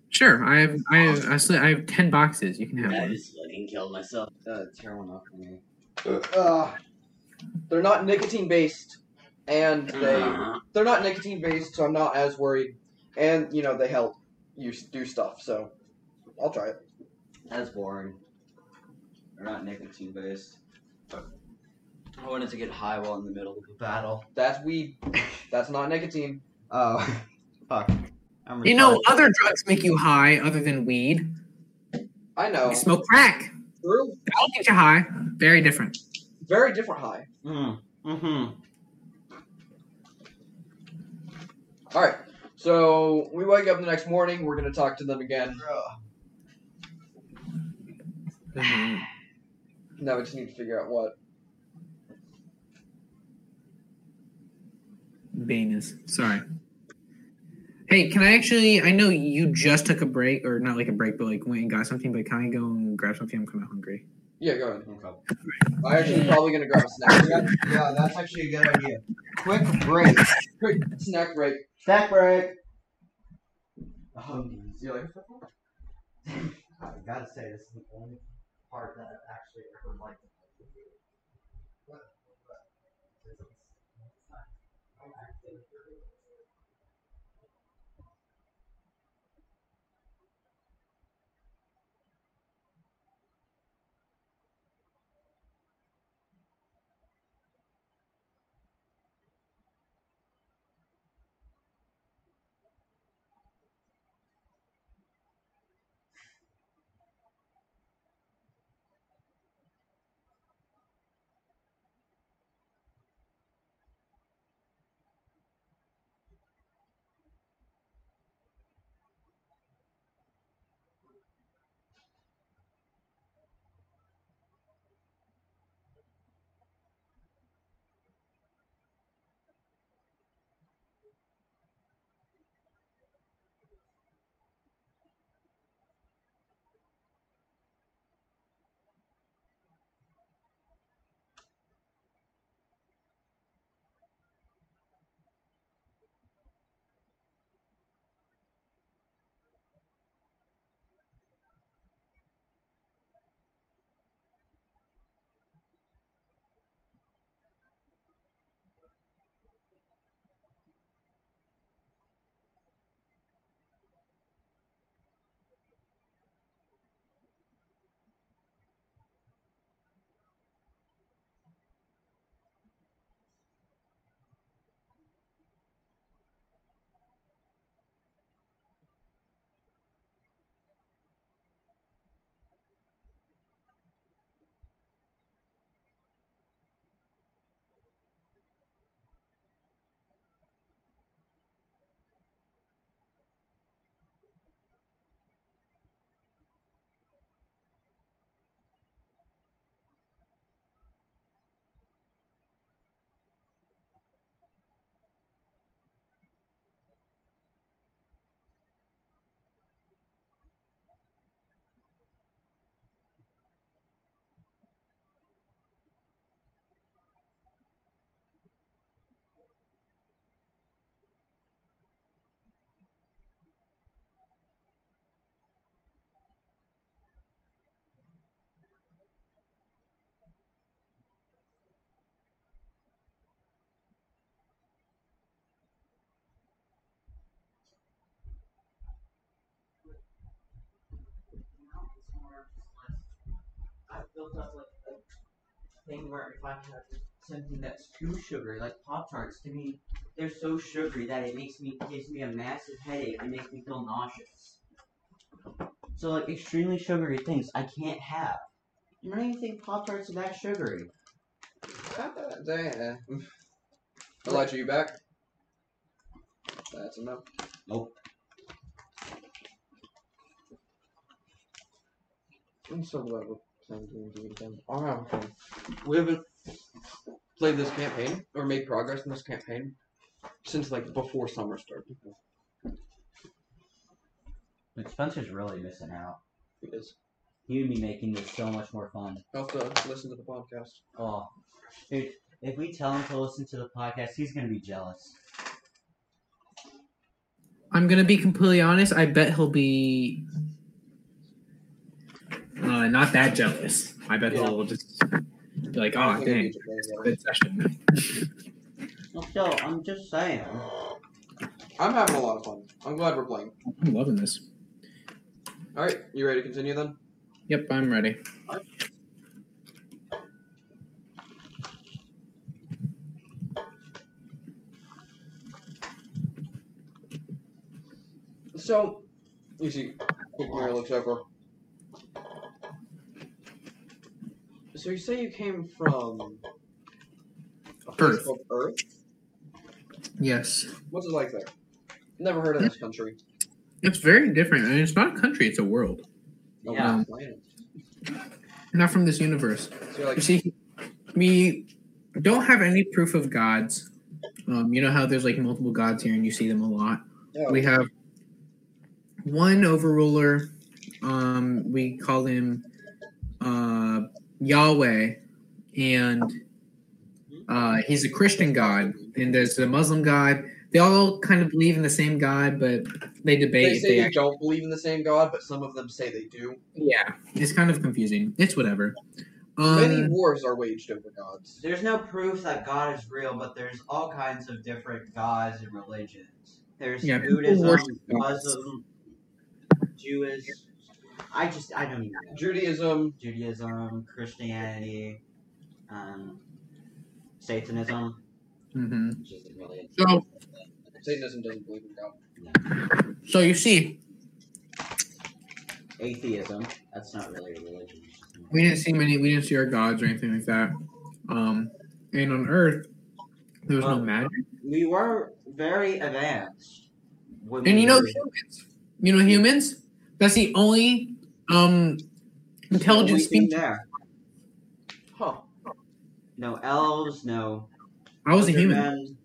Speaker 3: Sure. I have. I have. I, sli- I have ten boxes. You can have
Speaker 5: I
Speaker 3: one.
Speaker 5: just fucking killed myself.
Speaker 2: Uh, tear one up for me.
Speaker 4: Ugh.
Speaker 1: Uh, They're not nicotine based, and they
Speaker 5: Uh,
Speaker 1: they're not nicotine based, so I'm not as worried. And you know they help you s- do stuff, so I'll try it.
Speaker 2: That's boring. They're not nicotine based.
Speaker 5: I wanted to get high while in the middle of a battle.
Speaker 1: That's weed. That's not nicotine.
Speaker 2: Oh, fuck. I'm
Speaker 3: You know,
Speaker 2: retarded.
Speaker 3: other drugs make you high other than weed.
Speaker 1: I know.
Speaker 3: You smoke crack.
Speaker 1: True.
Speaker 3: That'll get you high. Very different.
Speaker 1: Very different high.
Speaker 2: Mm. Mm-hmm.
Speaker 1: All right. So we wake up the next morning. We're gonna talk to them again.
Speaker 4: Ugh.
Speaker 1: Now we just need to figure out what.
Speaker 3: Venus. Sorry. Hey, can I actually? I know you just took a break, or not like a break, but like went and got something. But can I go and grab something? I'm kind of hungry.
Speaker 1: Yeah, go ahead.
Speaker 2: Okay.
Speaker 1: I'm actually probably gonna grab a snack.
Speaker 4: Yeah, that's actually a good idea.
Speaker 2: Quick break.
Speaker 1: Quick snack break.
Speaker 4: Snack break. Oh,
Speaker 2: Um,
Speaker 4: See you later. I gotta say, this is the only part that I've actually ever liked. looked up like a thing where if I have something that's too sugary, like Pop Tarts, to me they're so sugary that it makes me gives me a massive headache and makes me feel nauseous.
Speaker 2: So like extremely sugary things I can't have. I don't even think Pop Tarts are that sugary.
Speaker 1: Ah, damn. Elijah, you back? That's enough.
Speaker 2: Nope.
Speaker 1: I'm so glad we're playing D&D again. All right, okay. We haven't played this campaign or made progress in this campaign since like before summer started.
Speaker 2: But Spencer's really missing out.
Speaker 1: It is.
Speaker 2: You'd be making this so much more fun.
Speaker 1: I'll have to listen to the podcast.
Speaker 2: Oh, dude, if we tell him to listen to the podcast, he's gonna be jealous.
Speaker 3: I'm gonna be completely honest. I bet he'll be uh, not that jealous. I bet he'll just be like, "Oh, dang, good session."
Speaker 2: Well, still, I'm just saying.
Speaker 1: I'm having a lot of fun. I'm glad we're playing.
Speaker 3: I'm loving this.
Speaker 1: All right, you ready to continue then?
Speaker 3: Yep, I'm ready.
Speaker 1: So, you see, Quick Mary looks over. So you say you came from a place
Speaker 3: Earth.
Speaker 1: called Earth?
Speaker 3: Yes,
Speaker 1: What's it like there? Never heard of this country.
Speaker 3: it's very different. I mean, it's not a country; it's a world.
Speaker 1: Oh,
Speaker 2: Yeah.
Speaker 1: wow, planet.
Speaker 3: Not from this universe.
Speaker 1: So you're
Speaker 3: You
Speaker 1: like,
Speaker 3: see, we don't have any proof of gods. Um, you know how there's like multiple gods here, and you see them a lot.
Speaker 1: oh,
Speaker 3: We have one overruler. Um, we call him uh, Yahweh, and uh, he's a Christian god. And there's a Muslim god. They all kind of believe in the same god, but they debate.
Speaker 1: they
Speaker 3: if
Speaker 1: say
Speaker 3: they
Speaker 1: you don't believe in the same god, but some of them say they do.
Speaker 3: Yeah, it's kind of confusing. It's whatever.
Speaker 1: Many
Speaker 3: Um,
Speaker 1: wars are waged over gods.
Speaker 2: There's no proof that God is real, but there's all kinds of different gods and religions. There's
Speaker 3: Yeah, people
Speaker 2: Buddhism,
Speaker 3: worship gods.
Speaker 2: Muslim, Jewish. I just I don't even know.
Speaker 1: Judaism,
Speaker 2: Judaism, Christianity, um, Satanism.
Speaker 3: mhm.
Speaker 5: Which isn't really.
Speaker 3: So
Speaker 1: Satanism doesn't believe in God.
Speaker 3: So you see,
Speaker 2: atheism. That's not really a religion. it's just an-
Speaker 3: we didn't see many, we didn't see our gods or anything like that. Um, and on Earth, there was no
Speaker 2: Um,
Speaker 3: magic.
Speaker 2: We were very advanced. when
Speaker 3: And
Speaker 2: we
Speaker 3: you know
Speaker 2: were-
Speaker 3: humans. You know humans. That's the only um intelligent
Speaker 2: only thing
Speaker 3: species.
Speaker 2: there.
Speaker 1: Huh.
Speaker 2: No elves, no.
Speaker 3: I was a
Speaker 2: lizard
Speaker 3: human.
Speaker 2: men,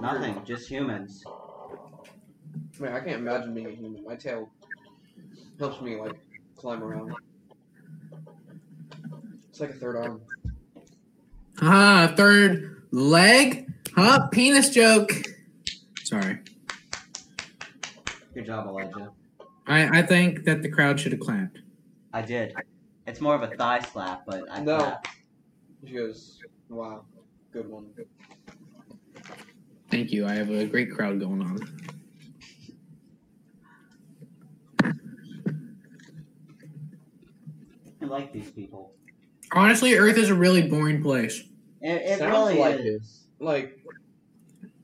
Speaker 2: Nothing, just humans.
Speaker 1: Man, I can't imagine being a human. My tail helps me like climb around. It's like a third arm.
Speaker 3: Ah, third leg, huh? Penis joke. Sorry.
Speaker 2: Good job, Elijah.
Speaker 3: I, I think that the crowd should have clapped.
Speaker 2: I did. It's more of a thigh slap, but I
Speaker 1: No.
Speaker 2: clapped.
Speaker 1: She goes, "Wow, good one."
Speaker 3: Thank you. I have a great crowd going on.
Speaker 2: I like these people.
Speaker 3: Honestly, Earth is a really boring place.
Speaker 2: It, it
Speaker 1: Sounds
Speaker 2: really
Speaker 1: like
Speaker 2: is.
Speaker 1: Like,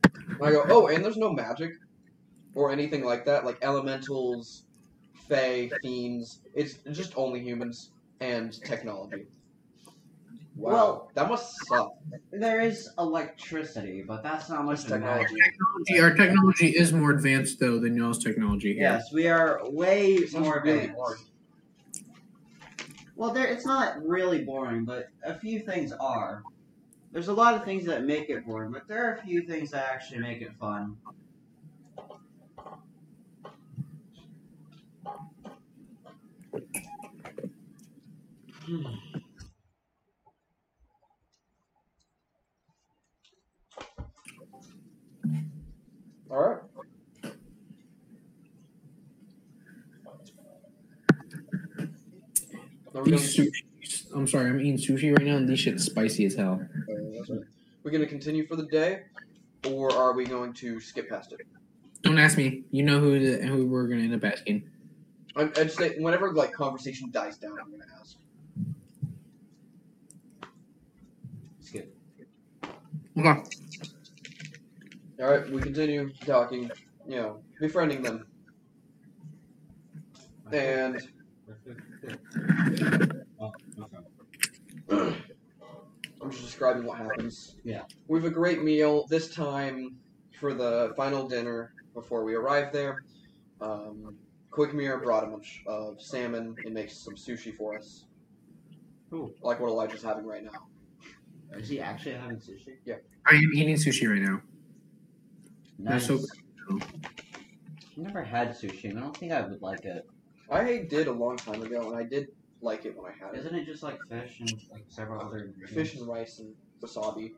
Speaker 1: I go, "Oh, and there's no magic or anything like that. Like elementals, fae, fiends. It's just only humans and technology." Wow,
Speaker 2: Well-
Speaker 1: that must suck.
Speaker 2: There is electricity, but that's not much
Speaker 1: It's
Speaker 2: of a magic.
Speaker 1: technology.
Speaker 3: Technology, our technology is more advanced though than y'all's technology. here.
Speaker 2: Yes, we are way
Speaker 1: Sounds
Speaker 2: more
Speaker 1: really
Speaker 2: advanced.
Speaker 1: hard.
Speaker 2: Well, there it's not really boring, but a few things are. There's a lot of things that make it boring, but there are a few things that actually make it fun.
Speaker 1: All right. Are we
Speaker 3: These
Speaker 1: gonna-
Speaker 3: sushi. I'm sorry, I'm eating sushi right now, and these shit's spicy as hell.
Speaker 1: We're going to continue for the day, or are we going to skip past it?
Speaker 3: Don't ask me. You know who the, who we're gonna end up asking.
Speaker 1: I'm, I just say whenever like conversation dies down, I'm going to ask.
Speaker 3: Okay.
Speaker 1: All right, we continue talking, you know, befriending them, and I'm just describing what happens.
Speaker 2: Yeah.
Speaker 1: We have a great meal this time for the final dinner before we arrive there. Um, Quick Mirror brought a bunch of salmon and makes some sushi for us.
Speaker 2: Cool.
Speaker 1: Like what Elijah's having right now.
Speaker 2: Is he actually having sushi?
Speaker 3: I am eating sushi right now. That's
Speaker 2: Nice.
Speaker 3: so
Speaker 2: I've never had sushi. and I don't think I would like it.
Speaker 1: I did a long time ago, and I did like it when I had it.
Speaker 2: Isn't it just like fish and like several other ingredients?
Speaker 1: Fish and rice and wasabi.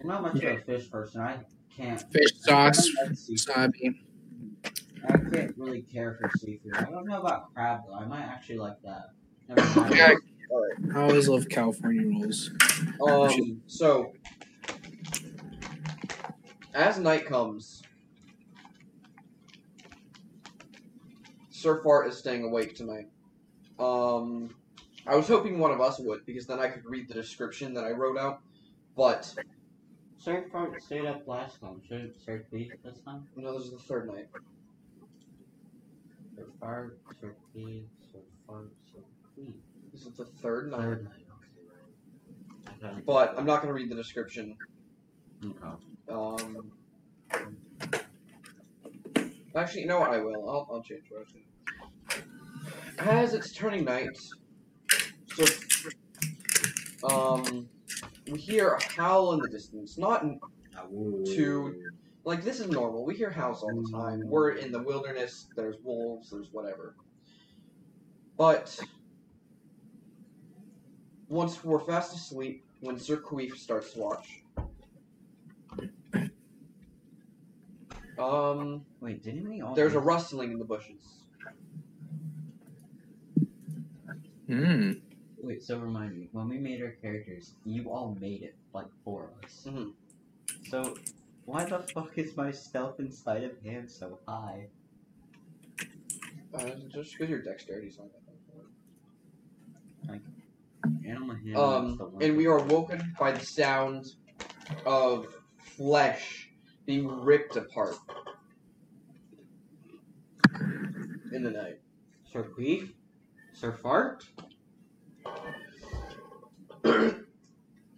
Speaker 2: I'm not much of a fish person. I can't.
Speaker 3: Fish sauce,
Speaker 2: I, like seafood.
Speaker 3: wasabi.
Speaker 2: I can't really care for seafood. I don't know about crab though. I might actually like that. Never mind.
Speaker 3: Yeah, I always love California rolls.
Speaker 1: Um, so, as night comes, Sir Fart is staying awake tonight. Um, I was hoping one of us would, because then I could read the description that I wrote out. But
Speaker 2: Surf Park stayed up last time. Should Surf Beach this time?
Speaker 1: no, this is the third night.
Speaker 2: Surf Park, Surf Beach, Surf Park, Surf Beach.
Speaker 1: This is the third night.
Speaker 2: Third night. okay, right. I thought-
Speaker 1: But I'm not going to read the description.
Speaker 2: Okay.
Speaker 1: Um, actually, you know what? I will. I'll, I'll change what I think. As it's turning night, so um, we hear a howl in the distance. Not in, Two. like this is normal. We hear howls all the time. We're in the wilderness. There's wolves. There's whatever. But once we're fast asleep, when Sir Queef starts to watch, um,
Speaker 2: Wait, didn't we all?
Speaker 1: there's a rustling in the bushes.
Speaker 3: Mm.
Speaker 2: Wait, so remind me, when we made our characters, you all made it, like, for us.
Speaker 1: Mhm.
Speaker 2: So, why the fuck is my stealth and sleight of hand so high?
Speaker 1: Uh, just because your dexterity's on that.
Speaker 2: Animal handling is the
Speaker 1: Um,
Speaker 2: one
Speaker 1: and we
Speaker 2: thing-
Speaker 1: are woken by the sound of flesh being ripped apart in the night.
Speaker 2: Sir Queef? Sir Fart?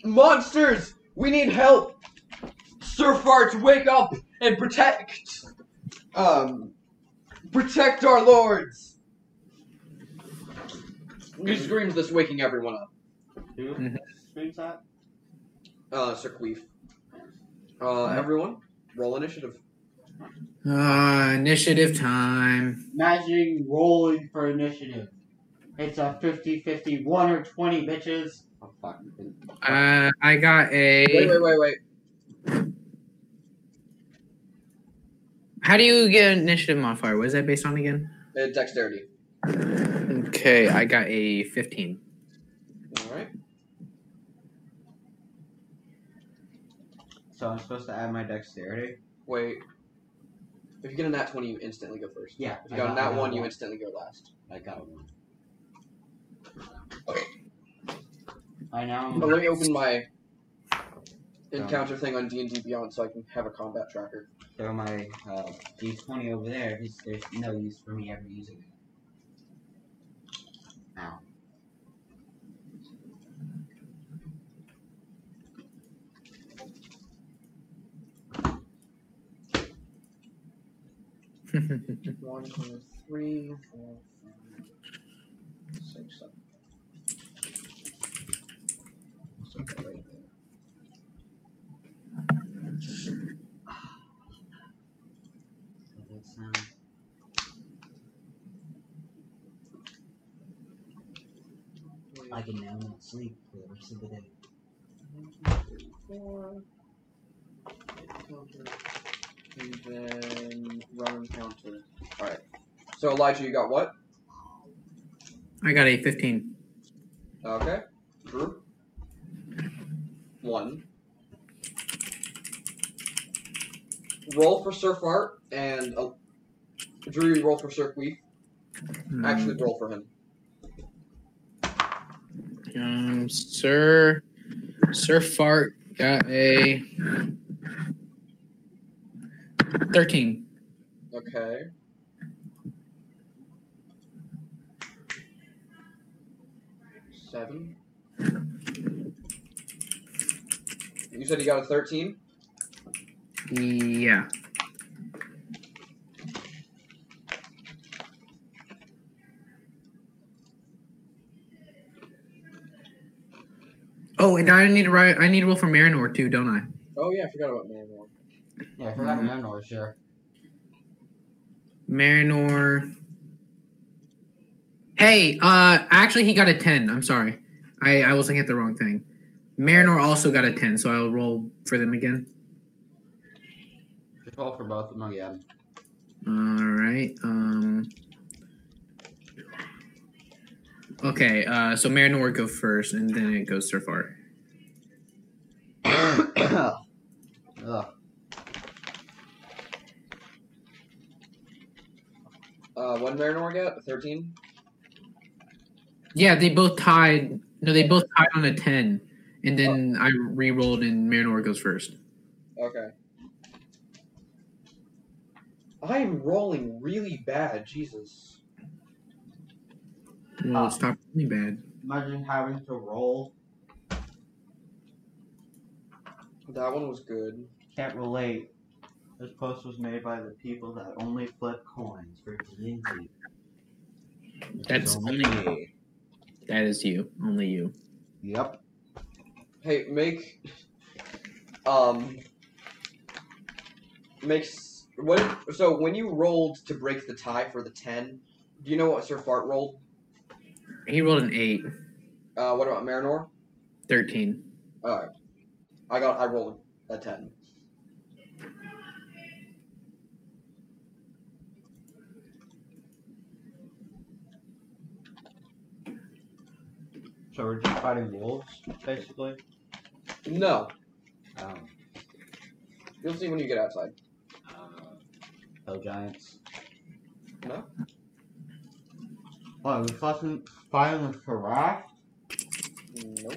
Speaker 1: Monsters! We need help! Sir Farts, wake up and protect! Um, protect our lords! He screams this, waking everyone up.
Speaker 2: Who
Speaker 3: Mhm.
Speaker 2: screams that?
Speaker 1: Uh, Sir Queef. Uh, everyone, roll initiative.
Speaker 3: Uh, initiative time.
Speaker 2: Imagine rolling for initiative. It's a 50 50, 1 or 20, bitches. Oh, fuck.
Speaker 3: Uh, I got
Speaker 1: Wait,
Speaker 3: a.
Speaker 1: wait, wait, wait.
Speaker 3: How do you get an initiative modifier? What is that based on again?
Speaker 1: Uh, dexterity.
Speaker 3: Okay, I got a 15.
Speaker 1: Alright.
Speaker 2: So, I'm supposed to add my dexterity?
Speaker 1: Wait. If you get a nat 20, you instantly go first.
Speaker 2: Yeah.
Speaker 1: If you got a nat 1, you instantly go last.
Speaker 2: I got one. I now
Speaker 1: Oh, let me open my encounter thing on D&D Beyond so I can have a combat tracker.
Speaker 2: throw my uh, d20 over there because there's no use for me ever using it. Ow.
Speaker 1: One, two, three, four, five, six, seven. Something right there.
Speaker 2: That's not- I can now not sleep for the rest of the day.
Speaker 1: four. And then run encounter. Alright. So Elijah, you got what?
Speaker 3: I got a 15.
Speaker 1: Okay. Drew? One. Roll for Surf Art and uh, Drew, you roll for Surf Weave.
Speaker 3: Hmm.
Speaker 1: Actually, roll for him.
Speaker 3: Um, Sir, Sir Fart got a 13.
Speaker 1: Okay. Seven. You said you got a 13?
Speaker 3: Yeah. Oh, and I need to write. I need to roll for Marinor too, don't I?
Speaker 1: Oh, yeah, I forgot about Manuel.
Speaker 4: Yeah, I forgot Marinor, sure.
Speaker 3: Marinor. Hey, uh, actually, he got a ten. I'm sorry, I I was looking at the wrong thing. Marinor also got a ten, so I'll roll for them again.
Speaker 4: Just roll for both of them again.
Speaker 3: All right. Um. Okay. Uh. So Marinor go first, and then it goes Surfar.
Speaker 4: Ugh.
Speaker 1: Uh, one Marinor got? 13?
Speaker 3: Yeah, they both tied. No, they both tied on a ten, and then I re-rolled, and Marinor goes first.
Speaker 1: Okay. I am rolling really bad, Jesus.
Speaker 3: Well, it's not really bad.
Speaker 4: Imagine having to roll.
Speaker 1: That one was good.
Speaker 4: Can't relate. This post was made by the people that only flip coins for D&D.
Speaker 3: That's-
Speaker 4: me.
Speaker 3: That is you, only you.
Speaker 4: Yep.
Speaker 1: Hey, make um makes what so when you rolled to break the tie for the ten, do you know what Sir Fart rolled?
Speaker 3: He rolled an eight,
Speaker 1: Uh what about Marinor?
Speaker 3: 13.
Speaker 1: Alright. I got I rolled a ten.
Speaker 4: So we're just fighting wolves, basically.
Speaker 1: No.
Speaker 4: Um,
Speaker 1: You'll see when you get outside.
Speaker 4: hell giants.
Speaker 1: No?
Speaker 4: What, we fucking fighting the giraffe?
Speaker 1: Nope.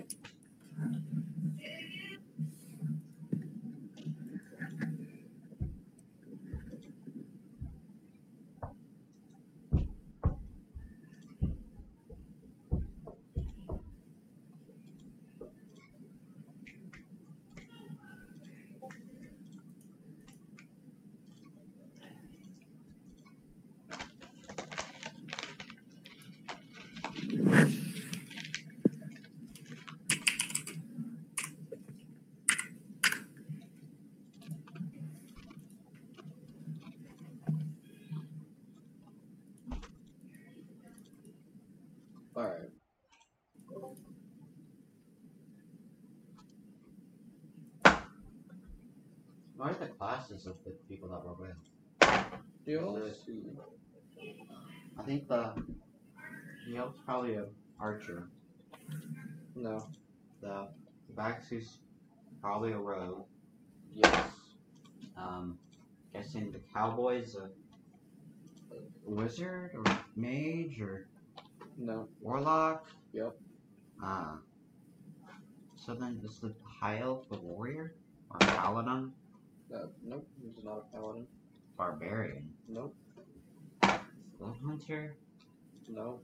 Speaker 1: Alright.
Speaker 4: What are the classes of the people that were with?
Speaker 1: You'll see.
Speaker 4: I think the Neil's probably a archer.
Speaker 1: No.
Speaker 4: The Baxy's probably a rogue.
Speaker 1: Yes.
Speaker 4: Um, guessing the cowboy's a, a wizard or mage or
Speaker 1: No.
Speaker 4: warlock.
Speaker 1: Yep.
Speaker 4: Uh, so then is the high elf a warrior or a paladin?
Speaker 1: No. Uh, Nope. He's not a paladin.
Speaker 4: Barbarian.
Speaker 1: Nope.
Speaker 4: Blood hunter.
Speaker 1: No.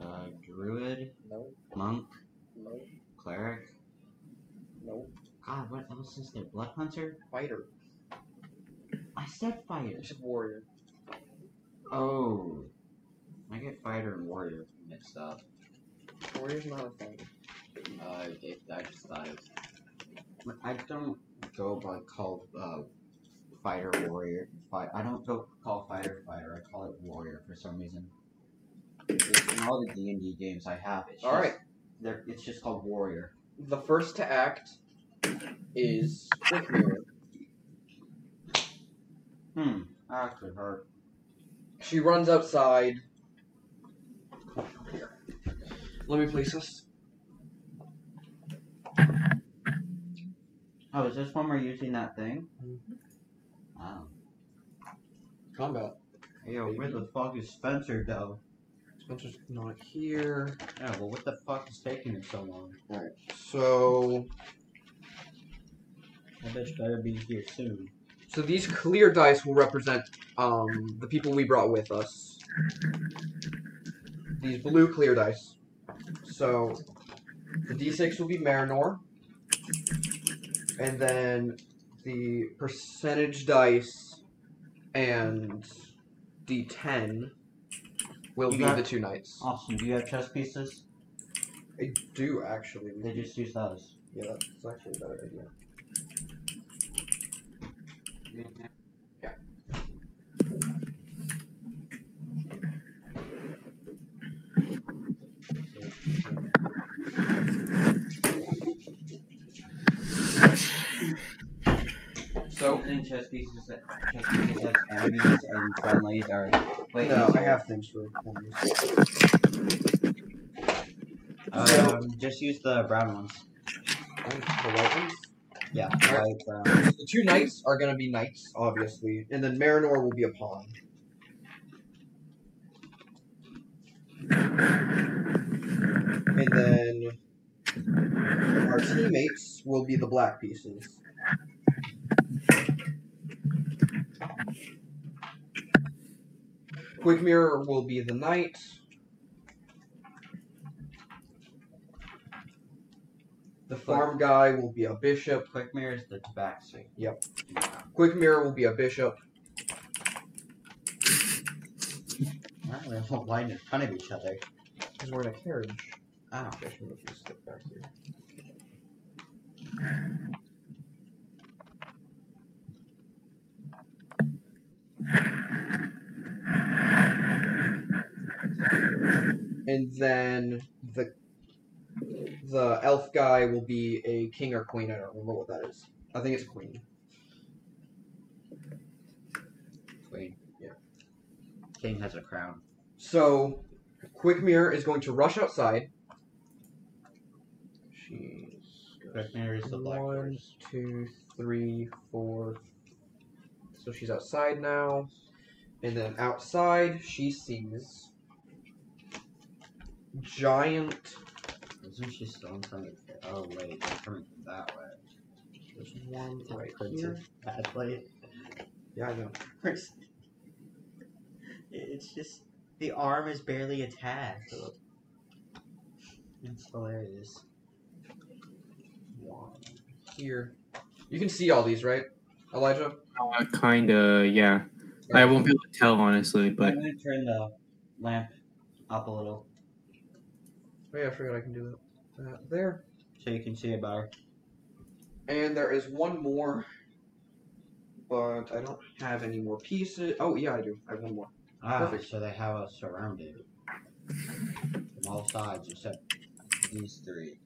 Speaker 4: Uh, druid.
Speaker 1: No.
Speaker 4: Monk.
Speaker 1: No.
Speaker 4: Cleric.
Speaker 1: No.
Speaker 4: God, what else is there? Blood hunter.
Speaker 1: Fighter.
Speaker 4: I said fighter.
Speaker 1: You said warrior.
Speaker 4: Oh. I get fighter and warrior mixed up.
Speaker 1: Warrior's not a fighter.
Speaker 4: Uh, it, I just thought it was. I don't go by call uh, fighter warrior. Fight. I don't go call fighter fighter. I call it warrior for some reason. It's in all the D and D games I have, it's
Speaker 1: All
Speaker 4: just,
Speaker 1: right.
Speaker 4: They're, it's just called warrior.
Speaker 1: The first to act is Quick Mirror.
Speaker 4: Hmm. That could hurt.
Speaker 1: She runs outside. Here. Let me place this.
Speaker 4: Oh, is this when we're using that thing?
Speaker 2: Mm-hmm.
Speaker 4: Oh.
Speaker 1: Combat.
Speaker 4: Yo, where the fuck is Spencer though?
Speaker 1: Spencer's not here.
Speaker 4: Yeah, well, what the fuck is taking him so long?
Speaker 1: So
Speaker 2: That bitch better be here soon.
Speaker 1: So these clear dice will represent um, the people we brought with us. These blue clear dice. So the d6 will be Marinor. And then the percentage dice and d10 will
Speaker 2: You
Speaker 1: be
Speaker 2: got-
Speaker 1: the two knights.
Speaker 2: Austin, do you have chess pieces?
Speaker 1: I do actually.
Speaker 2: They just use those.
Speaker 1: Yeah, that's actually a better idea.
Speaker 2: So in chess pieces, that chess pieces like enemies and friendlies are. Wait,
Speaker 1: no,
Speaker 2: these
Speaker 1: I
Speaker 2: are-
Speaker 1: have things for them.
Speaker 2: Um, just use the brown ones.
Speaker 1: The white ones?
Speaker 2: Yeah,
Speaker 1: Alright.
Speaker 2: white, brown.
Speaker 1: The two knights are going to be knights, obviously, and then Marinor will be a pawn. And then our teammates will be the black pieces. Quick Mirror will be the knight. The farm guy will be a bishop.
Speaker 2: Quick mirror is the tabaxi.
Speaker 1: Quick Mirror will be a bishop.
Speaker 2: Wow, We're all lying in front of each other.
Speaker 1: Because we're in a carriage.
Speaker 2: Ow.
Speaker 1: I should move this stick back here. And then the the elf guy will be a king or queen. I don't remember what that is. I think it's queen.
Speaker 2: Queen.
Speaker 1: Yeah.
Speaker 2: King has a crown.
Speaker 1: So, Quick Mirror is going to rush outside. She's
Speaker 2: Quick mirror is the black
Speaker 1: One,
Speaker 2: horse.
Speaker 1: two, three, four. So she's outside now. And then outside, she sees giant.
Speaker 2: Isn't she still in front of? Oh wait, they're coming from that way.
Speaker 1: There's one right here.
Speaker 2: Princess Badly.
Speaker 1: Yeah, I know.
Speaker 2: It's just the arm is barely attached. It's hilarious.
Speaker 1: One here. You can see all these, right, Elijah?
Speaker 3: Uh, kinda, yeah. I won't be able to tell honestly, but
Speaker 2: I'm gonna turn the lamp up a little
Speaker 1: Oh, yeah, I forgot I can do that. Uh, there.
Speaker 2: so you can see it better.
Speaker 1: And there is one more. But I don't have any more pieces. Oh, yeah, I do. I have one more.
Speaker 2: Ah,
Speaker 1: Perfect.
Speaker 2: so they have us surrounded from all sides except these three.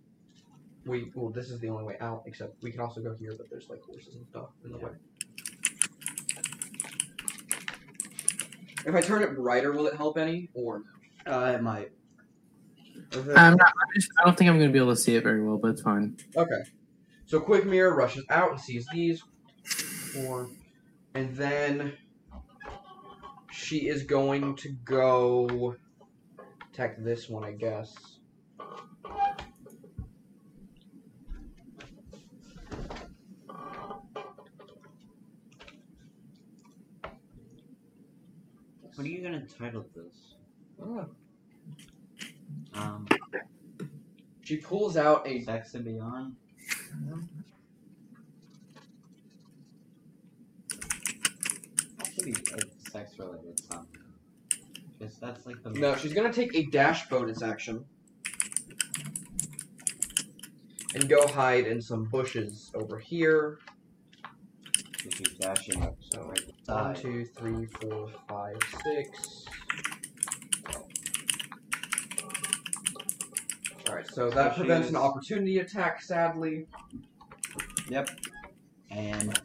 Speaker 1: We well, this is the only way out. Except we can also go here, but there's like horses and stuff in the way. If I turn it brighter, will it help any? Or
Speaker 2: Uh, it might.
Speaker 3: I'm not. I'm just, I don't think I'm gonna be able to see it very well, but it's fine.
Speaker 1: okay. So quick mirror rushes out and sees these four, and then she is going to go attack this one, I guess.
Speaker 2: What are you gonna title this?
Speaker 1: Ah.
Speaker 2: Um,
Speaker 1: She pulls out a
Speaker 2: Sex and Beyond. That should be a sex related song. Because that's like the
Speaker 1: No, she's gonna take a dash bonus action. And go hide in some bushes over here.
Speaker 2: if you dashing up so right
Speaker 1: One,
Speaker 2: side.
Speaker 1: two, three, four, five, six. Alright, so that
Speaker 2: So she
Speaker 1: prevents an
Speaker 2: is-
Speaker 1: opportunity attack, sadly.
Speaker 2: and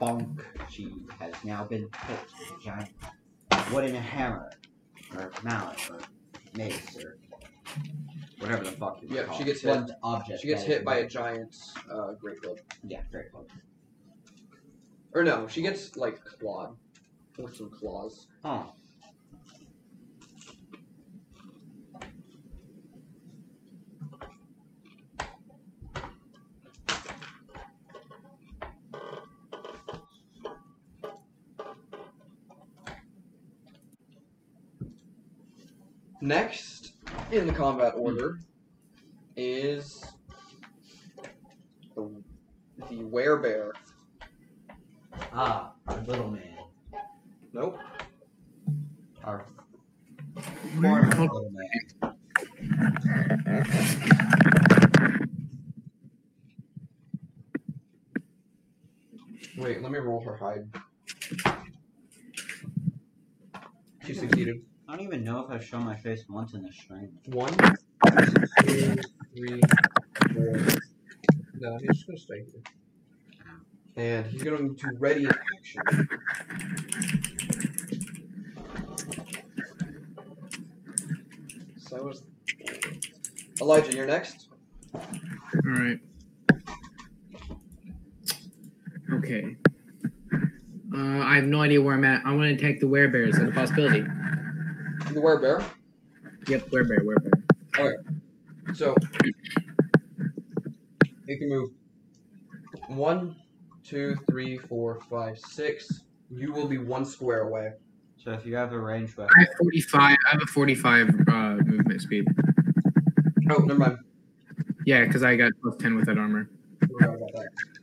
Speaker 2: bonk. She has now been hit with a giant wooden hammer or mallet or mace or whatever the fuck you wanna
Speaker 1: Yeah,
Speaker 2: call
Speaker 1: she
Speaker 2: it.
Speaker 1: gets hit.
Speaker 2: Blunt object.
Speaker 1: She gets
Speaker 2: that is
Speaker 1: hit by a
Speaker 2: wooden.
Speaker 1: giant uh, great club.
Speaker 2: yeah, great book.
Speaker 1: Or no, she gets like clawed with some claws.
Speaker 2: Oh.
Speaker 1: Next in the combat order is the, the werebear.
Speaker 2: Ah, our little man.
Speaker 1: Nope.
Speaker 2: Our
Speaker 3: We're
Speaker 2: former
Speaker 3: called-
Speaker 2: little man.
Speaker 1: Wait, let me roll her hide. She succeeded.
Speaker 2: I don't even know if I've shown my face once in the stream.
Speaker 1: One, two, three, four. No, he's just gonna stay here. And he's gonna move to ready in action. So I was Elijah, you're next.
Speaker 3: All right. Okay. Uh, I have no idea where I'm at. I want to attack the werebear. Is that a possibility?
Speaker 1: The werebear.
Speaker 3: Yep, werebear, werebear.
Speaker 1: So you can move one, two, three, four, five, six. You will be one square away.
Speaker 2: So if you have a range
Speaker 3: I
Speaker 2: weapon,
Speaker 3: have 45. I have a 45 uh, movement speed.
Speaker 1: Oh, never mind.
Speaker 3: Yeah, because I got plus 10 with that armor.
Speaker 1: Forgot about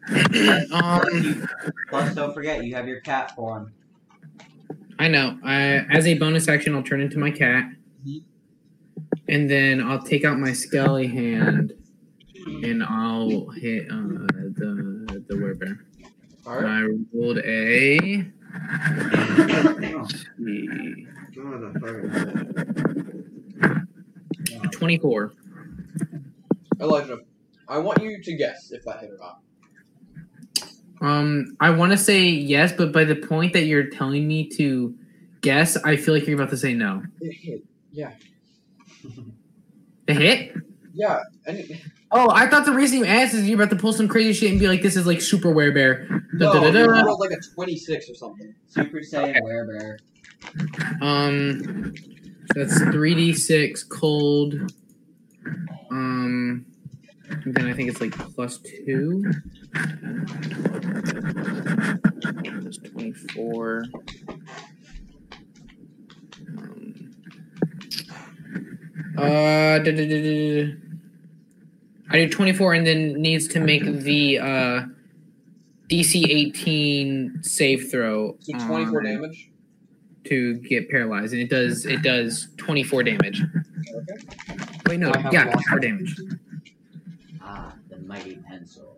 Speaker 1: that.
Speaker 3: um,
Speaker 2: plus don't forget you have your cat form.
Speaker 3: I know. I, as a bonus action, I'll turn into my cat.
Speaker 1: Mhm.
Speaker 3: And then I'll take out my skelly hand and I'll hit uh, the, the werebear.
Speaker 1: All right.
Speaker 3: I rolled a.
Speaker 2: Motherfucker.
Speaker 3: 24.
Speaker 1: Elijah, I want you to guess if that hit or not.
Speaker 3: Um, I want to say yes, but by the point that you're telling me to guess, I feel like you're about to say no.
Speaker 1: It hit.
Speaker 3: The hit?
Speaker 1: Yeah. Any,
Speaker 3: Oh, I thought the reason you asked is you're about to pull some crazy shit and be like, "This is like super werebear."
Speaker 1: no,
Speaker 3: da, da,
Speaker 1: you
Speaker 3: da.
Speaker 1: rolled like a 26 or something.
Speaker 2: Super Saiyan Werebear.
Speaker 3: Um, that's three d six cold. Um, and then I think it's like plus two. That's twenty four. Um, uh, duh, duh, duh, duh, duh. I do twenty four, and then needs to make the uh DC eighteen save throw. Um,
Speaker 1: So 24
Speaker 3: on-
Speaker 1: damage.
Speaker 3: to get paralyzed, and it does it does twenty four damage.
Speaker 1: Okay.
Speaker 3: Wait, no,
Speaker 1: I have
Speaker 3: yeah,
Speaker 1: lost
Speaker 3: four damage.
Speaker 2: Ah, the mighty pencil.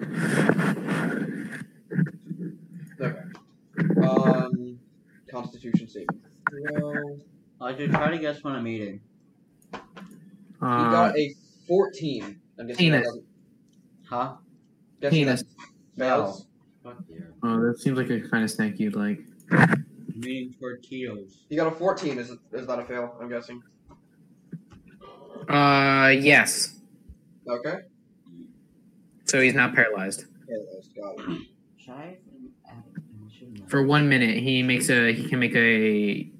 Speaker 2: Oh,
Speaker 1: Um, Constitution saving throw. He
Speaker 2: I should try to guess when I'm eating.
Speaker 3: Uh,
Speaker 1: got a 14. I'm guessing that
Speaker 3: Penis.
Speaker 1: doesn't.
Speaker 2: Huh?
Speaker 1: Guessing
Speaker 3: Penis.
Speaker 1: that fails.
Speaker 2: Fuck you.
Speaker 3: oh, that seems like a kind of snack you'd like.
Speaker 2: I'm eating tortillas.
Speaker 1: You got a 14. Is, is that a fail? I'm guessing.
Speaker 3: Uh, yes.
Speaker 1: Okay.
Speaker 3: So he's not paralyzed
Speaker 1: Paralyzed. Got it.
Speaker 2: Should I even add I shouldn't
Speaker 3: for one minute. He makes a he can make a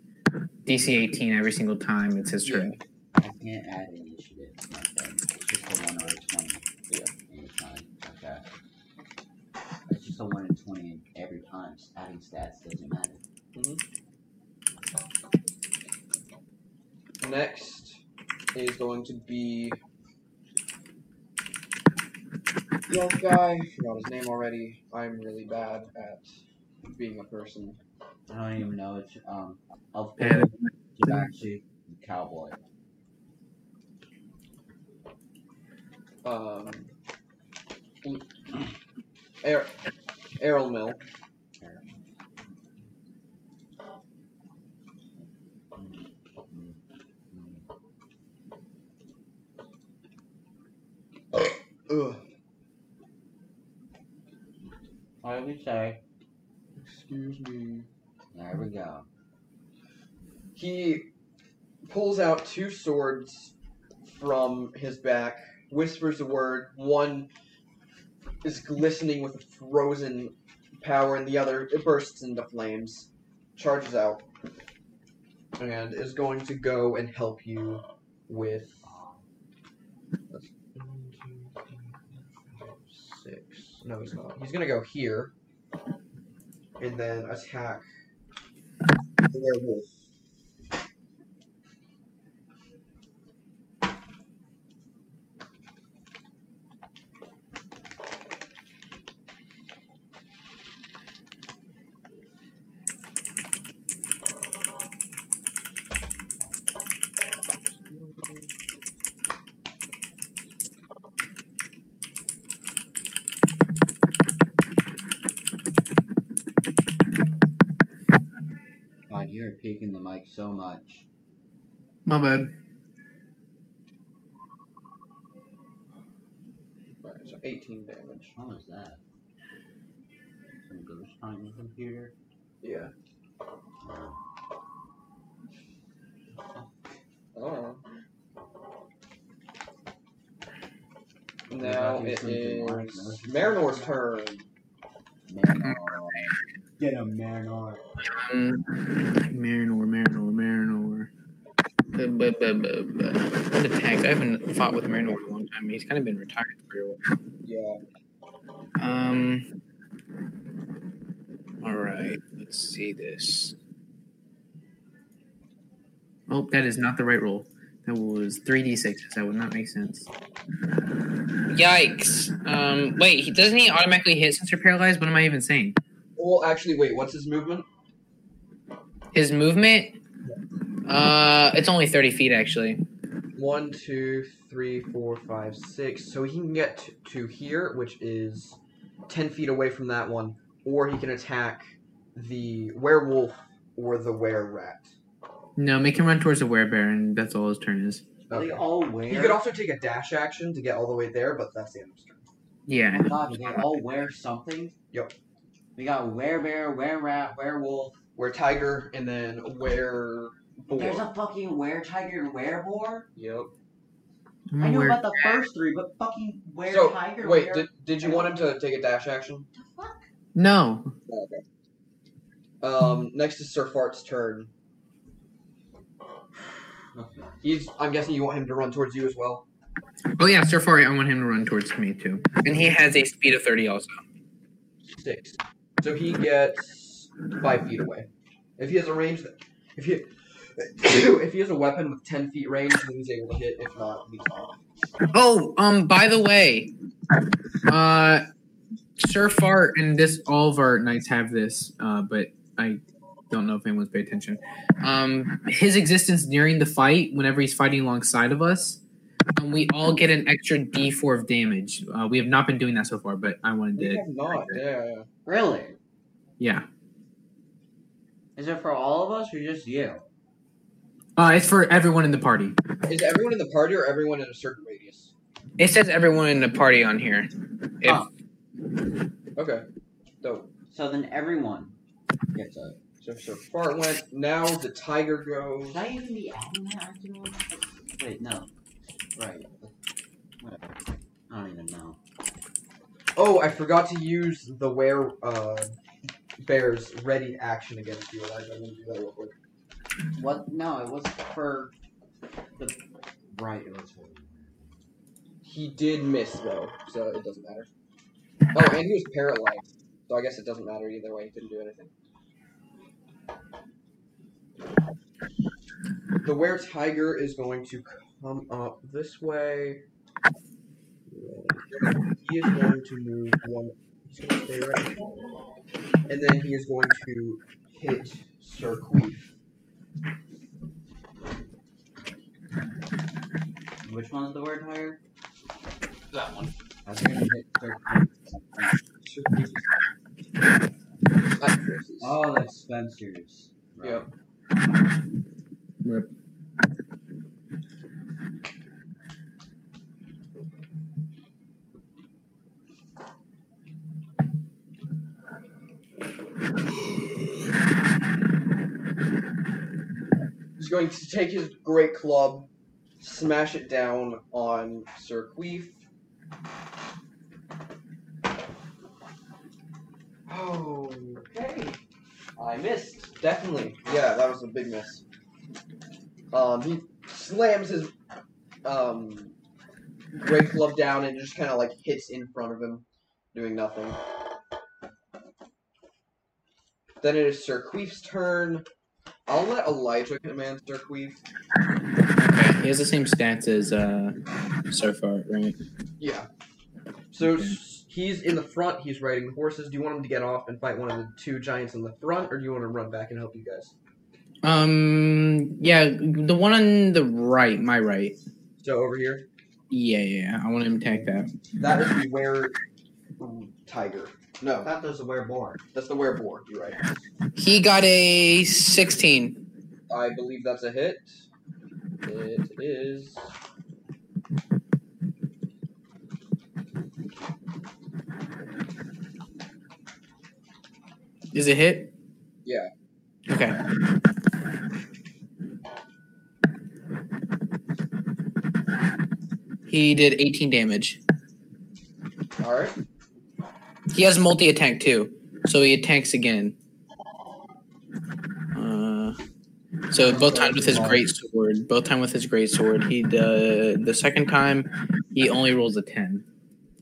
Speaker 3: DC eighteen every single time it's his turn.
Speaker 2: I can't add initiative. to my thing. It's just a 1 out of 20. Yeah. Any time. Okay. It's just a 1 in 20 and every time. Just Adding stats doesn't matter.
Speaker 1: Next is going to be. Young guy. Forgot his name already. I'm really bad at being a person.
Speaker 2: I don't even know. It's, um, Elf
Speaker 3: Yeah.
Speaker 2: actually Cowboy.
Speaker 1: Um. Er- Errol Mill. Ugh.
Speaker 2: What did we say?
Speaker 1: Excuse me.
Speaker 2: There we go.
Speaker 1: He pulls out two swords from his back, whispers a word. One is glistening with frozen power, and the other it bursts into flames, charges out, and is going to go and help you with. That's one, two, three, four, five, Six. No, he's not. He's gonna go here and then attack the werewolf.
Speaker 2: God, you are peeking the mic so much.
Speaker 3: My bad.
Speaker 1: Alright, so 18 damage.
Speaker 2: What was that? Some ghost on your computer?
Speaker 1: Yeah. Oh. Now it is Marinor's turn.
Speaker 2: Manor. Get a Manor.
Speaker 3: Um, Marinor, Marinor, Marinor. Bu- bu- bu- bu- bu- What attack? I haven't fought with Marinor in a long time. He's kind of been retired for a while.
Speaker 1: Yeah.
Speaker 3: Um. All right. Let's see this. Oh, that is not the right roll. That was three d sixes. That would not make sense. Yikes. Um. Wait. He doesn't he automatically hit since they're paralyzed? What am I even saying?
Speaker 1: Well, actually, wait. What's his movement?
Speaker 3: His movement. Uh, it's only thirty feet actually.
Speaker 1: One, two, three, four, five, six. So he can get t- to here, which is ten feet away from that one, or he can attack the werewolf or the were rat.
Speaker 3: No, make him run towards the werebear, and that's all his turn is.
Speaker 2: They all wear.
Speaker 1: You could also take a dash action to get all the way there, but that's the end of his turn.
Speaker 3: Yeah.
Speaker 2: God, do Oh they all wear something?
Speaker 1: Yep.
Speaker 2: We got werebear, were-rat, werewolf.
Speaker 1: Where tiger and then where boar.
Speaker 2: There's a fucking were-tiger and were-boar?
Speaker 1: Yep.
Speaker 2: I know
Speaker 3: Were-
Speaker 2: about the first three, but fucking were
Speaker 1: So,
Speaker 2: tiger.
Speaker 1: Wait,
Speaker 2: were-
Speaker 1: did, did you want him to take a dash action?
Speaker 2: Fuck.
Speaker 3: no.
Speaker 1: Um, next is Sir Fart's turn. He's. I'm guessing you want him to run towards you as well.
Speaker 3: Oh yeah, Sir Fari, I want him to run towards me too, and he has a speed of thirty also.
Speaker 1: Six. So he gets five feet away. If he has a range, that, if he if he has a weapon with ten feet range, then he's able to hit. If not, he's not.
Speaker 3: Oh, um, by the way, uh, Sir Fart and this all of our knights have this, uh, but I don't know if anyone's paid attention. Um, his existence during the fight, whenever he's fighting alongside of us, um, we all get an extra D4 of damage. Uh, we have not been doing that so far, but I wanted
Speaker 1: We
Speaker 3: to.
Speaker 1: have not. Yeah. yeah.
Speaker 2: Really?
Speaker 3: Yeah,
Speaker 2: Is it for all of us or just you?
Speaker 3: uh, it's for everyone in the party.
Speaker 1: Is everyone in the party or everyone in a certain radius?
Speaker 3: It says everyone in the party on here. If,
Speaker 2: Huh.
Speaker 1: Okay. Dope.
Speaker 2: So then everyone gets a.
Speaker 1: So Sir Fart went. Now the tiger goes.
Speaker 2: Should I even be adding that argument? Wait, no. Right. Whatever. I don't even know.
Speaker 1: Oh, I forgot to use the where uh, bears ready action against you. and I'm gonna do that real quick.
Speaker 2: What? No, it was for the. Right, it was for.
Speaker 1: He did miss though, so it doesn't matter. Oh, and he was paralyzed, so I guess it doesn't matter either way. He couldn't do anything. The were tiger is going to come up this way. He is going to move one. He's going to stay right, here. and then he is going to hit Sir Queef.
Speaker 2: Which one's the word higher?
Speaker 5: That one.
Speaker 2: I was gonna hit thirteen.
Speaker 1: Sir Queef is- Ah, this is-
Speaker 2: Oh, that's Spencer's. Right.
Speaker 1: Yep.
Speaker 3: Rip.
Speaker 1: He's going to take his great club, smash it down on Sir Queef. Oh, okay. I missed. Definitely. Yeah, that was a big miss. Um, he slams his um, great club down and just kind of like hits in front of him, doing nothing. Then it is Sir Queef's turn. I'll let Elijah command Sir Queef.
Speaker 3: Okay. He has the same stats as uh so far, right?
Speaker 1: Yeah. So s- he's in the front. He's riding the horses. Do you want him to get off and fight one of the two giants in the front, or do you want to run back and help you guys?
Speaker 3: Um yeah, the one on the right, my right.
Speaker 1: So over here,
Speaker 3: Yeah, yeah. I want to attack that.
Speaker 1: that is the were tiger.
Speaker 2: I
Speaker 1: No,
Speaker 2: thought those were boar.
Speaker 1: that's the were boar. You're right.
Speaker 3: He got a 16.
Speaker 1: I believe that's a hit. It is.
Speaker 3: Is it hit?
Speaker 1: Yeah.
Speaker 3: Okay. He did 18 damage.
Speaker 1: All right.
Speaker 3: He has multi attack too, so he attacks again. Uh, so both times with his great sword, both time with his great sword. He uh, the second time he only rolls a 10.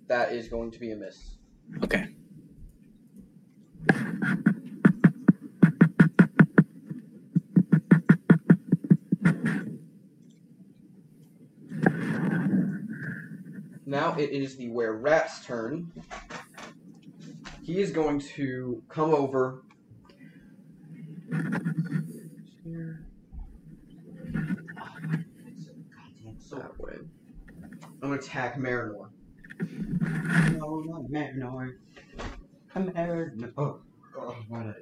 Speaker 1: That is going to be a miss.
Speaker 3: Okay.
Speaker 1: Now it is the where rat's turn. He is going to come over.
Speaker 2: Goddamn sword.
Speaker 1: That way. I'm gonna attack Marinor.
Speaker 2: No, not Marinor. Come here. No. Oh, oh, what a...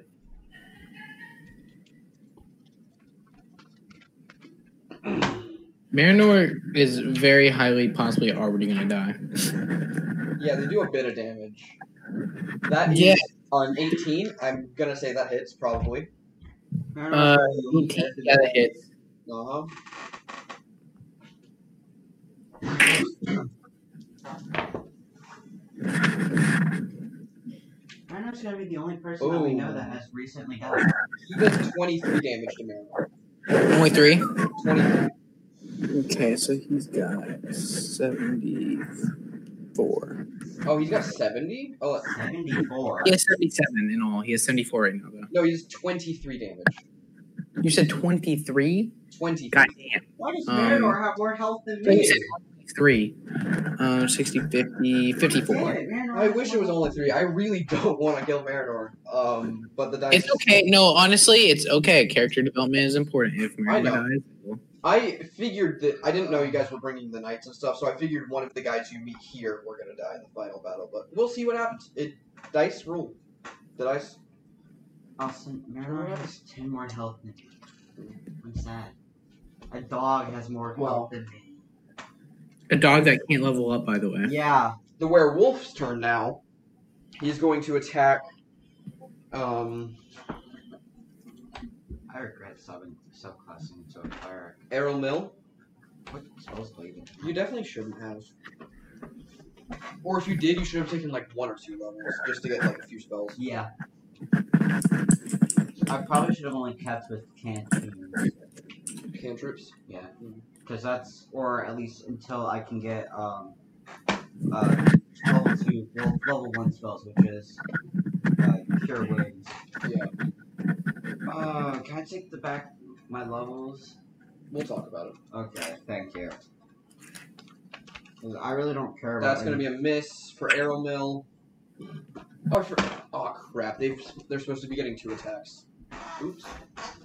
Speaker 3: Marinor is very highly possibly already gonna die.
Speaker 1: Yeah, they do a bit of damage. That is
Speaker 3: Yeah.
Speaker 1: on 18. I'm gonna say that hits probably.
Speaker 3: Uh,
Speaker 2: Marinor's
Speaker 3: 18, yeah, that hits.
Speaker 1: Uh-huh.
Speaker 2: Marinor's gonna be the only person that we know that has recently died.
Speaker 1: He does 23 damage to Marinor.
Speaker 3: Only three.
Speaker 1: 23.
Speaker 3: Okay, so he's got 74.
Speaker 1: Oh, he's got 70? Oh, that's-
Speaker 2: 74.
Speaker 3: He has 77 in all. He has 74 right now, though.
Speaker 1: no, he does 23 damage.
Speaker 3: You said 23?
Speaker 1: 23.
Speaker 3: God damn.
Speaker 2: Why does
Speaker 3: Um,
Speaker 2: Marinor have more health than
Speaker 3: You
Speaker 2: me?
Speaker 3: said 23. Um, 60, 50, 54.
Speaker 2: Shit, Marinor
Speaker 1: I
Speaker 2: has
Speaker 1: wish
Speaker 2: more
Speaker 1: it was
Speaker 2: health.
Speaker 1: only three. I really don't want to kill Marinor. Um, but the dice.
Speaker 3: It's okay. No, honestly, it's okay. Character development is important. If
Speaker 1: I
Speaker 3: Miranda
Speaker 1: know.
Speaker 3: dies, well,
Speaker 1: I figured that I didn't know you guys were bringing the knights and stuff, so I figured one of the guys you meet here were gonna die in the final battle. But we'll see what happens. It dice rule. The dice.
Speaker 2: Austin, Marinor has 10 more health than me. I'm sad. A dog has more health
Speaker 1: Well.
Speaker 2: than me.
Speaker 3: a dog that can't level up, by the way.
Speaker 2: Yeah.
Speaker 1: The werewolf's turn now. He's going to attack. Um,
Speaker 2: I regret subbing, subclassing to a cleric.
Speaker 1: Errol Mill.
Speaker 2: What spells do I even
Speaker 1: You definitely shouldn't have. Or if you did, you should have taken like one or two levels just to get like a few spells.
Speaker 2: Yeah. I probably should have only kept with canteen.
Speaker 1: Cantrips.
Speaker 2: Yeah.
Speaker 1: Mhm.
Speaker 2: Because that's, or at least until I can get, um, uh, level 2, well, level 1 spells, which is, uh, Cure Wounds.
Speaker 1: Yeah.
Speaker 2: Uh, can I take the back, my levels?
Speaker 1: We'll talk about it.
Speaker 2: Okay, thank you. 'Cause I really don't care about
Speaker 1: That's gonna be a miss for Arrow Mill. Oh, for, oh crap! They they're supposed to be getting two attacks. Oops.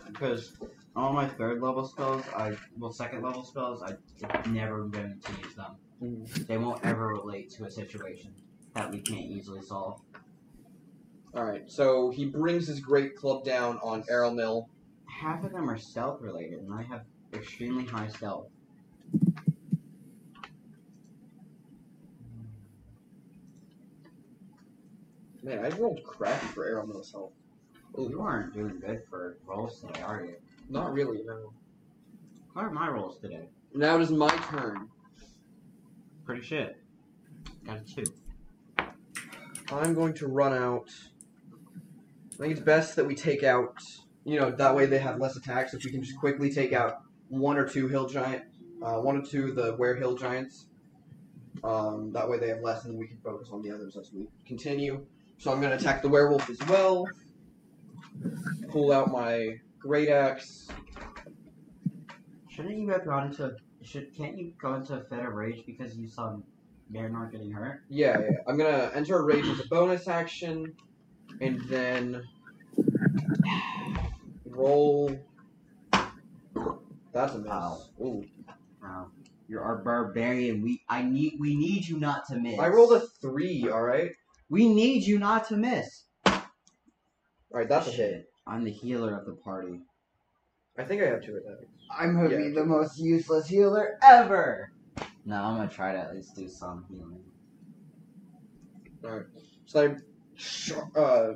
Speaker 2: Because all my third level spells, I well second level spells, I it's never going to use them.
Speaker 1: Mm.
Speaker 2: They won't ever relate to a situation that we can't easily solve.
Speaker 1: All right. So he brings his great club down on Arrow Mill.
Speaker 2: Half of them are stealth related, and I have extremely high stealth.
Speaker 1: Man, I rolled crappy for Arrow Mill's health.
Speaker 2: You aren't doing good for rolls today, are you?
Speaker 1: Not really. No.
Speaker 2: What are my rolls today?
Speaker 1: Now it is my turn.
Speaker 2: Pretty shit. Got a two.
Speaker 1: I'm going to run out. I think it's best that we take out, you know, that way they have less attacks. If we can just quickly take out one or two hill giant, uh, one or two of the were hill giants, um, that way they have less, and then we can focus on the others as we continue. So I'm going to attack the werewolf as well. pull out my great axe.
Speaker 2: Shouldn't you have gone into a, should can't you go into a fit of rage because you saw Marinor getting hurt?
Speaker 1: Yeah, yeah. I'm gonna enter a rage as a bonus action, and then roll. That's a miss.
Speaker 2: Wow.
Speaker 1: Ooh.
Speaker 2: No. You're our barbarian. We I need we need you not to miss.
Speaker 1: I rolled a three. All right.
Speaker 2: We need you not to miss.
Speaker 1: All right. That's a hit.
Speaker 2: I'm the healer of the party.
Speaker 1: I think I have two attacks.
Speaker 2: I'm
Speaker 1: gonna be the
Speaker 2: most useless healer ever. No, I'm gonna try to at least do some healing.
Speaker 1: So I sh- uh,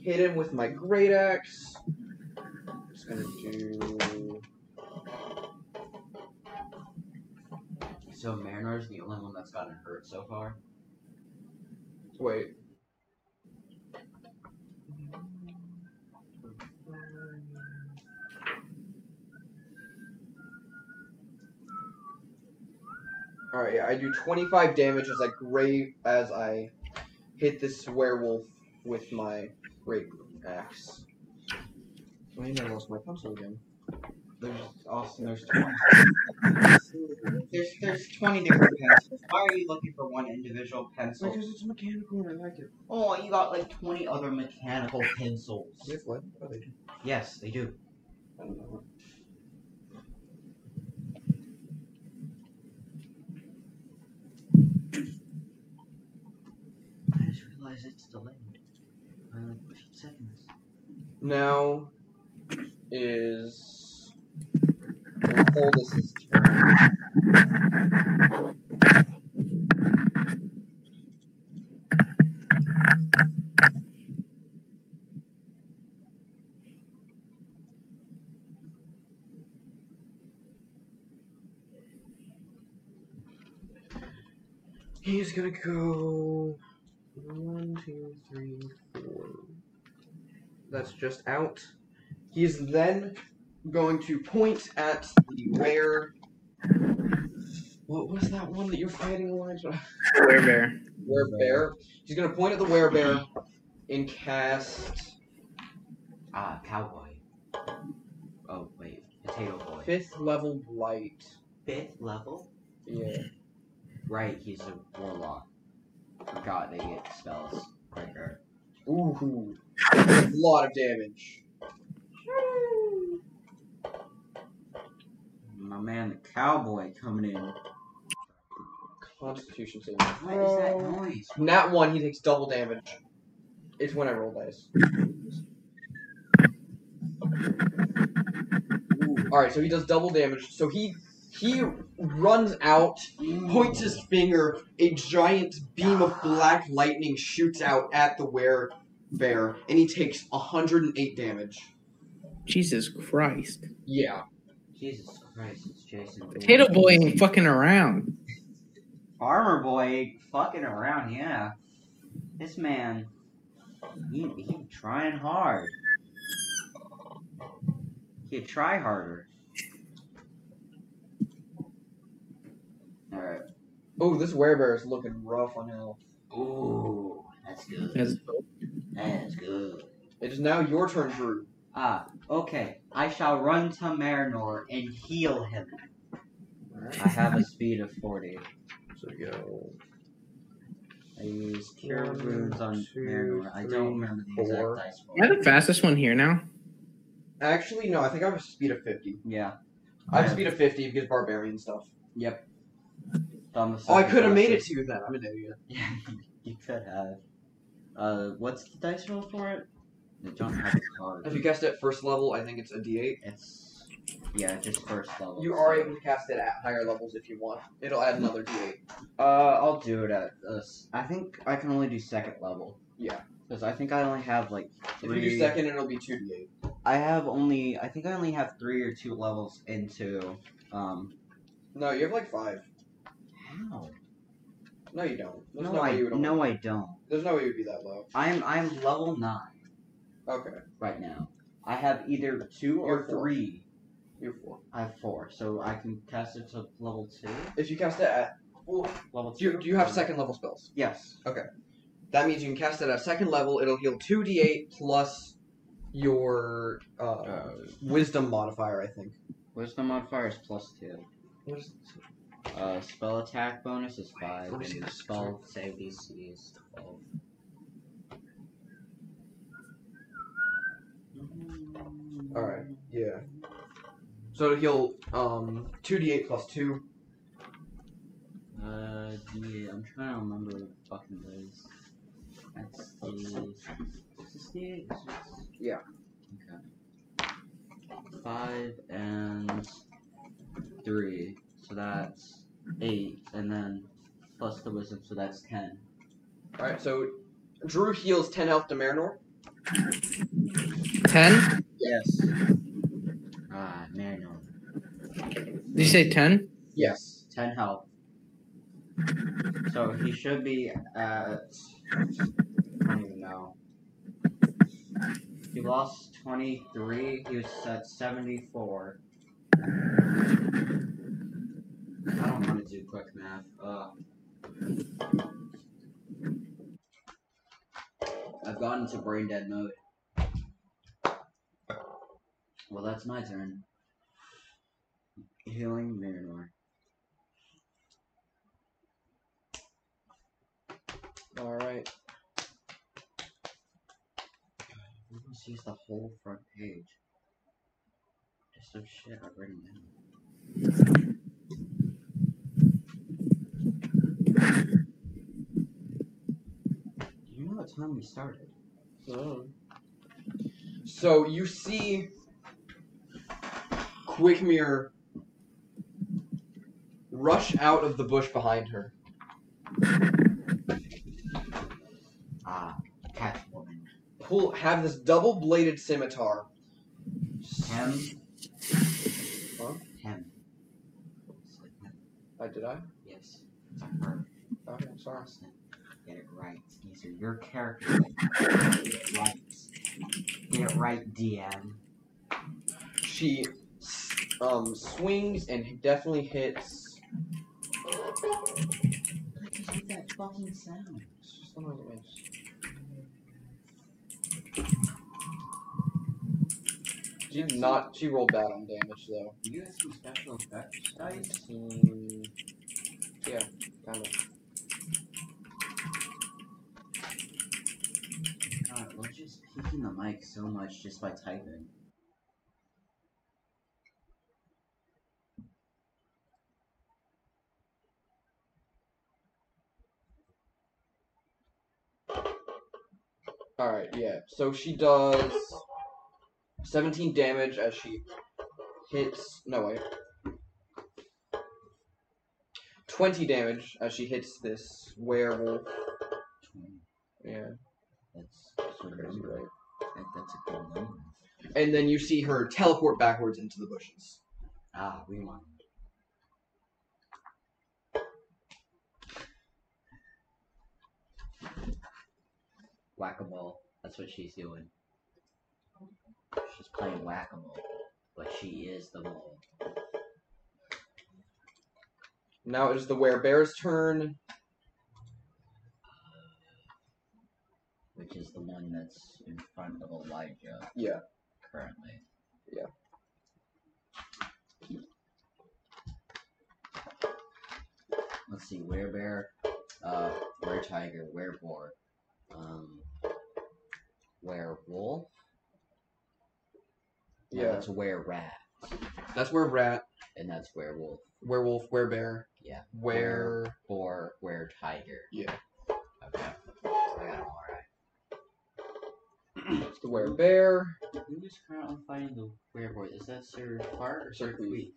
Speaker 1: hit him with my great axe. Just gonna do.
Speaker 2: So Marinor's the only one that's gotten hurt so far.
Speaker 1: Wait. All right, yeah, I do 25 damage as I grave as I hit this werewolf with my great axe. Wait, I lost my pencil again.
Speaker 2: There's also there's twenty. There's there's twenty different pencils. Why are you looking for one individual pencil?
Speaker 1: Because it's mechanical and I like it.
Speaker 2: Oh, you got like twenty other mechanical pencils.
Speaker 1: Do they have lead? Oh, they do.
Speaker 2: Yes, they do.
Speaker 1: I don't know.
Speaker 2: I just realized it's delayed by like seconds.
Speaker 1: Now is Oldus' turn. He's gonna go one, two, three, four. That's just out. He's then going to point at the where. What was that one that you're fighting, Elijah?
Speaker 3: Bear.
Speaker 1: Werebear. He's gonna point at the werebear and cast
Speaker 2: Ah, cowboy. Oh wait, potato boy.
Speaker 1: fifth level light.
Speaker 2: Fifth level.
Speaker 1: Yeah.
Speaker 2: Right, he's a warlock. Forgot they get spells uh, quicker.
Speaker 1: Ooh. A lot of damage.
Speaker 2: My man, the cowboy coming in.
Speaker 1: Constitution saving.
Speaker 2: What is that noise?
Speaker 1: Nat one, he takes double damage. It's when I roll dice. All right, so he does double damage. So he he runs out, points his finger. A giant beam of black lightning shoots out at the were bear, and he takes 108 damage.
Speaker 3: Jesus Christ.
Speaker 1: Yeah,
Speaker 2: Jesus Christ, it's Jason.
Speaker 3: Potato Boy ain't fucking around.
Speaker 2: Armor boy, fucking around, yeah. This man, he he trying hard. He try harder. All right.
Speaker 1: Oh, this werebear is looking rough on hell.
Speaker 2: Ooh, that's good.
Speaker 3: That's-
Speaker 2: That's good.
Speaker 1: It is now your turn, Drew.
Speaker 2: Ah, okay. I shall run to Marinor and heal him. I have a speed of 40.
Speaker 1: So we go.
Speaker 2: I use cure
Speaker 1: One,
Speaker 2: wounds on
Speaker 1: two,
Speaker 2: Marinor. I
Speaker 1: three,
Speaker 2: don't remember the exact
Speaker 1: four.
Speaker 2: dice roll.
Speaker 3: Am I the fastest one here now?
Speaker 1: Actually, no. I think I have a speed of 50.
Speaker 2: Yeah.
Speaker 1: I have a speed of 50 because barbarian stuff.
Speaker 2: Dumbest
Speaker 1: Oh, I could have made it to you then. I'm an idiot.
Speaker 2: Yeah, you could have. Uh, what's the dice roll for it? They don't have a
Speaker 1: If you
Speaker 2: card.
Speaker 1: cast it at first level, I think it's a d8.
Speaker 2: It's yeah, just first level.
Speaker 1: You are able to cast it at higher levels if you want. It'll add another d8.
Speaker 2: Uh, I'll do it at this. I think I can only do second level.
Speaker 1: Yeah.
Speaker 2: Because I think I only have like
Speaker 1: If
Speaker 2: three.
Speaker 1: you do second, it'll be 2d8.
Speaker 2: I have only. I think I only have three or two levels into. Um.
Speaker 1: No, you have like five.
Speaker 2: How?
Speaker 1: No, you don't. There's no,
Speaker 2: No, I
Speaker 1: way you would.
Speaker 2: no, I don't.
Speaker 1: There's no way you'd be that low.
Speaker 2: I'm I'm level nine
Speaker 1: Okay,
Speaker 2: right now. I have either two
Speaker 1: You're
Speaker 2: or
Speaker 1: four.
Speaker 2: three.
Speaker 1: you're four.
Speaker 2: I have four, so I can cast it to level two.
Speaker 1: If you cast it at,
Speaker 2: Level
Speaker 1: do you, do you have second level spells?
Speaker 2: Yes.
Speaker 1: That means you can cast it at second level. It'll heal 2d8 plus your uh,
Speaker 5: Uh,
Speaker 1: wisdom modifier, I think.
Speaker 2: Wisdom modifier is plus two.
Speaker 1: What is
Speaker 2: Uh, spell attack bonus is five,
Speaker 1: Let me see
Speaker 2: and
Speaker 1: this.
Speaker 2: spell save DC is twelve.
Speaker 1: All right. Yeah. So he'll um two d eight plus two.
Speaker 2: Uh, yeah, I'm trying to remember what the fucking it is. That's the. Is this the eight? Is this-
Speaker 1: Yeah.
Speaker 2: Okay. Five and three, so that's eight, and then plus the wisdom, so that's ten.
Speaker 1: All right. So Drew heals ten health to Marinor.
Speaker 3: Ten?
Speaker 5: Yes.
Speaker 2: Ah, Marinor.
Speaker 3: Did you say ten?
Speaker 1: Yes.
Speaker 2: Ten health. So he should be at. I don't even know. He lost 23. He was at 74. I don't want to do quick math. Uh, I've gone into brain dead mode. Well, that's my turn. Healing Miranor.
Speaker 1: All right.
Speaker 2: We can see the whole front page. Just some shit I've written down. Do you know what time we started?
Speaker 1: So, so you see Quickmire rush out of the bush behind her.
Speaker 2: Ah, Catwoman.
Speaker 1: Pull have this double bladed scimitar.
Speaker 2: Hem.
Speaker 1: Huh?
Speaker 2: Hem. It's like that.
Speaker 1: I did I?
Speaker 2: Yes, it's a her.
Speaker 1: Okay, sorry.
Speaker 2: Austin. Get it right. These are your characters. Get it right. Get it right, DM.
Speaker 1: She um swings and definitely hits.
Speaker 2: Make that fucking sound.
Speaker 1: It's just the noise it makes. She did not. She rolled bad on damage though.
Speaker 2: You have some special effects dice?
Speaker 1: Nineteen. Yeah, kind of.
Speaker 2: God, we're just peeking the mic so much just by typing.
Speaker 1: All right, yeah. So she does 17 damage as she hits. No wait. 20 damage as she hits this werewolf.
Speaker 2: Twenty.
Speaker 1: Yeah,
Speaker 2: That's that's a
Speaker 1: crazy,
Speaker 2: number.
Speaker 1: right?
Speaker 2: That, that's a cool number.
Speaker 1: And then you see her teleport backwards into the bushes.
Speaker 2: Ah, rewind. Whack a mole. That's what she's doing. She's playing whack a mole, but she is the mole.
Speaker 1: Now it is the werebear's turn.
Speaker 2: which is the one that's in front of Elijah.
Speaker 1: Yeah.
Speaker 2: Currently.
Speaker 1: Yeah.
Speaker 2: Let's see, where bear, uh, where tiger, where boar, um, where wolf.
Speaker 1: Yeah.
Speaker 2: that's where rat,
Speaker 1: That's where rat,
Speaker 2: and that's where wolf,
Speaker 1: werewolf, werebear,
Speaker 2: Yeah.
Speaker 1: were
Speaker 2: boar, where tiger.
Speaker 1: yeah,
Speaker 2: Okay. So I got 'em all right.
Speaker 1: it's the werebear.
Speaker 2: Who is currently fighting the werewolf? Is that Sir Fart or Sir
Speaker 1: Sir Queef.
Speaker 2: Queef?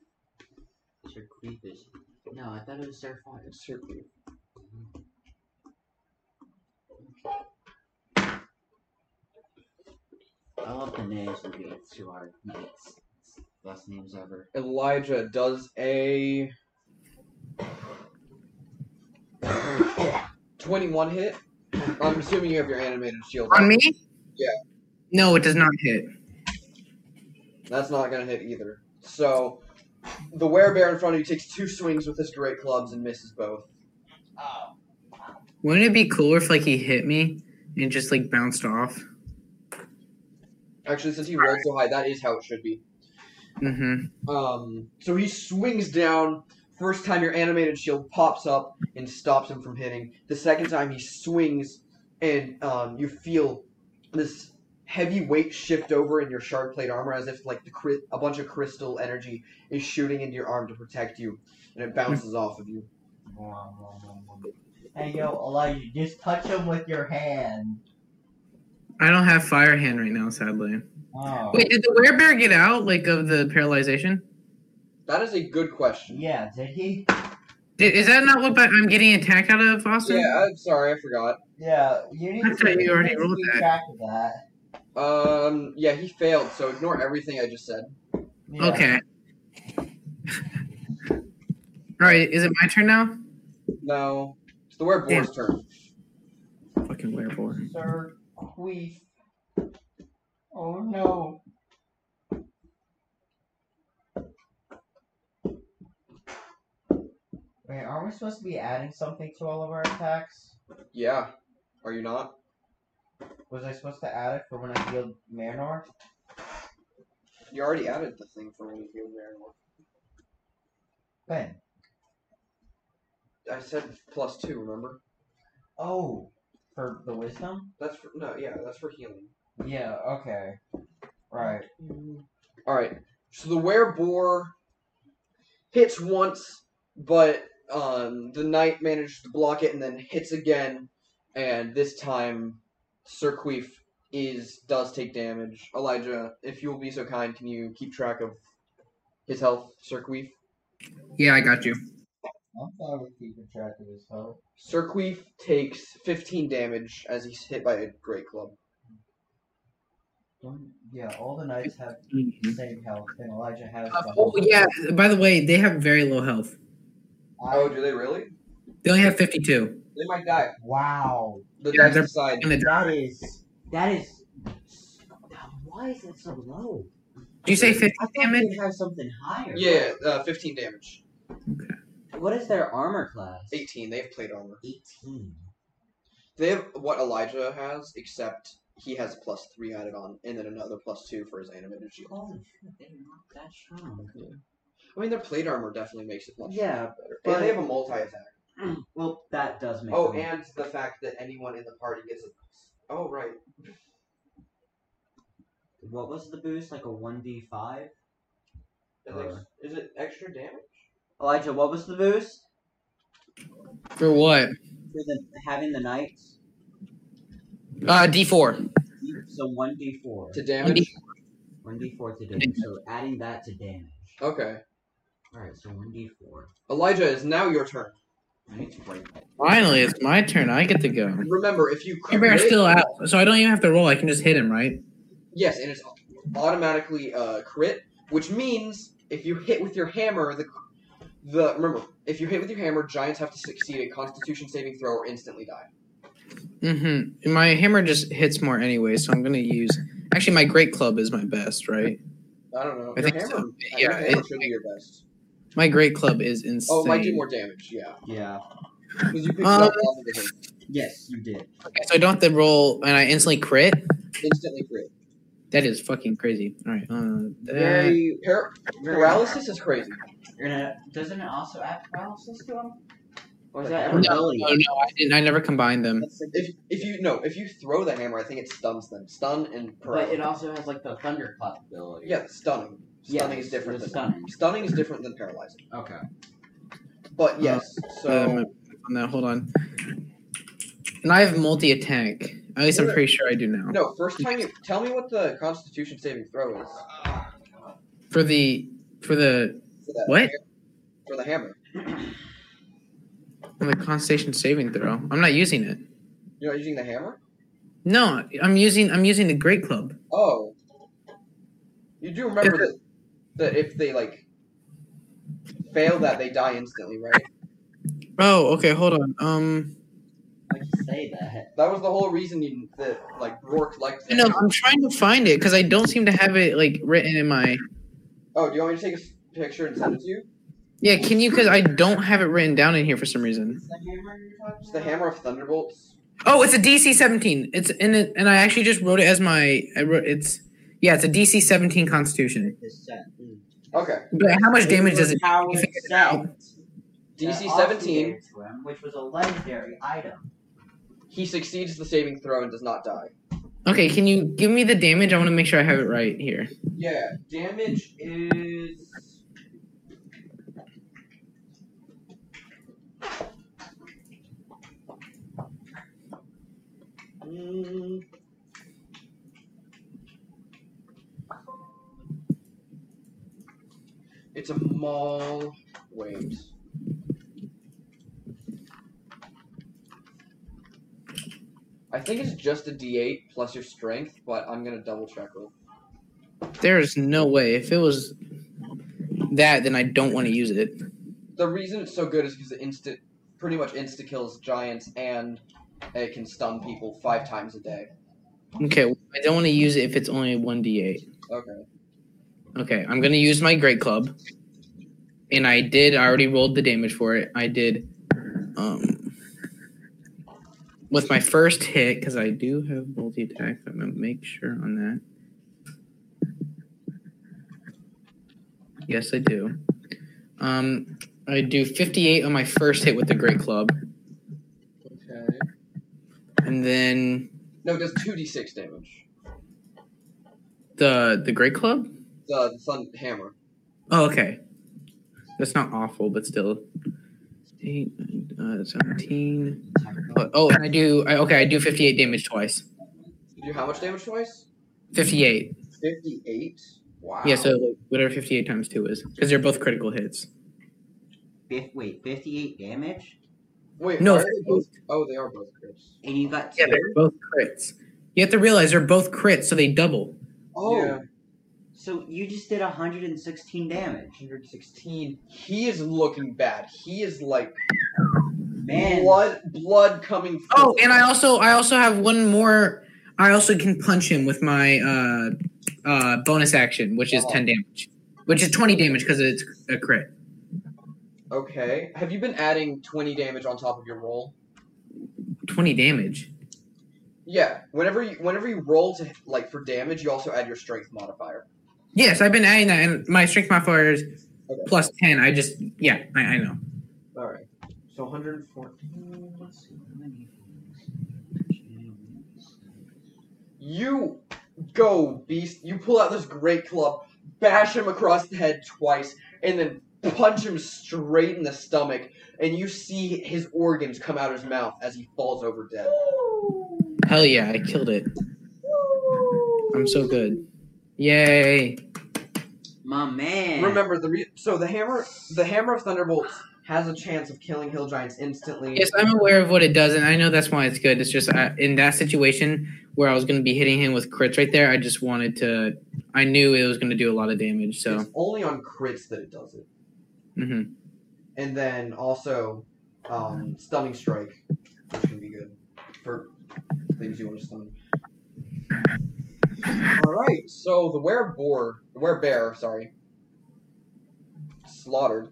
Speaker 2: Sir Queef is. No, I thought it was Sir Fart.
Speaker 1: Circle.
Speaker 2: I love the names we give to our mates. Best names ever.
Speaker 1: Elijah does a 21 hit. I'm assuming you have your animated shield.
Speaker 3: On me?
Speaker 1: Yeah.
Speaker 3: No, it does not hit.
Speaker 1: That's not going to hit either. So the werebear in front of you takes two swings with his great clubs and misses both.
Speaker 2: Oh.
Speaker 3: Wouldn't it be cooler if like he hit me and just like bounced off?
Speaker 1: Actually, since he rolled so high, that is how it should be.
Speaker 3: Mm-hmm.
Speaker 1: Um, so he swings down. First time your animated shield pops up and stops him from hitting. The second time he swings and um, you feel this heavy weight shift over in your shard plate armor as if like the cri- a bunch of crystal energy is shooting into your arm to protect you and it bounces off of you.
Speaker 4: Hey yo, Elijah, just touch him with your hand.
Speaker 3: I don't have fire hand right now, sadly.
Speaker 4: Oh.
Speaker 3: Wait, did the werebear get out like of the paralyzation?
Speaker 1: That is a good question.
Speaker 4: Yeah, did he?
Speaker 3: Did, is that not what but I'm getting attack out of, Austin?
Speaker 1: Yeah, I'm sorry, I forgot.
Speaker 4: Yeah, you need
Speaker 3: I
Speaker 4: to
Speaker 3: thought you already
Speaker 4: need to
Speaker 3: rolled
Speaker 4: keep
Speaker 3: that.
Speaker 4: track of that.
Speaker 1: Um, yeah, he failed, so ignore everything I just said.
Speaker 4: Yeah.
Speaker 3: Okay. All right, is it my turn now?
Speaker 1: No, it's the werewolf's turn.
Speaker 3: Fucking werebear.
Speaker 4: Sir Queef. Oh no. Wait, aren't we supposed to be adding something to all of our attacks?
Speaker 1: Yeah, are you not?
Speaker 4: Was I supposed to add it for when I healed Manor?
Speaker 1: You already added the thing for when you healed Marinor.
Speaker 4: Ben.
Speaker 1: I said plus two. Remember?
Speaker 4: Oh, for the wisdom?
Speaker 1: That's for no. Yeah, that's for healing.
Speaker 4: Yeah, okay. Right.
Speaker 1: All right. So the werebore hits once, but um, the knight managed to block it, and then hits again. And this time, Sir Queef is does take damage. Elijah, if you will be so kind, can you keep track of his health, Sir Queef?
Speaker 3: Yeah, I got you.
Speaker 4: I'm sorry we keeping track of this hoe.
Speaker 1: Sir Queef takes 15 damage as he's hit by a great club.
Speaker 4: Don't- Yeah, all the knights have the
Speaker 2: Mm-hmm.
Speaker 3: Mhm.
Speaker 4: same health, and Elijah has.
Speaker 3: Uh,
Speaker 4: the
Speaker 3: oh yeah. By the way, they have very low health.
Speaker 1: Oh,
Speaker 4: I,
Speaker 1: do they really?
Speaker 3: They only have fifty-two.
Speaker 1: They might die.
Speaker 4: wow,
Speaker 1: The
Speaker 3: Yeah,
Speaker 1: dice
Speaker 3: they're-
Speaker 1: decide.
Speaker 3: And the did
Speaker 4: that is
Speaker 2: That is. Why is it so low?
Speaker 3: you say fifty
Speaker 2: I thought
Speaker 3: damage?
Speaker 2: they'd have something higher.
Speaker 1: Yeah, uh, 15 damage.
Speaker 2: What is their armor class?
Speaker 1: 18. They have plate armor.
Speaker 2: 18.
Speaker 1: They have what Elijah has, except he has plus three added on, and then another plus two for his animated shield.
Speaker 2: Holy shit, they're not that strong.
Speaker 1: I mean, their plate armor definitely makes it much
Speaker 2: Yeah,
Speaker 1: better.
Speaker 2: but-
Speaker 1: and they have a multi attack.
Speaker 2: well, that does make
Speaker 1: Oh,
Speaker 2: them-
Speaker 1: and the fact that anyone in the party gets a. Oh, right.
Speaker 2: What was the boost? Like a 1d5?
Speaker 1: Is it- Is it extra damage?
Speaker 2: Elijah, what was the boost?
Speaker 3: For
Speaker 2: For
Speaker 3: what?
Speaker 2: the, having the knights?
Speaker 3: Uh, D four.
Speaker 2: So 1d4.
Speaker 1: To damage?
Speaker 2: 1d4 to damage. So adding that to damage.
Speaker 1: Okay.
Speaker 2: Alright, so 1d4.
Speaker 1: Elijah, is now your turn.
Speaker 2: I need to break that.
Speaker 3: Finally, it's my turn. I get to go.
Speaker 1: Remember, if you
Speaker 3: Bear's
Speaker 1: crit-
Speaker 3: still out, so I don't even have to roll. I can just hit him, right?
Speaker 1: Yes, and it's automatically uh, crit, which means if you hit with your hammer, the the remember if you hit with your hammer, giants have to succeed a Constitution saving throw or instantly die.
Speaker 3: Mm-hmm. My hammer just hits more anyway, so I'm gonna use. Actually, my great club is my best, right?
Speaker 1: I don't know.
Speaker 3: I
Speaker 1: your
Speaker 3: think
Speaker 1: hammer,
Speaker 3: so.
Speaker 1: your
Speaker 3: Yeah,
Speaker 1: hammer
Speaker 3: it-
Speaker 1: should be your best.
Speaker 3: My great club is insane.
Speaker 1: Oh, it might do more damage. Yeah,
Speaker 2: Yeah.
Speaker 1: because you picked
Speaker 3: Um,
Speaker 1: it up off of the hit.
Speaker 2: Yes, you did.
Speaker 3: Okay, so I don't have to roll, and I instantly crit.
Speaker 1: instantly crit.
Speaker 3: That is fucking crazy. All right. Uh, that-
Speaker 2: Very.
Speaker 1: Par- paralysis is crazy.
Speaker 2: You're gonna, doesn't it also add paralysis to him? Or is
Speaker 1: Like,
Speaker 2: that
Speaker 1: no,
Speaker 2: ever
Speaker 3: no, no, oh, no, I didn't. I never combined them.
Speaker 2: That's like-
Speaker 1: If if you no, if you throw the hammer, I think it stuns them. Stun and
Speaker 2: but
Speaker 1: paralysis.
Speaker 2: it also has like the thunderclap ability.
Speaker 1: yeah, stunning.
Speaker 2: Yeah,
Speaker 1: Stunning is different
Speaker 2: the
Speaker 1: than
Speaker 2: stunning.
Speaker 1: stunning is different than paralyzing.
Speaker 2: Okay.
Speaker 1: But yes, so.
Speaker 3: Um, on Uh, that, hold on. And I have multi attack. At least I'm pretty sure I do now.
Speaker 1: No, first time you tell me what the Constitution saving throw is
Speaker 3: For the for the
Speaker 1: for that
Speaker 3: What?
Speaker 1: hammer- for the hammer.
Speaker 3: for the constitution saving throw, I'm not using it.
Speaker 1: You're not using the hammer.
Speaker 3: No, I'm using I'm using the great club.
Speaker 1: Oh, you do remember that, that if they like fail that they die instantly, right?
Speaker 3: Oh, okay, hold on. Um,
Speaker 2: Why'd you say that?
Speaker 1: That was the whole reason you, that like Rourke liked. the
Speaker 3: no,
Speaker 1: hammer.
Speaker 3: I'm trying to find it because I don't seem to have it like written in my.
Speaker 1: Oh, do you want me to take a s- picture and send it to you?
Speaker 3: Yeah, can you? Because I don't have it written down in here for some reason.
Speaker 4: Is the hammer you're talking
Speaker 1: It's the hammer of thunderbolts.
Speaker 3: Oh, it's a DC 17. It's in it, and I actually just wrote it as my. I wrote it's Yeah, it's a DC 17 Constitution.
Speaker 1: Okay.
Speaker 3: But how much damage does it?
Speaker 2: How
Speaker 3: you
Speaker 2: it
Speaker 3: figured it
Speaker 2: said
Speaker 3: out?
Speaker 2: that
Speaker 1: DC
Speaker 2: Austin
Speaker 1: 17.
Speaker 2: gave it to him, which was a legendary item.
Speaker 1: He succeeds the saving throw and does not die.
Speaker 3: Okay, can you give me the damage? I want to make sure I have it right here.
Speaker 1: Yeah.
Speaker 4: Damage is.
Speaker 2: Mm,
Speaker 1: It's a maul. Wait. I think it's just a D8 plus your strength, but I'm gonna double check real.
Speaker 3: There's no way. If it was that, then I don't want to use it.
Speaker 1: The reason it's so good is because it instant, pretty much insta kills giants, and it can stun people five times a day.
Speaker 3: Okay, I don't want to use it if it's only 1d8.
Speaker 1: Okay.
Speaker 3: Okay, I'm going to use my Great Club. And I did, I already rolled the damage for it. I did, um, with my first hit, because I do have multi attack. I'm going to make sure on that. Yes, I do. Um, I do 58 on my first hit with the Great Club.
Speaker 1: Okay.
Speaker 3: And then
Speaker 1: No, it does two d6 damage.
Speaker 3: the the Great Club?
Speaker 1: The, the sun hammer.
Speaker 3: Oh, okay. That's not awful, but still. Eight, uh, 17.
Speaker 2: technical.
Speaker 3: Oh, and I do. I, okay, I do 58 damage twice.
Speaker 1: You do how much damage twice?
Speaker 3: 58.
Speaker 1: Fifty-eight. Wow.
Speaker 3: Yeah, so like, whatever 58 times 2 is. Because they're both critical hits.
Speaker 2: Fif- wait, 58 damage?
Speaker 1: Wait. are
Speaker 3: No,
Speaker 1: they both- oh, they are both crits.
Speaker 2: And you got two?
Speaker 3: Yeah, they're both crits. You have to realize they're both crits, so they double.
Speaker 1: Oh.
Speaker 4: Yeah.
Speaker 2: So you just did 116 damage.
Speaker 1: 116. He is looking bad. He is like
Speaker 2: Man.
Speaker 1: blood, blood coming. Forth.
Speaker 3: Oh, and I also I also have one more. I also can punch him with my uh, uh, bonus action, which is 10 damage, which is 20 damage because it's a crit.
Speaker 1: Okay. Have you been adding 20 damage on top of your roll?
Speaker 3: 20 damage.
Speaker 1: Yeah. Whenever you, whenever you roll to like for damage, you also add your strength modifier.
Speaker 3: Yes, I've been adding that, and my strength modifier is
Speaker 1: Okay.
Speaker 3: plus ten. I just, yeah, I, I know.
Speaker 1: All right. So 114.
Speaker 2: Let's see, how many-
Speaker 1: You go, beast. You pull out this great club, bash him across the head twice, and then punch him straight in the stomach. And you see his organs come out of his mouth as he falls over dead.
Speaker 3: Hell yeah, I killed it. I'm so good. Yay!
Speaker 2: My man.
Speaker 1: Remember the re- so the hammer the hammer of thunderbolts has a chance of killing hill giants instantly.
Speaker 3: Yes, I'm aware of what it does, and I know that's why it's good. It's just I, in that situation where I was going to be hitting him with crits right there. I just wanted to. I knew it was going to do a lot of damage, so
Speaker 1: It's only on crits that it does it,
Speaker 3: hmm
Speaker 1: and then also um, stunning strike, which can be good for things you want to stun. All right, so the were boar, the were bear, sorry, slaughtered.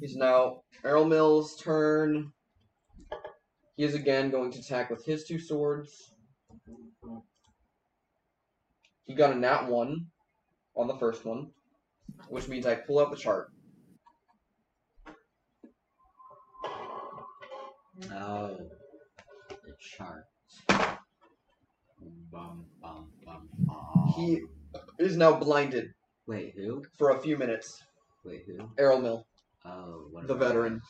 Speaker 1: He's now Errol Mills' turn. He is again going to attack with his two swords. He got a nat one on the first one, which means I pull out the chart.
Speaker 2: Oh, the chart. Bum, bum, bum, bum.
Speaker 1: He is now blinded
Speaker 2: Wait, who?
Speaker 1: for a few minutes.
Speaker 2: Wait, who?
Speaker 1: Errol Mill.
Speaker 2: Oh, one of
Speaker 1: The
Speaker 2: our
Speaker 1: veteran.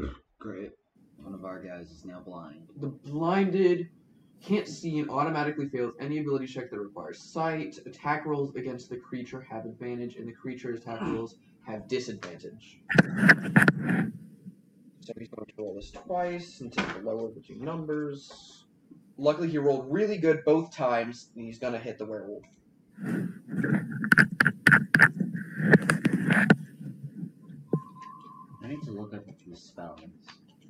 Speaker 2: guys. Great. One of our guys is now blind.
Speaker 1: The blinded can't see and automatically fails any ability check that requires sight. Attack rolls against the creature have advantage, and the creature's attack rolls have disadvantage. So he's going to roll this twice and take the lower of the two numbers. Luckily, he rolled really good both times, and he's going to hit the werewolf.
Speaker 2: I need to look up the spells.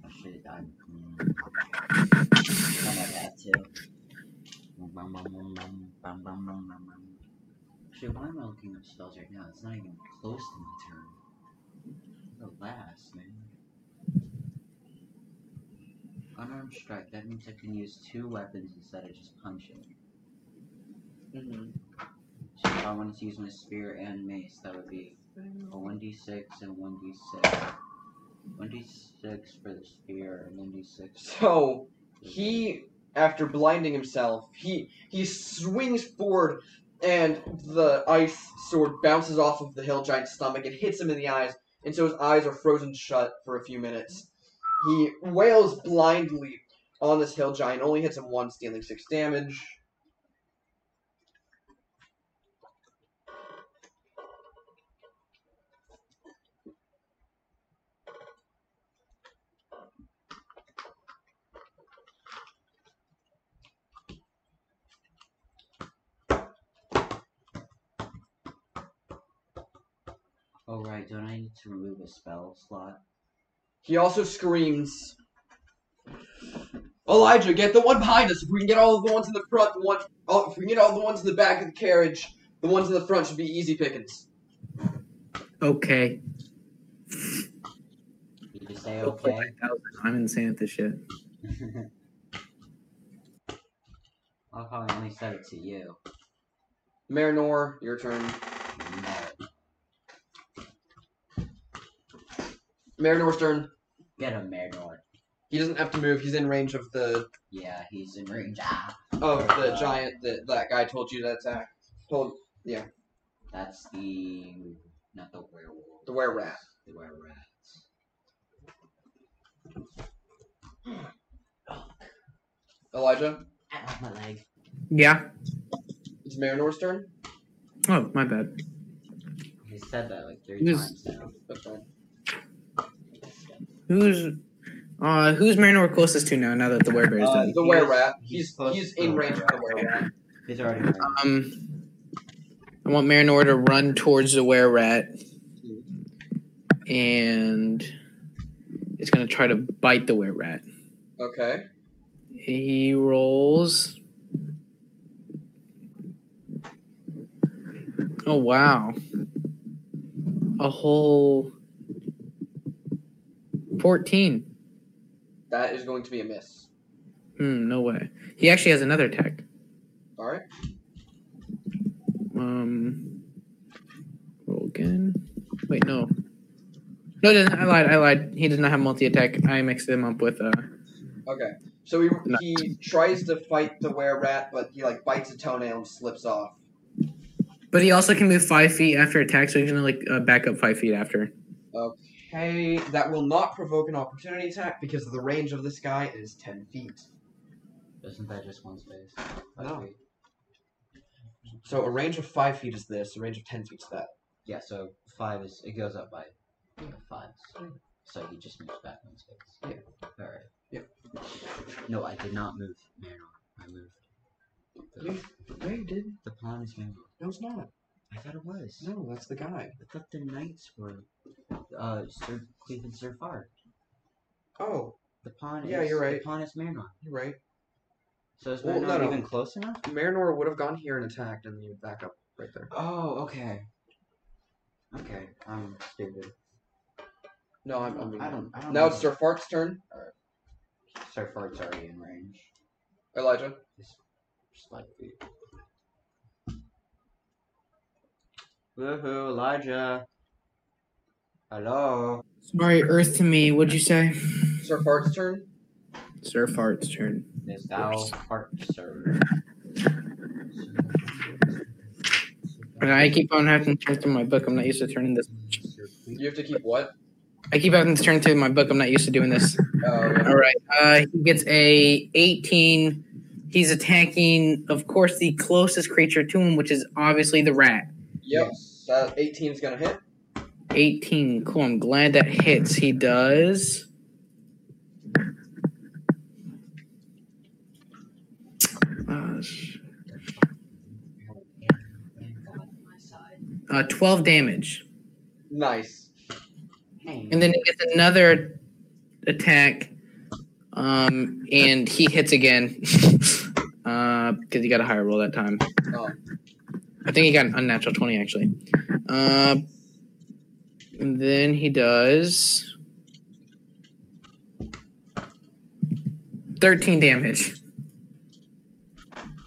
Speaker 2: I should. I'm. I got that too. Bum, bum, bum, bum, bum, bum, bum, bum, bum. Actually, why am I looking up spells right now? It's not even close to my turn. The last, man. unarmed strike. That means I can use two weapons instead of just punching.
Speaker 1: Mm-hmm.
Speaker 2: So if I wanted to use my spear and mace, that would be a 1d6 and 1d6. 1d6 for the spear and 1d6.
Speaker 1: So he after blinding himself he he swings forward and the ice sword bounces off of the hill giant's stomach and hits him in the eyes and so his eyes are frozen shut for a few minutes he wails blindly on this hill giant only hits him once dealing six damage
Speaker 2: Oh right, don't I need to remove a spell slot?
Speaker 1: he also screams elijah get the one behind us if we can get all the ones in the front the ones, oh, if we can get all the ones in the back of the carriage the ones in the front should be easy pickings
Speaker 3: Okay.
Speaker 2: You just say
Speaker 3: Go play
Speaker 2: okay.
Speaker 3: 9,000. I'm insane at this shit.
Speaker 2: I'll probably only said it to you.
Speaker 1: Marinor, your turn.
Speaker 2: No.
Speaker 1: Marinor's turn.
Speaker 2: Get him, Marinor.
Speaker 1: He doesn't have to move. He's in range of the
Speaker 2: Yeah, he's in range. Ah,
Speaker 1: of the giant that that guy told you to attack. Told
Speaker 2: that's the not the werewolf.
Speaker 1: The were-rat.
Speaker 2: The were-rats.
Speaker 1: Elijah.
Speaker 2: Ow, Oh, my leg.
Speaker 3: Yeah.
Speaker 1: It's Marinor's turn.
Speaker 3: Oh, my bad.
Speaker 2: He said that like three
Speaker 3: He was-
Speaker 2: times now.
Speaker 1: That's fine.
Speaker 3: Who's uh who's Marinor closest to now? Now that the werebear is
Speaker 2: Uh,
Speaker 3: done.
Speaker 1: The
Speaker 2: He
Speaker 1: were-rat.
Speaker 2: is- he's
Speaker 1: He's
Speaker 2: close
Speaker 1: he's
Speaker 2: to the
Speaker 1: in range of the were-rat.
Speaker 2: He's already in range.
Speaker 3: Um, I want Marinor to run towards the were rat, and it's gonna try to bite the were rat.
Speaker 1: Okay.
Speaker 3: He rolls. Oh wow! A whole fourteen.
Speaker 1: That is going to be a miss.
Speaker 3: Hmm, no way. He actually has another attack.
Speaker 1: All right.
Speaker 3: Um, roll again. Wait, no. No, it doesn't- I lied. I lied. He does not have multi attack. I mixed him up with. Uh,
Speaker 1: Okay. So he
Speaker 3: No.
Speaker 1: he tries to fight the were-rat, but he like bites a toenail and slips off.
Speaker 3: but he also can move five feet after attack, so he's gonna like uh, back up five feet after.
Speaker 1: Okay. That will not provoke an opportunity attack because the range of this guy is ten feet.
Speaker 2: Isn't that just one space?
Speaker 1: No.
Speaker 2: Okay.
Speaker 1: So a range of five feet is this, a range of ten feet is that.
Speaker 2: Yeah, so five is it goes up by five. So he just moves back one space. Yeah. Alright.
Speaker 1: Yep.
Speaker 2: No, I did not move Marinor. I moved. The,
Speaker 1: No, you didn't.
Speaker 2: the pawn is Marinor.
Speaker 1: No, it's not.
Speaker 2: I thought it was.
Speaker 1: No, that's the guy.
Speaker 2: I thought the knights were uh Sir Cleveland Sir Far.
Speaker 1: Oh,
Speaker 2: The pawn
Speaker 1: Yeah,
Speaker 2: is
Speaker 1: you're
Speaker 2: the
Speaker 1: right.
Speaker 2: pawn is Marinor.
Speaker 1: you're right.
Speaker 2: So is
Speaker 1: Well,
Speaker 2: Marinor
Speaker 1: no, no.
Speaker 2: even close enough?
Speaker 1: Marinor would have gone here and attacked, and you'd back up right there.
Speaker 2: Oh, okay. Okay, I'm stupid.
Speaker 1: No, I'm. I'm being
Speaker 2: I don't- I don't
Speaker 1: now
Speaker 2: know.
Speaker 1: it's Sir Fart's turn.
Speaker 2: Sir Fart's already in range.
Speaker 1: Elijah.
Speaker 2: Just like the Woohoo, Elijah. Hello.
Speaker 3: Sorry, Earth to me. What'd you say?
Speaker 1: Sir Fart's turn.
Speaker 3: Sir Fart's turn.
Speaker 2: This thou heart sir.
Speaker 3: And I keep on having to turn through my book. I'm not used to turning this.
Speaker 1: You have to keep what?
Speaker 3: I keep having to turn through my book. I'm not used to doing this.
Speaker 1: Oh, yeah.
Speaker 3: All right. Uh, he gets a 18. He's attacking, of course, the closest creature to him, which is obviously the rat.
Speaker 1: Yep. That 18 is gonna hit.
Speaker 3: 18. Cool. I'm glad that hits. He does. Uh, Uh, 12 damage.
Speaker 1: Nice.
Speaker 2: Hey.
Speaker 3: And then he gets another attack. Um, and he hits again. uh, because he got a higher roll that time.
Speaker 1: Oh.
Speaker 3: I think he got an unnatural 20, actually. Uh, and then he does. 13 damage.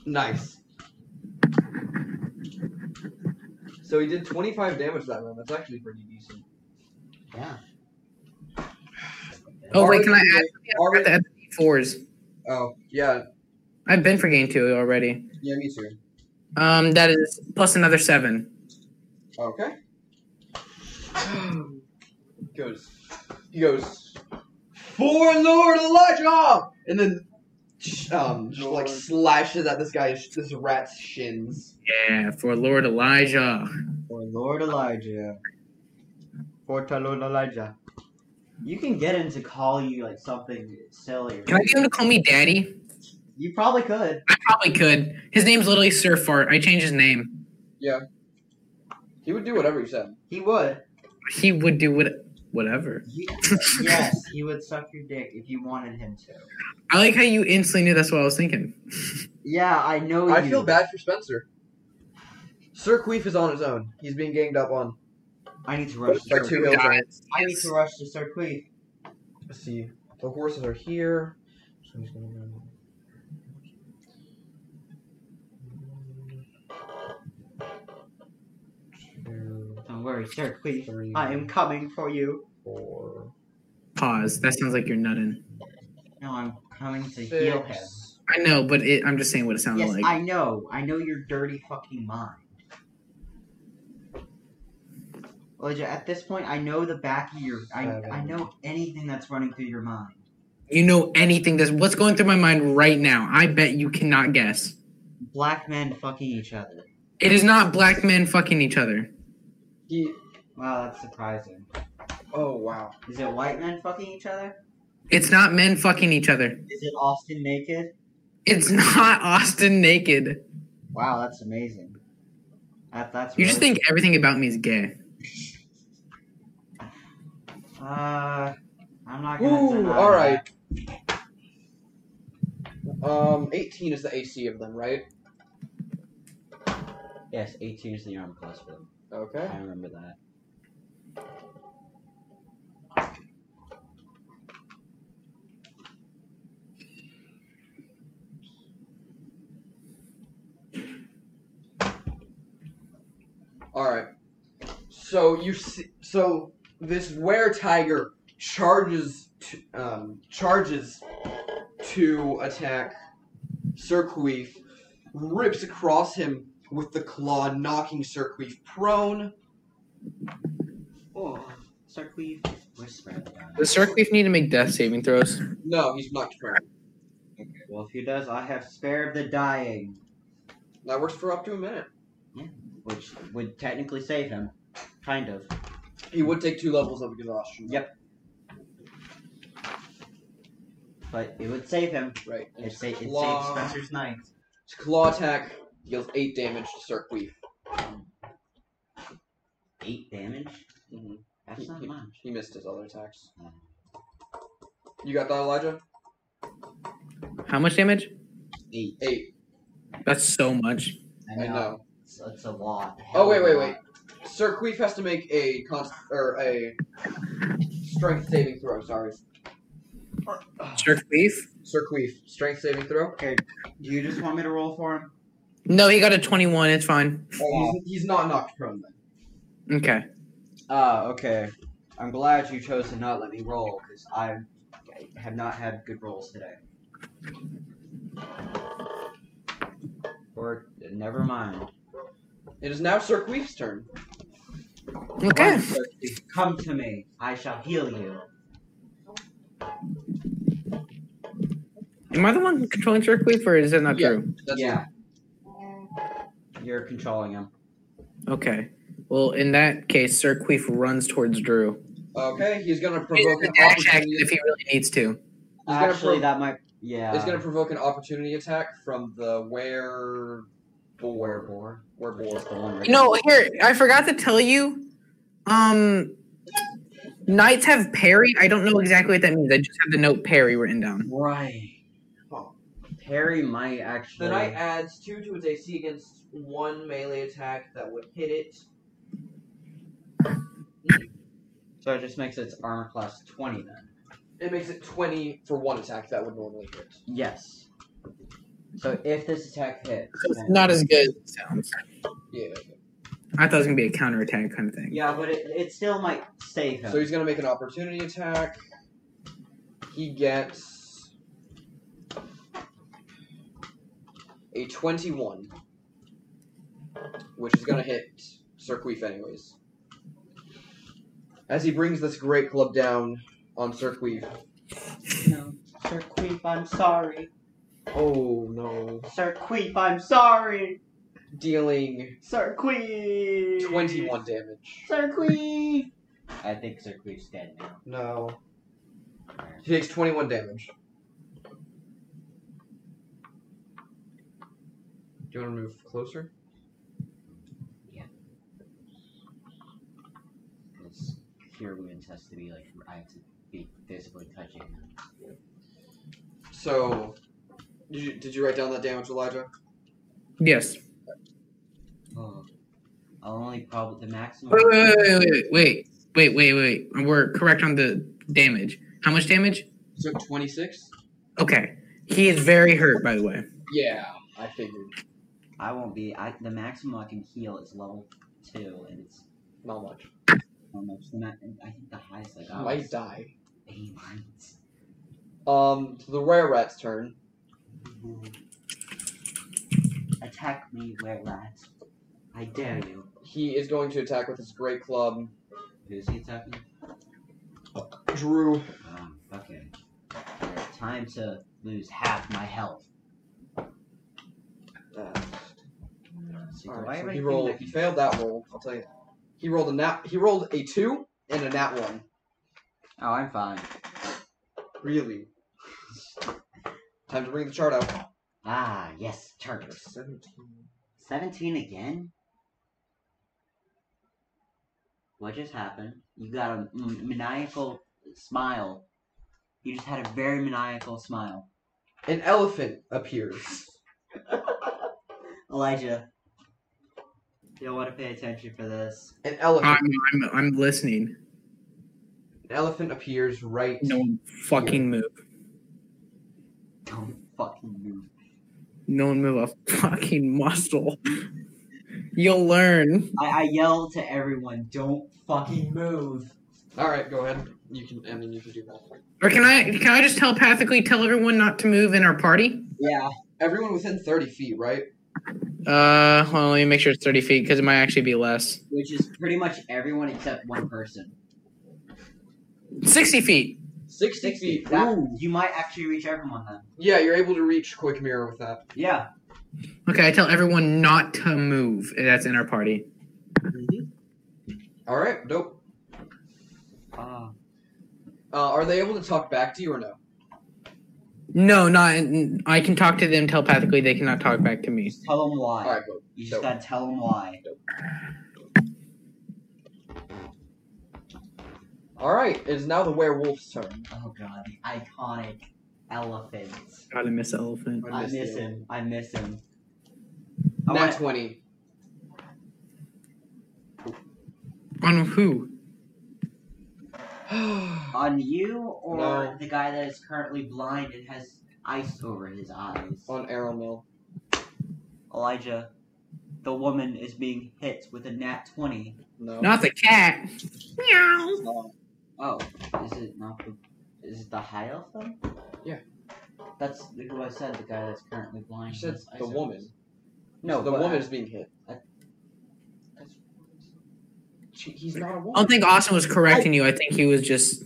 Speaker 1: Nice. So he did 25 damage that round. That's actually pretty decent.
Speaker 4: Yeah.
Speaker 3: Oh, wait, can I
Speaker 1: Already-
Speaker 3: add? I forgot to add the fours.
Speaker 1: Oh, yeah.
Speaker 3: I've been forgetting two already.
Speaker 1: Yeah, me too.
Speaker 3: Um, that is plus another seven.
Speaker 1: Okay. goes. He goes. For Lord Elijah, and then um just like
Speaker 4: Lord.
Speaker 1: slashes at this guy's this rat's shins.
Speaker 3: Yeah, for Lord Elijah.
Speaker 4: For Lord Elijah. For Ta Lord Elijah. You can get him to call you like something silly.
Speaker 3: Can I get him to call me daddy?
Speaker 4: You probably could.
Speaker 3: I probably could. His name's literally Sir Fart. I changed his name.
Speaker 1: He would do whatever you said.
Speaker 4: He would.
Speaker 3: He would do what, whatever.
Speaker 4: He- yes, he would suck your dick if you wanted him to.
Speaker 3: I like how you instantly knew that's what I was thinking.
Speaker 4: Yeah, I know
Speaker 1: I
Speaker 4: you.
Speaker 1: feel bad for Spencer. Sir Queef is on his own. He's being ganged up on
Speaker 4: I need to
Speaker 1: by
Speaker 4: rush to Sir
Speaker 1: two
Speaker 4: Queef.
Speaker 1: hill
Speaker 3: Guys.
Speaker 1: giants.
Speaker 4: I need to rush to Sir Queef.
Speaker 1: Let's see. The horses are here. So he's gonna go- Two,
Speaker 4: Don't worry, Sir Queef.
Speaker 1: three,
Speaker 4: I am coming for you.
Speaker 1: four.
Speaker 3: Pause. That sounds like you're nutting.
Speaker 4: No, I'm coming to
Speaker 1: Six.
Speaker 4: heal him.
Speaker 3: I know, but it, I'm just saying what it sounded
Speaker 4: Yes,
Speaker 3: like.
Speaker 4: I know. I know your dirty fucking mind. Elijah, at this point, I know the back of your. I,
Speaker 1: Seven.
Speaker 4: I know anything that's running through your mind.
Speaker 3: you know anything that's what's going through my mind right now. I bet you cannot guess.
Speaker 4: Black men fucking each other.
Speaker 3: It is not black men fucking each other.
Speaker 1: He.
Speaker 4: Wow, that's surprising.
Speaker 1: Oh wow.
Speaker 4: Is it white men fucking each other?
Speaker 3: It's not men fucking each other.
Speaker 4: Is it Austin naked?
Speaker 3: It's not Austin naked.
Speaker 4: Wow, that's amazing. That, that's
Speaker 3: You just
Speaker 4: really-
Speaker 3: think everything about me is gay.
Speaker 4: Uh, I'm not gonna.
Speaker 1: Ooh.
Speaker 4: deny
Speaker 1: All right. Um, eighteen is the AC of them, right?
Speaker 4: that. Yes, 18 is the arm class for them.
Speaker 1: Okay.
Speaker 4: I remember that.
Speaker 1: All right. So you see, so this were tiger charges to, um, charges to attack Sir Queef, rips across him with the claw, knocking Sir Queef prone.
Speaker 4: Oh, Sir Queef, whisper.
Speaker 3: Does Circleaf need to make death saving throws?
Speaker 1: No, he's knocked prone.
Speaker 4: Well, if he does, I have spared the dying,
Speaker 1: That works for up to a minute.
Speaker 4: which would technically save him. Kind of.
Speaker 1: He would take two levels of exhaustion.
Speaker 4: Yep. But it would save him.
Speaker 1: Right. and
Speaker 4: It, sa- it saves
Speaker 1: claw-
Speaker 4: Spencer's knife.
Speaker 1: His claw attack deals eight damage to Sir Queef.
Speaker 4: Eight damage?
Speaker 1: hmm
Speaker 4: That's not much.
Speaker 1: He missed his other attacks. You got that, Elijah?
Speaker 3: How much damage?
Speaker 4: Eight.
Speaker 1: Eight.
Speaker 3: That's so much.
Speaker 1: I know.
Speaker 4: It's, it's a lot.
Speaker 1: Oh wait, wait, wait. Sir Queef has to make a const or a strength saving throw. Sorry,
Speaker 3: Circleaf?
Speaker 1: Sir Queef, strength saving throw.
Speaker 4: Do you just want me to roll for him?
Speaker 3: No, he got a 21. It's fine.
Speaker 1: Oh, he's, he's not knocked prone then.
Speaker 3: Okay.
Speaker 4: Ah, okay. I'm glad you chose to not let me roll, because I have not had good rolls today. Or, never mind.
Speaker 1: It is now Sir Queef's turn.
Speaker 3: Okay.
Speaker 4: Come to me. I shall heal you.
Speaker 3: Am I the one controlling Circleaf or is that not
Speaker 1: Yeah.
Speaker 3: true?
Speaker 1: That's
Speaker 4: yeah. You're controlling him.
Speaker 3: Okay. Well, in that case, Circleaf runs towards Drew.
Speaker 1: Okay, he's gonna
Speaker 3: He's
Speaker 1: provoke an
Speaker 3: gonna dash action
Speaker 1: opportunity.
Speaker 3: if he really needs to.
Speaker 1: He's gonna
Speaker 4: Actually,
Speaker 1: pro-
Speaker 4: that might. Yeah.
Speaker 1: He's gonna provoke an opportunity attack from the where boar.
Speaker 4: Where bore?
Speaker 1: Where
Speaker 4: Which
Speaker 1: boar.
Speaker 4: is the one right
Speaker 3: You know, here I forgot to tell you. Um, knights have parry. I don't know exactly what that means. I just have the note parry written down.
Speaker 4: Right. Harry might actually.
Speaker 1: The knight adds two to its AC against one melee attack that would hit it.
Speaker 4: So it just makes its armor class 20 then.
Speaker 1: It makes it 20 for one attack that would normally hit.
Speaker 2: Yes. So if this attack hits,
Speaker 3: So it's
Speaker 2: then-
Speaker 3: not as good as it sounds.
Speaker 1: Yeah.
Speaker 3: I thought it was gonna be a counterattack kind of thing.
Speaker 2: Yeah, but it, it still might save him.
Speaker 1: So he's gonna make an opportunity attack. He gets a twenty-one, which is gonna hit Sir Queef anyways. As he brings this great club down on Sir Queef.
Speaker 2: No. Sir Queep, I'm sorry.
Speaker 1: Oh no!
Speaker 2: Sir Queep, I'm sorry.
Speaker 1: Dealing
Speaker 2: Sir Queep.
Speaker 1: twenty-one damage.
Speaker 2: Sir Queep. I think Sir Queep's dead now.
Speaker 1: No. He takes twenty-one damage. Do you want to move closer?
Speaker 2: Because cure wounds has to be like I have to be physically touching him.
Speaker 1: So, did you, did you write down that damage, Elijah?
Speaker 3: Yes.
Speaker 2: Oh. I'll only probably the maximum.
Speaker 3: Wait, wait, wait, wait, wait, wait, wait, wait, wait. We're correct on the damage. How much damage?
Speaker 1: So 26?
Speaker 3: Okay. He is very hurt, by the way.
Speaker 1: Yeah, I figured.
Speaker 2: I won't be. I the maximum I can heal is level two, and it's
Speaker 1: Not much.
Speaker 2: how much? The ma- I think the highest I got
Speaker 1: Might
Speaker 2: was
Speaker 1: die.
Speaker 2: eight lines.
Speaker 1: Um, to the rare rat's turn.
Speaker 2: Attack me, where rat. I dare you.
Speaker 1: He is going to attack with his great club.
Speaker 2: Who's he attacking?
Speaker 1: Drew.
Speaker 2: Um, okay. Time to lose half my health.
Speaker 1: Uh,
Speaker 2: So do I
Speaker 1: Alright, so
Speaker 2: have
Speaker 1: he
Speaker 2: anything
Speaker 1: rolled.
Speaker 2: that
Speaker 1: He
Speaker 2: can-
Speaker 1: failed that roll. I'll tell you. He rolled a nat. He rolled a two and a nat one.
Speaker 2: Oh, I'm fine.
Speaker 1: Really. Time to bring the chart out.
Speaker 2: Ah, yes, chargers.
Speaker 1: Seventeen.
Speaker 2: 17 again? What just happened? You got a m- maniacal smile. You just had a very maniacal smile.
Speaker 1: An elephant appears.
Speaker 2: Elijah, you don't want to pay attention for this.
Speaker 1: An elephant.
Speaker 3: I'm, I'm, I'm listening.
Speaker 1: An elephant appears right.
Speaker 3: No one fucking move.
Speaker 2: Don't fucking move.
Speaker 3: No one move a fucking muscle. You'll learn.
Speaker 2: I, I yell to everyone, don't fucking move.
Speaker 1: All right, go ahead. You can. I mean, you can do that.
Speaker 3: Or can I? Can I just telepathically tell everyone not to move in our party?
Speaker 2: Yeah.
Speaker 1: Everyone within 30 feet, right?
Speaker 3: Uh, hold on, let me make sure it's thirty feet because it might actually be less.
Speaker 2: Which is pretty much everyone except one person.
Speaker 3: Sixty feet.
Speaker 1: 60,
Speaker 2: 60.
Speaker 1: feet.
Speaker 2: That,
Speaker 1: Ooh.
Speaker 2: you might actually reach everyone then.
Speaker 1: Yeah, you're able to reach Quick Mirror with that.
Speaker 2: Yeah.
Speaker 3: Okay, I tell everyone not to move. That's in our party.
Speaker 1: All right, dope.
Speaker 2: Uh,
Speaker 1: Uh, are they able to talk back to you or no?
Speaker 3: No, not. in- I can talk to them telepathically. They cannot talk back to me.
Speaker 2: just tell them why.
Speaker 1: All right, go.
Speaker 2: You just gotta tell them why.
Speaker 1: All right, it is now the werewolf's turn.
Speaker 2: Oh god, the iconic elephant.
Speaker 3: God, I miss elephant.
Speaker 2: I miss,
Speaker 1: it.
Speaker 2: him. I miss him. I
Speaker 1: Nat
Speaker 2: want
Speaker 1: 20.
Speaker 3: On who?
Speaker 2: on you or
Speaker 1: No.
Speaker 2: the guy that is currently blind and has ice over his eyes.
Speaker 1: On Arrow Mill.
Speaker 2: Elijah, the woman is being hit with a nat twenty.
Speaker 1: No. Um,
Speaker 3: Not the cat. Meow.
Speaker 1: No.
Speaker 2: Oh, is it not the? Is it the high elf then?
Speaker 1: Yeah.
Speaker 2: That's the- who I said. The guy that's currently
Speaker 1: You
Speaker 2: blind.
Speaker 1: said
Speaker 2: has ice
Speaker 1: the
Speaker 2: over
Speaker 1: woman.
Speaker 2: his- No,
Speaker 1: the
Speaker 2: but
Speaker 1: woman
Speaker 2: I-
Speaker 1: is being hit. She, he's not a
Speaker 3: I don't
Speaker 1: woman.
Speaker 3: think Austin was correcting you. I think he was just.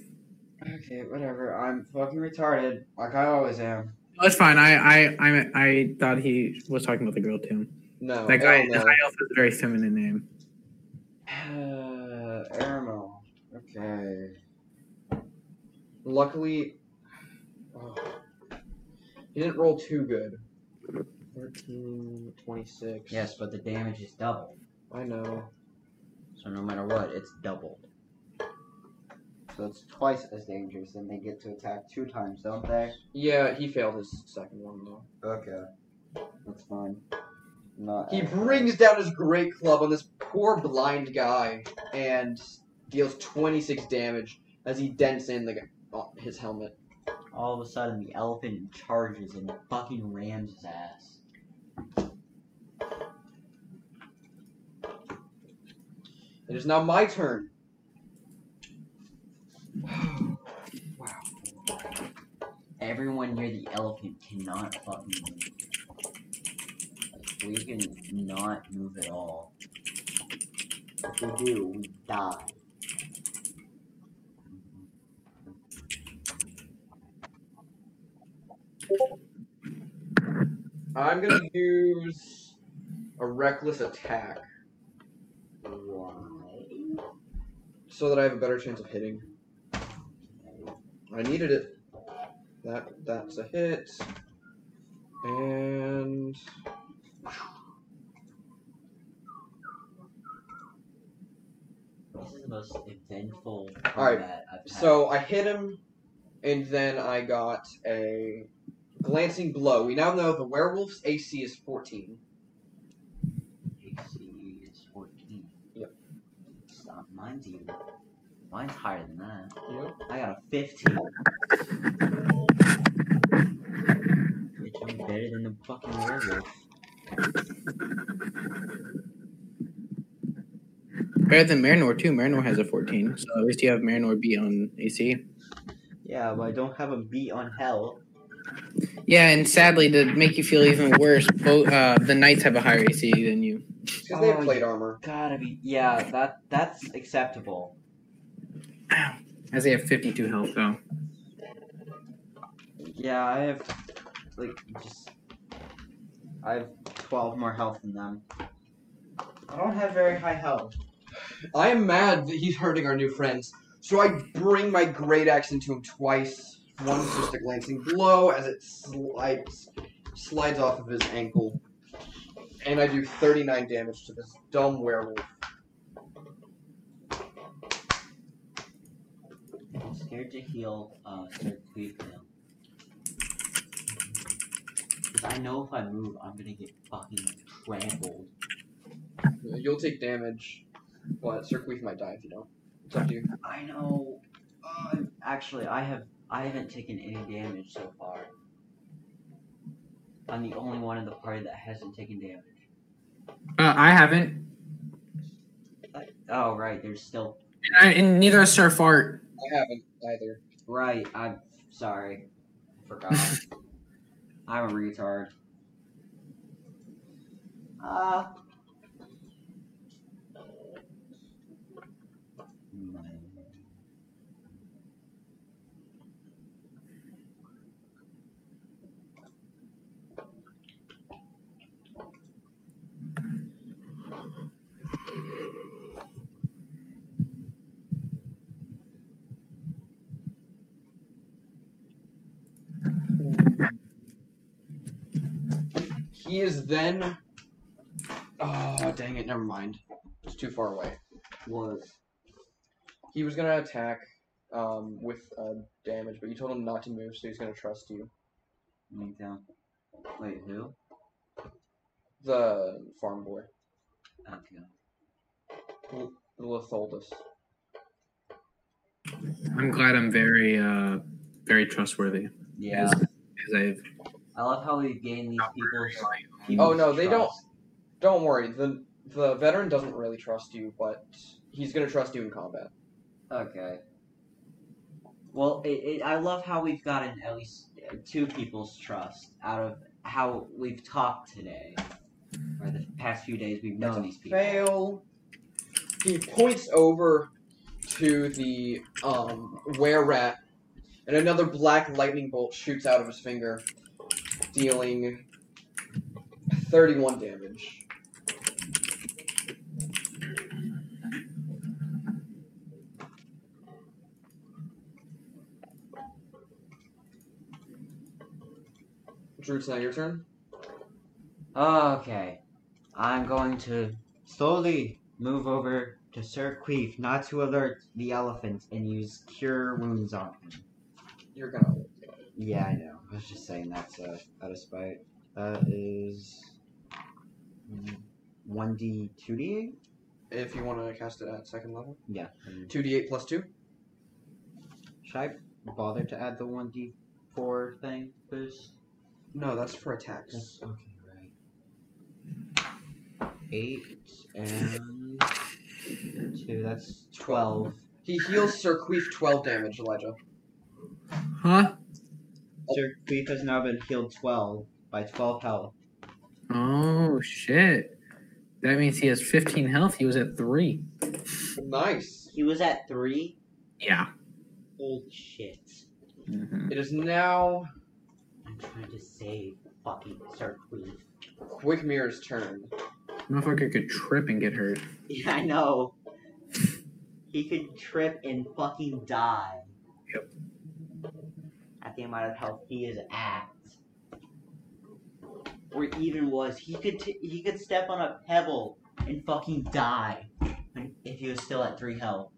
Speaker 2: Okay, whatever. I'm fucking retarded, like I always am.
Speaker 3: No, it's fine. I, I, I, I thought he was talking about the girl too.
Speaker 1: No.
Speaker 3: That guy,
Speaker 1: Arrow
Speaker 3: the
Speaker 1: Mill.
Speaker 3: high elf, is a very feminine name.
Speaker 2: Uh, Ermo. Okay.
Speaker 1: Luckily, oh, he didn't roll too good. 13, 26.
Speaker 2: Yes, but the damage is double.
Speaker 1: I know.
Speaker 2: So no matter what, it's doubled. So it's twice as dangerous, and they get to attack two times, don't they?
Speaker 1: Yeah, he failed his second one though.
Speaker 2: Okay. That's fine. Not
Speaker 1: He brings down his great club on this poor blind guy and deals 26 damage as he dents in the guy, on his helmet.
Speaker 2: All of a sudden, the elephant charges and fucking rams his ass.
Speaker 1: It is now my turn.
Speaker 2: Everyone near the elephant cannot fucking move. Like, we can not move at all. If we do, we die.
Speaker 1: I'm gonna use a reckless attack
Speaker 2: Why?
Speaker 1: so that I have a better chance of hitting. I needed it. That that's a hit. And
Speaker 2: This is the most eventful
Speaker 1: Alright,
Speaker 2: combat I've had.
Speaker 1: so I hit him, and then I got a glancing blow. We now know the werewolf's AC is 14.
Speaker 2: AC is 14.
Speaker 1: Yep.
Speaker 2: E Stop. Mine's even. Mine's higher than that.
Speaker 1: Yep.
Speaker 2: I got a 15. Bitch, I'm better than the fucking werewolf.
Speaker 3: Better than Marinor too. Marinor has a 14, so at least you have Marinor beat on AC.
Speaker 2: Yeah, but I don't have a beat on hell.
Speaker 3: Yeah, and sadly, to make you feel even worse, both uh, the knights have a higher AC than you.
Speaker 1: Because they have
Speaker 2: Oh,
Speaker 1: plate armor.
Speaker 2: Gotta be. Yeah, that that's acceptable.
Speaker 3: As they have 52 health, though.
Speaker 2: Yeah, I have. Like, just. I have 12 more health than them. I don't have very high health.
Speaker 1: I am mad that he's hurting our new friends, so I bring my great axe into him twice. Once just a glancing blow as it slides slides off of his ankle, and I do 39 damage to this dumb werewolf.
Speaker 2: I'm scared to heal uh, Sir Queef now. Because I know if I move, I'm gonna get fucking trampled.
Speaker 1: You'll take damage, but Sir Queef might die if you don't. It's up to you.
Speaker 2: I know. Uh, actually, I have. I haven't taken any damage so far. I'm the only one in the party that hasn't taken damage.
Speaker 3: Uh, I haven't,
Speaker 2: Oh right, there's still.
Speaker 3: and, I, and neither is Sir Fart.
Speaker 1: I haven't either.
Speaker 2: Right, I'm sorry. Forgot. I'm a retard. Ah.
Speaker 1: He is then. Oh dang it! Never mind. It's too far away.
Speaker 2: What?
Speaker 1: He was gonna attack um, with uh, damage, but you told him not to move, so he's gonna trust you.
Speaker 2: Link down. Wait, who?
Speaker 1: The farm boy,
Speaker 2: Okay.
Speaker 1: the Litholdus.
Speaker 3: I'm glad I'm very, uh, very trustworthy.
Speaker 2: Yeah.
Speaker 3: Because I've
Speaker 2: I love how we gain these people.
Speaker 1: Oh, no, they don't- Don't worry, the the veteran doesn't really trust you, but he's gonna trust you in combat.
Speaker 2: Okay. Well, it, it, I love how we've gotten at least uh, two people's trust out of how we've talked today. Or the past few days we've known these people.
Speaker 1: um, Fail. He points over to the um were rat, and another black lightning bolt shoots out of his finger, dealing thirty-one damage. Drew, it's now your turn.
Speaker 2: Okay. I'm going to slowly move over to Sir Queef, not to alert the elephant, and use Cure Wounds on him.
Speaker 1: You're gonna.
Speaker 2: Yeah, I know. I was just saying that's uh, out of spite. That is one d two d
Speaker 1: If you want to cast it at second level,
Speaker 2: Yeah.
Speaker 1: two d8 plus two.
Speaker 2: Should I bother to add the one d four thing boost?
Speaker 1: No, that's for attacks.
Speaker 2: That's okay, right? Eight and two. That's twelve.
Speaker 1: He heals Sir Queef 12 damage, Elijah.
Speaker 3: Huh?
Speaker 2: Sir Queef has now been healed twelve by twelve health.
Speaker 3: Oh shit. That means he has 15 health. He was at three.
Speaker 1: Nice.
Speaker 2: He was at three.
Speaker 3: Yeah.
Speaker 2: Holy shit!
Speaker 3: Mm-hmm.
Speaker 1: It is now
Speaker 2: I'm trying to save fucking Sir Queef.
Speaker 1: Quick Mirror's turn.
Speaker 3: Motherfucker could trip and get hurt.
Speaker 2: Yeah, I know. He could trip and fucking die.
Speaker 3: Yep.
Speaker 2: At the amount of health he is at, or even was, he could t- he could step on a pebble and fucking die when- if he was still at three health.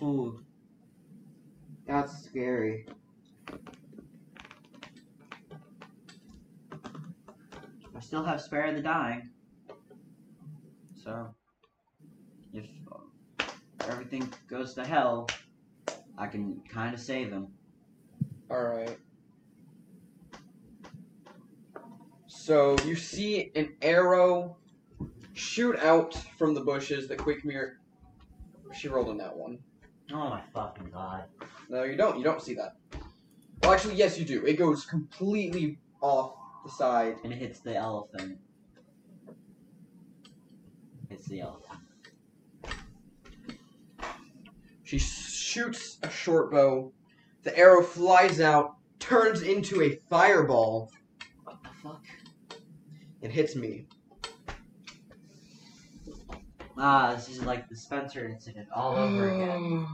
Speaker 2: Ooh, that's scary. I still have spare the dying, so if um, everything goes to hell, I can kind of save him.
Speaker 1: Alright. So you see an arrow shoot out from the bushes that Quick Mirror. She rolled on that one.
Speaker 2: Oh my fucking god.
Speaker 1: No, you don't. You don't see that. Well, actually, yes, you do. It goes completely off the side.
Speaker 2: And it hits the elephant. It's the elephant.
Speaker 1: She shoots a short bow. The arrow flies out, turns into a fireball,
Speaker 2: What the fuck?
Speaker 1: and hits me.
Speaker 2: Ah, this is like the Spencer incident all
Speaker 1: Mm.
Speaker 2: over again.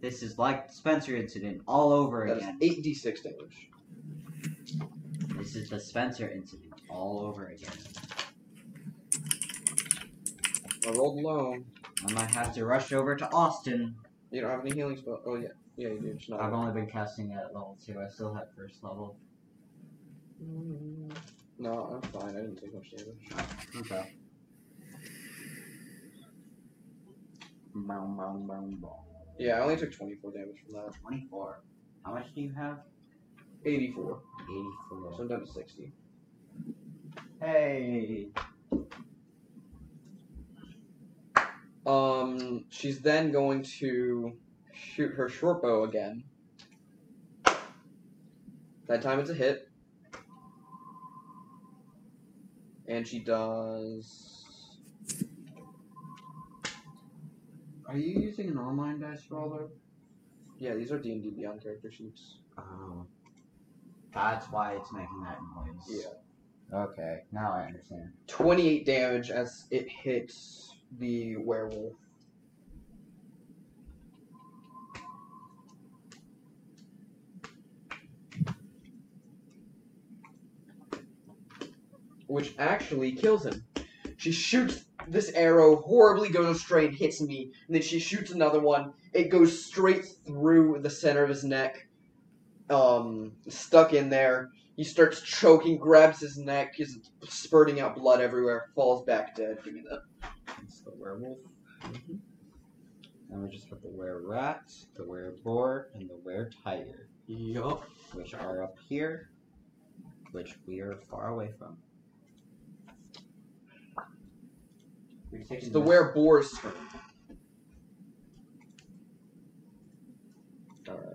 Speaker 2: This is like the Spencer incident all over
Speaker 1: That is
Speaker 2: again.
Speaker 1: 8d6 damage.
Speaker 2: This is the Spencer incident all over again.
Speaker 1: I rolled low.
Speaker 2: I might have to rush over to Austin.
Speaker 1: You don't have any healing spell. Oh, yeah. Yeah, you do. It's not.
Speaker 2: I've only been casting at level two. I still have first level.
Speaker 1: No, I'm fine. I didn't take much damage.
Speaker 2: Okay. Bow, bow, bow, bow.
Speaker 1: Yeah, I only took 24 damage from that.
Speaker 2: 24. How much do you have?
Speaker 1: 84. So
Speaker 2: 84.
Speaker 1: I'm down to 60.
Speaker 2: Hey!
Speaker 1: Um, she's then going to shoot her short bow again. That time it's a hit. And she does.
Speaker 2: Are you using an online dice roller?
Speaker 1: Yeah, these are D and D Beyond character sheets.
Speaker 2: Oh. That's why it's making that noise. Yeah. Okay, now I understand.
Speaker 1: 28 damage as it hits the werewolf. Which actually kills him. She shoots this arrow, horribly goes astray and hits me, and then she shoots another one. It goes straight through the center of his neck, um, stuck in there. He starts choking, grabs his neck, is spurting out blood everywhere, falls back dead. Give me that.
Speaker 2: It's the werewolf. And we just put the were rat, the were boar, and the were tiger,
Speaker 1: Yup.
Speaker 2: which are up here, which we are far away from.
Speaker 1: It's the where boar's turn. Alright.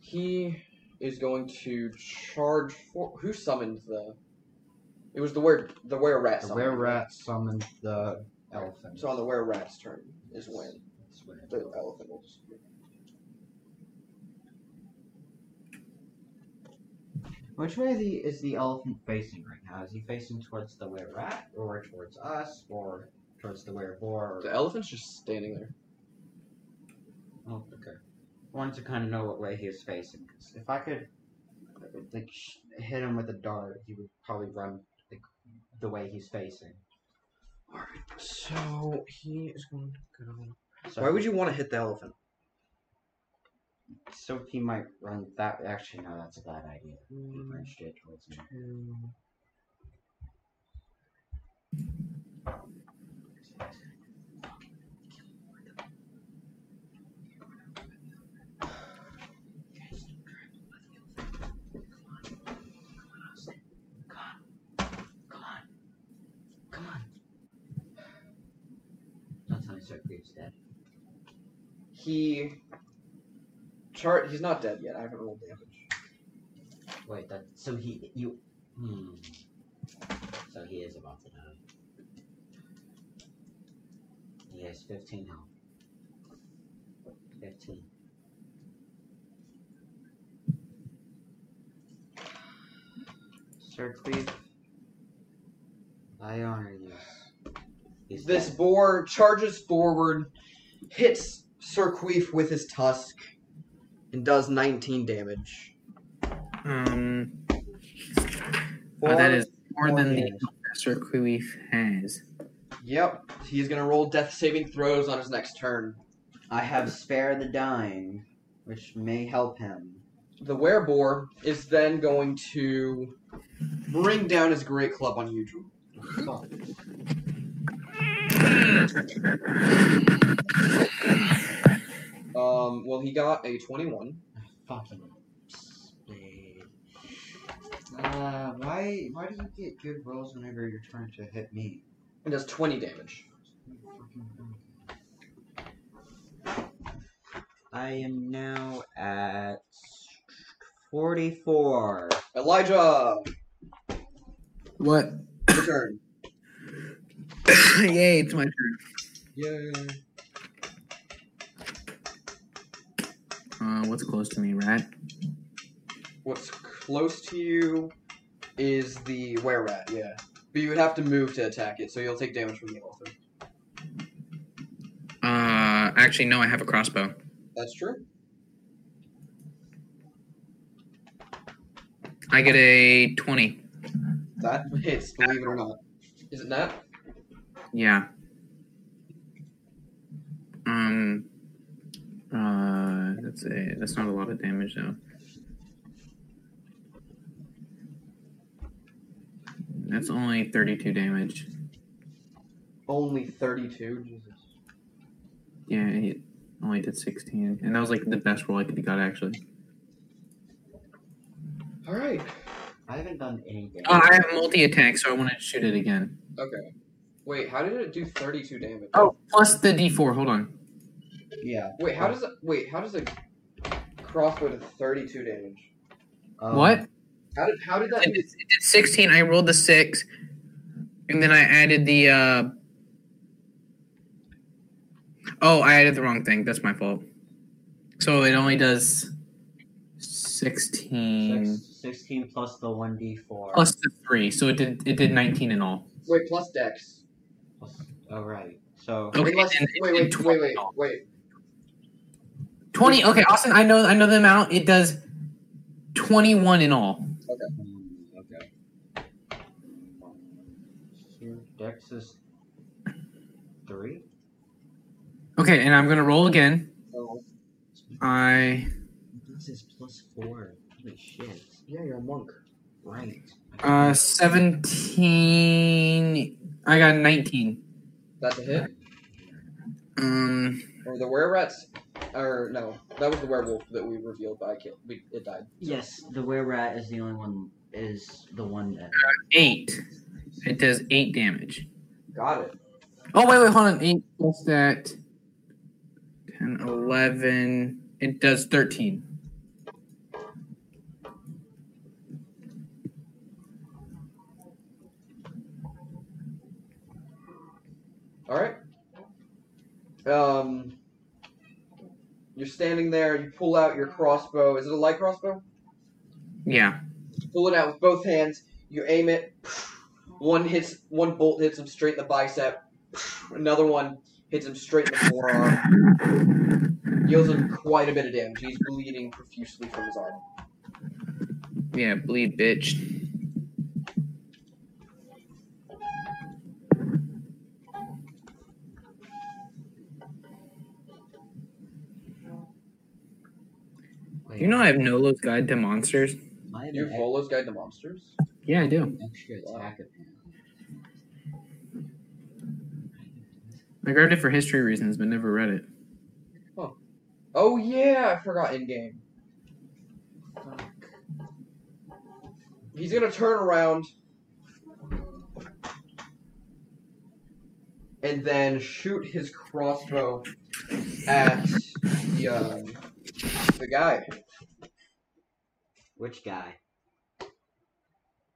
Speaker 1: He is going to charge for who summoned the It was the where the where rat
Speaker 2: The
Speaker 1: summoned.
Speaker 2: were rat summoned the elephant.
Speaker 1: So on the where rat's turn is when
Speaker 2: That's what it
Speaker 1: the
Speaker 2: is.
Speaker 1: elephant was.
Speaker 2: Which way the, is the elephant facing right now? Is he facing towards the were rat, or towards us, or towards the were boar?
Speaker 1: The elephant's just standing there.
Speaker 2: Oh, okay. I wanted to kind of know what way he was facing, 'cause if I could uh, like sh- hit him with a dart, he would probably run like, the way he's facing.
Speaker 1: So he is going to go.
Speaker 2: So
Speaker 1: you want to hit the elephant?
Speaker 2: So he might run that. Actually, no, that's a bad idea. He runs straight towards me. Tony Stark is dead.
Speaker 1: He chart. He's not dead yet. I haven't rolled damage.
Speaker 2: Wait, that so he you hmm. So he is about to die. He has fifteen health. Fifteen. Sir Cleve, I honor you. He's
Speaker 1: This
Speaker 2: dead.
Speaker 1: boar charges forward, hits Sir Queef with his tusk, and does 19 damage.
Speaker 3: Um, oh, that is more
Speaker 1: four
Speaker 3: than the
Speaker 1: damage.
Speaker 3: Professor Queef has.
Speaker 1: Yep. He's gonna roll death saving throws on his next turn.
Speaker 2: I have spare the dying, which may help him.
Speaker 1: The werebore is then going to bring down his great club on you, Drew. Um, well, he got a 21.
Speaker 2: Fucking spade. Uh, why why do you get good rolls whenever you're trying to hit me?
Speaker 1: and does 20 damage.
Speaker 2: I am now at forty-four.
Speaker 1: Elijah,
Speaker 3: What?
Speaker 1: your turn.
Speaker 3: Yay, it's my turn.
Speaker 1: Yay.
Speaker 3: Uh, what's close to me, rat?
Speaker 1: What's close to you is the were rat, yeah. But you would have to move to attack it, so you'll take damage from the elephant.
Speaker 3: Uh, actually, no, I have a crossbow.
Speaker 1: That's true.
Speaker 3: I get a 20.
Speaker 1: That hits, believe it or not. Is it not?
Speaker 3: Yeah. Um. Uh, that's a that's not a lot of damage though. That's only thirty-two damage.
Speaker 1: Only 32. Jesus.
Speaker 3: Yeah, it only did sixteen, and that was like the best roll I could have got actually.
Speaker 1: Alright.
Speaker 2: I haven't done any damage.
Speaker 3: Oh, I have multi-attack, so I want to shoot it again.
Speaker 1: Okay. Wait, how did it do 32 damage?
Speaker 3: Oh, plus the D4. Hold on.
Speaker 2: yeah.
Speaker 1: Wait, how does it. Wait, how does a crossbow do 32 damage?
Speaker 2: um,
Speaker 3: what?
Speaker 1: How did, how did that.
Speaker 3: it did, it did 16 i rolled the 6 and then i added the uh oh i added the wrong thing that's my fault so it only does 16
Speaker 2: Six, Sixteen plus the one d four.
Speaker 3: plus the 3 so it did it did 19 in all
Speaker 1: Wait, plus dex.
Speaker 2: All Oh, right. So
Speaker 3: Okay,
Speaker 1: Unless-
Speaker 3: and-
Speaker 1: wait,
Speaker 3: and
Speaker 1: wait, wait,
Speaker 3: 20
Speaker 1: wait,
Speaker 3: in all.
Speaker 1: wait.
Speaker 3: 20 okay austin i know i know the amount it does 21 in all
Speaker 2: Hmm, okay. Here, Dex is three.
Speaker 3: okay and i'm gonna roll again
Speaker 1: Oh,
Speaker 3: i
Speaker 2: This is plus four. Holy shit!
Speaker 1: yeah, you're a monk.
Speaker 2: Right.
Speaker 3: uh 17 i got 19
Speaker 1: That's a hit.
Speaker 3: um
Speaker 1: Or the were rats. Or, no, that was the werewolf that we revealed, but I can't, we, it died.
Speaker 2: Yes, the were rat is the only one is the one that
Speaker 3: eight. It does eight damage.
Speaker 1: Got it.
Speaker 3: Oh, wait, wait, hold on. Eight plus that. 10, 11. It does 13.
Speaker 1: All right. Um, you're standing there. You pull out your crossbow. Is it a light crossbow?
Speaker 3: Yeah.
Speaker 1: Pull it out with both hands. You aim it. One hits. One bolt hits him straight in the bicep. Another one hits him straight in the forearm. Deals him quite a bit of damage. He's bleeding profusely from his arm.
Speaker 3: Yeah, bleed, bitch.
Speaker 2: Wait,
Speaker 3: You know I have Nolo's Guide to Monsters?
Speaker 2: I have
Speaker 1: You
Speaker 2: an
Speaker 1: have Volo's Guide to Monsters.
Speaker 3: Yeah, I do.
Speaker 2: extra attack apparently.
Speaker 3: I grabbed it for history reasons, but never read it.
Speaker 1: Oh yeah, I forgot in game. He's gonna turn around. and then shoot his crossbow at the um, the guy.
Speaker 2: Which guy?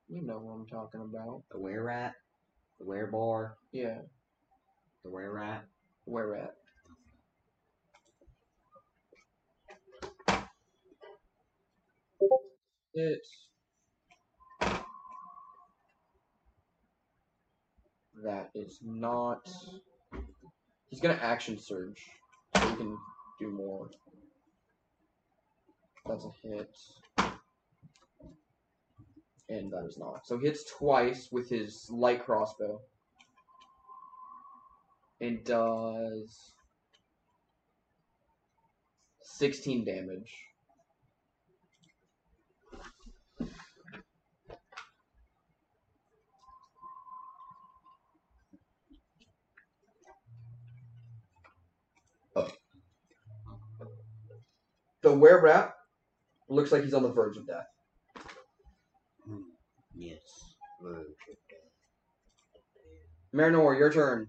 Speaker 1: You know what I'm talking about.
Speaker 2: The were rat? The were bar?
Speaker 1: Yeah,
Speaker 2: The were rat?
Speaker 1: where at? It's that is not. He's gonna action surge, so he can do more. That's a hit. And that is not. So he hits twice with his light crossbow. And does 16 damage. Oh. The were rat looks like he's on the verge of death.
Speaker 2: Yes.
Speaker 1: Marinor, your turn.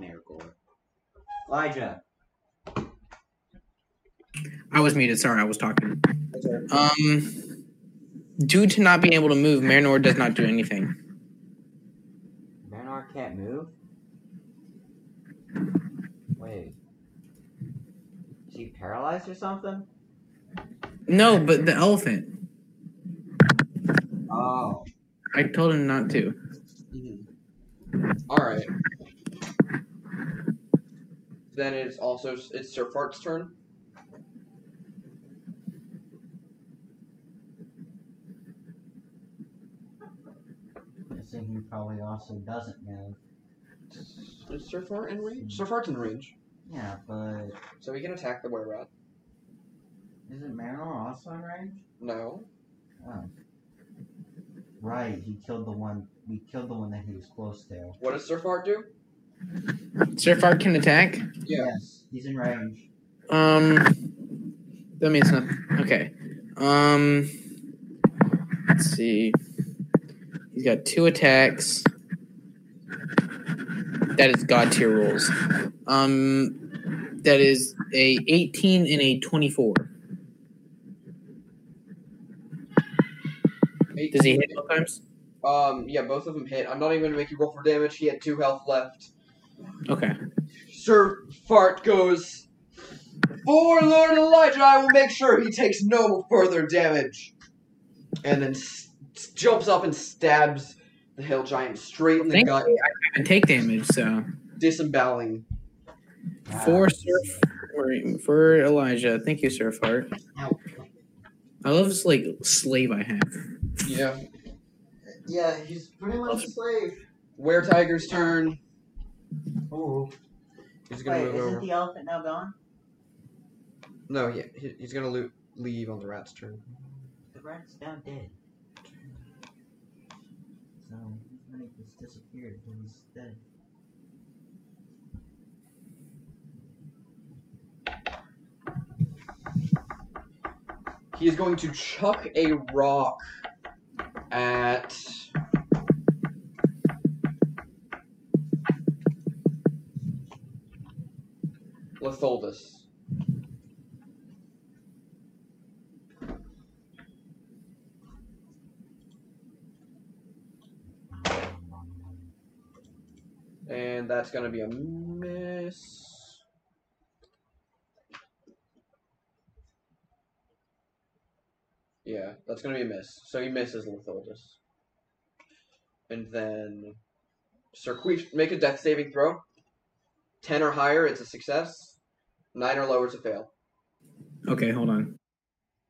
Speaker 2: Marigore. Elijah.
Speaker 3: I was muted. Sorry, I was talking. Um, due to not being able to move, Marinor does not do anything.
Speaker 2: Marinor can't move? Wait. Is he paralyzed or something?
Speaker 3: No, but the elephant.
Speaker 2: Oh.
Speaker 3: I told him not to.
Speaker 1: Mm-hmm. All right. Then it's also it's Sir Fart's turn.
Speaker 2: I think he probably also doesn't move.
Speaker 1: Is Sir Fart in range? Sir Fart's in range,
Speaker 2: Yeah, but
Speaker 1: so he can attack the were rat.
Speaker 2: isn't Marinor also in range?
Speaker 1: No,
Speaker 2: Oh. Right, he killed the one. We killed the one that he was close to.
Speaker 1: what does Sir Fart do?
Speaker 3: Surfard can attack.
Speaker 1: Yeah.
Speaker 2: Yes, he's in range.
Speaker 3: Um, that means nothing. Okay. Um, let's see. He's got two attacks. That is god tier rules. Um, that is a 18 and a 24. Does he hit both times?
Speaker 1: Um, yeah, both of them hit. I'm not even gonna make you roll for damage. He had two health left.
Speaker 3: Okay.
Speaker 1: Sir Fart goes. For Lord Elijah, I will make sure he takes no further damage. And then s- s- jumps up and stabs the hill giant straight in the gut,
Speaker 3: Thankfully, I haven't take damage, so
Speaker 1: disemboweling
Speaker 3: for surf for- for Elijah. Thank you, Surfart.
Speaker 2: Ow.
Speaker 3: I love this like slave I have.
Speaker 1: Yeah.
Speaker 2: Yeah, he's pretty much a slave.
Speaker 1: Where Tiger's turn.
Speaker 2: Oh.
Speaker 1: He's gonna
Speaker 2: Wait,
Speaker 1: move
Speaker 2: isn't
Speaker 1: over.
Speaker 2: the elephant now gone?
Speaker 1: No, yeah, he, he's gonna lo- leave on the rat's turn.
Speaker 2: The rat's now dead. So, I think he's disappeared. and He's dead.
Speaker 1: He is going to chuck a rock at. Litholdus. And that's gonna be a miss. Yeah, that's gonna be a miss. So he misses Litholdus. And then Sir Queef make a death saving throw. Ten or higher, it's a success. Nine or lower, it's a fail.
Speaker 3: Okay, hold on.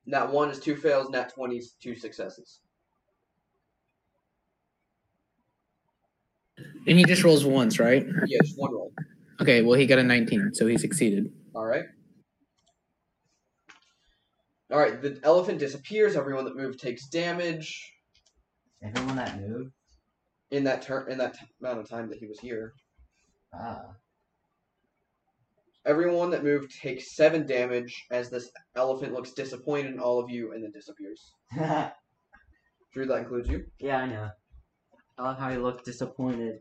Speaker 1: Nat one is two fails, nat twenty is two successes.
Speaker 3: And he just rolls once, right?
Speaker 1: Yeah, just one roll.
Speaker 3: Okay, well, he got a 19, so he succeeded.
Speaker 1: Alright. Alright, the elephant disappears, everyone that moved takes damage.
Speaker 2: Everyone that moved?
Speaker 1: in that turn in that t- amount of time that he was here.
Speaker 2: Ah.
Speaker 1: Everyone that moved takes seven damage as this elephant looks disappointed in all of you and then disappears. Drew, that includes you.
Speaker 2: yeah, I know. I love how he looked disappointed.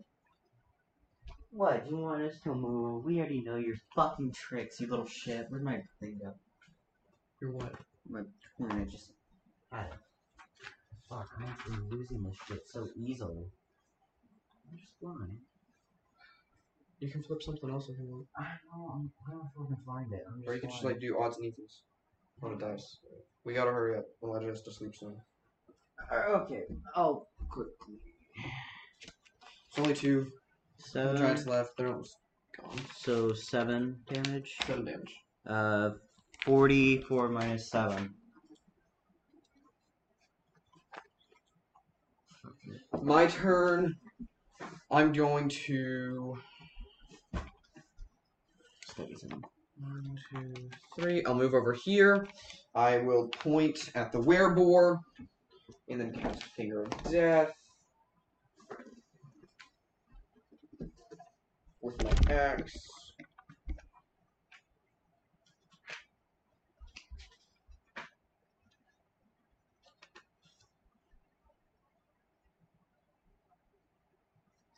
Speaker 4: What? You want us to move? We already know your fucking tricks, you little shit. Where'd my thing go?
Speaker 1: You're what?
Speaker 4: My I just had it. Fuck, I'm actually losing this shit so easily. I'm just blind.
Speaker 1: You can flip something else if you want.
Speaker 4: I don't know. I'm, I don't know if I can find it. I'm just
Speaker 1: Or you can just like
Speaker 4: blind.
Speaker 1: do odds and evens on a dice. We gotta hurry up. Elijah has to sleep soon.
Speaker 4: Uh, okay. Oh, quickly.
Speaker 1: It's only two
Speaker 2: So,
Speaker 1: giants left. They're almost gone.
Speaker 2: so seven damage.
Speaker 1: Seven damage.
Speaker 2: Uh, forty-four minus seven.
Speaker 1: My turn. I'm going to. One, two, three. I'll move over here. I will point at the werebore and then cast Finger of Death with my axe.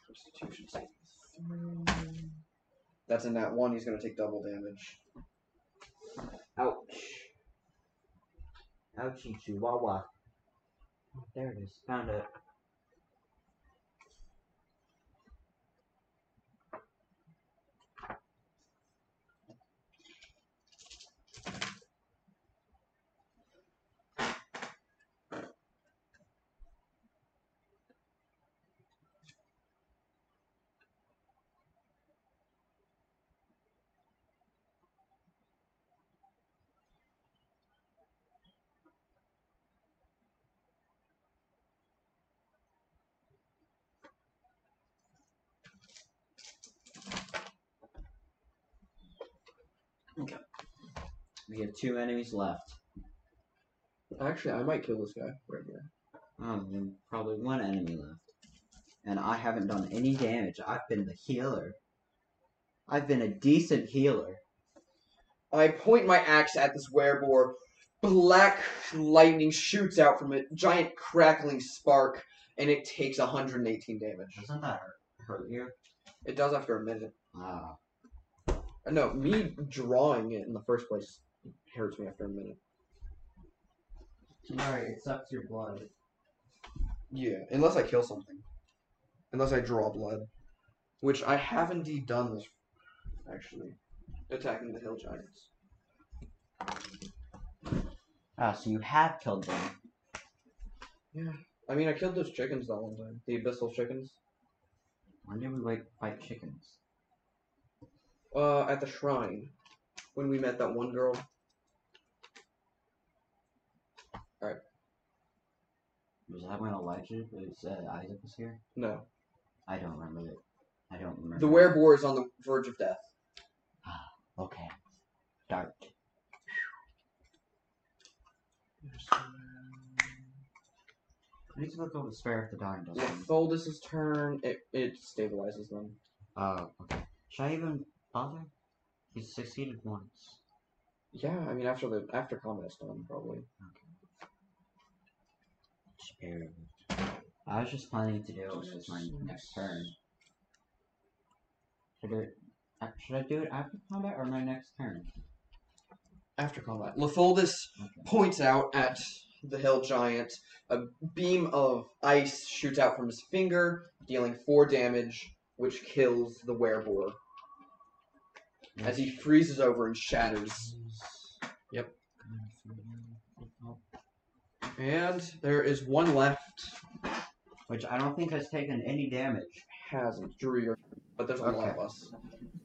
Speaker 1: Constitution save. That's in that one. He's going to take double damage.
Speaker 4: Ouch. Ouchie Chihuahua.
Speaker 2: Oh,
Speaker 4: There it is. Found it.
Speaker 2: We have two enemies left.
Speaker 1: Actually, I might kill this guy right here.
Speaker 2: Um, and probably one enemy left. And I haven't done any damage. I've been the healer. I've been a decent healer.
Speaker 1: I point my axe at this werebore. Black lightning shoots out from it, giant crackling spark, and it takes 118 damage.
Speaker 2: Doesn't that hurt, hurt you?
Speaker 1: It does after a minute.
Speaker 2: Ah.
Speaker 1: Uh, No, me drawing it in the first place hurts me after a minute.
Speaker 4: Alright, it sucks your blood.
Speaker 1: Yeah, unless I kill something. Unless I draw blood. Which I have indeed done this, actually. Attacking the hill giants.
Speaker 2: Ah, so you have killed them.
Speaker 1: I mean, I killed those chickens that one time. The abyssal chickens.
Speaker 2: When did we like fight chickens?
Speaker 1: Uh, at the shrine when we met that one girl.
Speaker 2: Was that when Elijah was uh, Isaac was here?
Speaker 1: No,
Speaker 2: I don't remember it. I don't remember.
Speaker 1: the werebore is on the verge of death.
Speaker 2: Okay. Dart. I need to look over the spare if the dying does
Speaker 1: When Foldis' turn, it, it stabilizes them.
Speaker 2: Oh, okay. Should I even bother? He succeeded once.
Speaker 1: Yeah, I mean after the after combat's done, probably.
Speaker 2: Spare. I was just planning to do it with my next turn. Should I, uh, should I do it after combat or my next turn?
Speaker 1: After combat, Lefoldis
Speaker 2: Okay.
Speaker 1: points out at the hill giant. A beam of ice shoots out from his finger, dealing four damage, which kills the werebore as he freezes over and shatters. Yep. And there is one left.
Speaker 2: Which I don't think has taken any damage.
Speaker 1: Hasn't Drew, your, but there's a lot of us.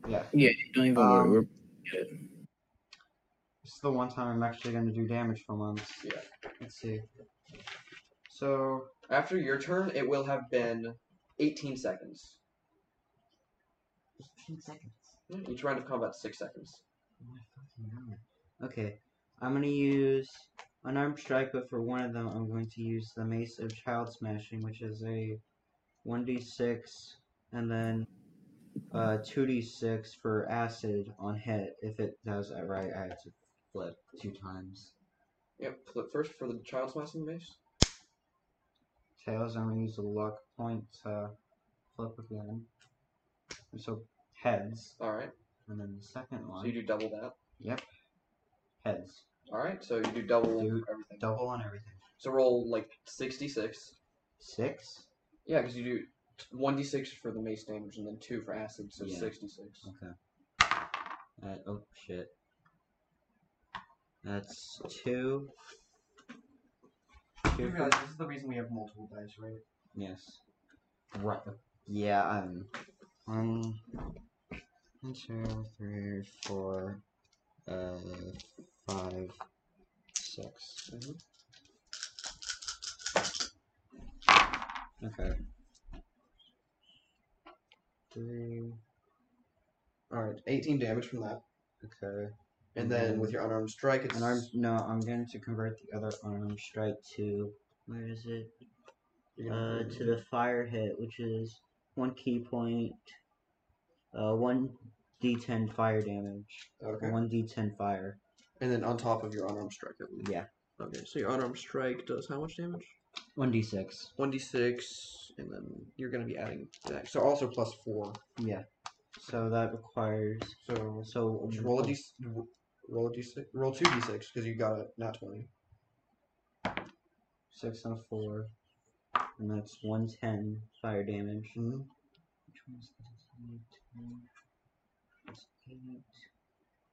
Speaker 3: Don't even
Speaker 2: Um,
Speaker 3: worry.
Speaker 2: This is the one time I'm actually going to do damage for once.
Speaker 1: Yeah.
Speaker 2: Let's see. So,
Speaker 1: After your turn, it will have been 18 seconds.
Speaker 4: 15 seconds.
Speaker 2: Mm-hmm.
Speaker 1: Each round of combat, six seconds.
Speaker 2: Oh my fucking God. Okay, I'm gonna use unarmed strike, but for one of them, I'm going to use the Mace of Child Smashing, which is a 1d6 and then uh, 2d6 for acid on hit. If it does that right, I have to flip two times.
Speaker 1: Yep, flip first for the child smashing mace.
Speaker 2: Tails, I'm gonna use a luck point to flip again. So heads,
Speaker 1: All right.
Speaker 2: and then the second
Speaker 1: So you
Speaker 2: one,
Speaker 1: do double that.
Speaker 2: heads.
Speaker 1: All right. So you do double
Speaker 2: Do-
Speaker 1: everything.
Speaker 2: Double on everything.
Speaker 1: So roll like sixty-six.
Speaker 2: Six.
Speaker 1: Yeah, because you do one d six for the mace damage and then two for acid, so
Speaker 2: Yeah.
Speaker 1: sixty-six.
Speaker 2: Okay. Uh, oh shit. That's two.
Speaker 4: You
Speaker 2: Two.
Speaker 4: realize this is the reason we have multiple dice, right?
Speaker 2: Yes.
Speaker 4: Right.
Speaker 2: Yeah. Um. One, two, three, four, uh, five, six.
Speaker 1: Mhm.
Speaker 2: Okay. Three.
Speaker 1: All right, eighteen damage from that,
Speaker 2: Okay.
Speaker 1: and
Speaker 2: Mm-hmm.
Speaker 1: then with your unarmed strike, it's
Speaker 2: And I'm no, I'm going to convert the other unarmed strike to where is it?
Speaker 1: you're
Speaker 2: Uh,
Speaker 1: gonna-
Speaker 2: to the fire hit, which is one key point, uh, one d10 fire damage,
Speaker 1: okay,
Speaker 2: one d10 fire.
Speaker 1: and then on top of your unarmed strike, I believe.
Speaker 2: Yeah,
Speaker 1: Okay, so your unarmed strike does how much damage?
Speaker 2: one d6.
Speaker 1: One d six, and then you're gonna be adding that, so also plus four.
Speaker 2: Yeah. So that requires
Speaker 1: So
Speaker 2: so
Speaker 1: just roll a d roll a d six, roll two d six because you got a not twenty.
Speaker 2: six and a four, and that's 110 fire damage.
Speaker 1: Mm-hmm.
Speaker 2: Which one's this?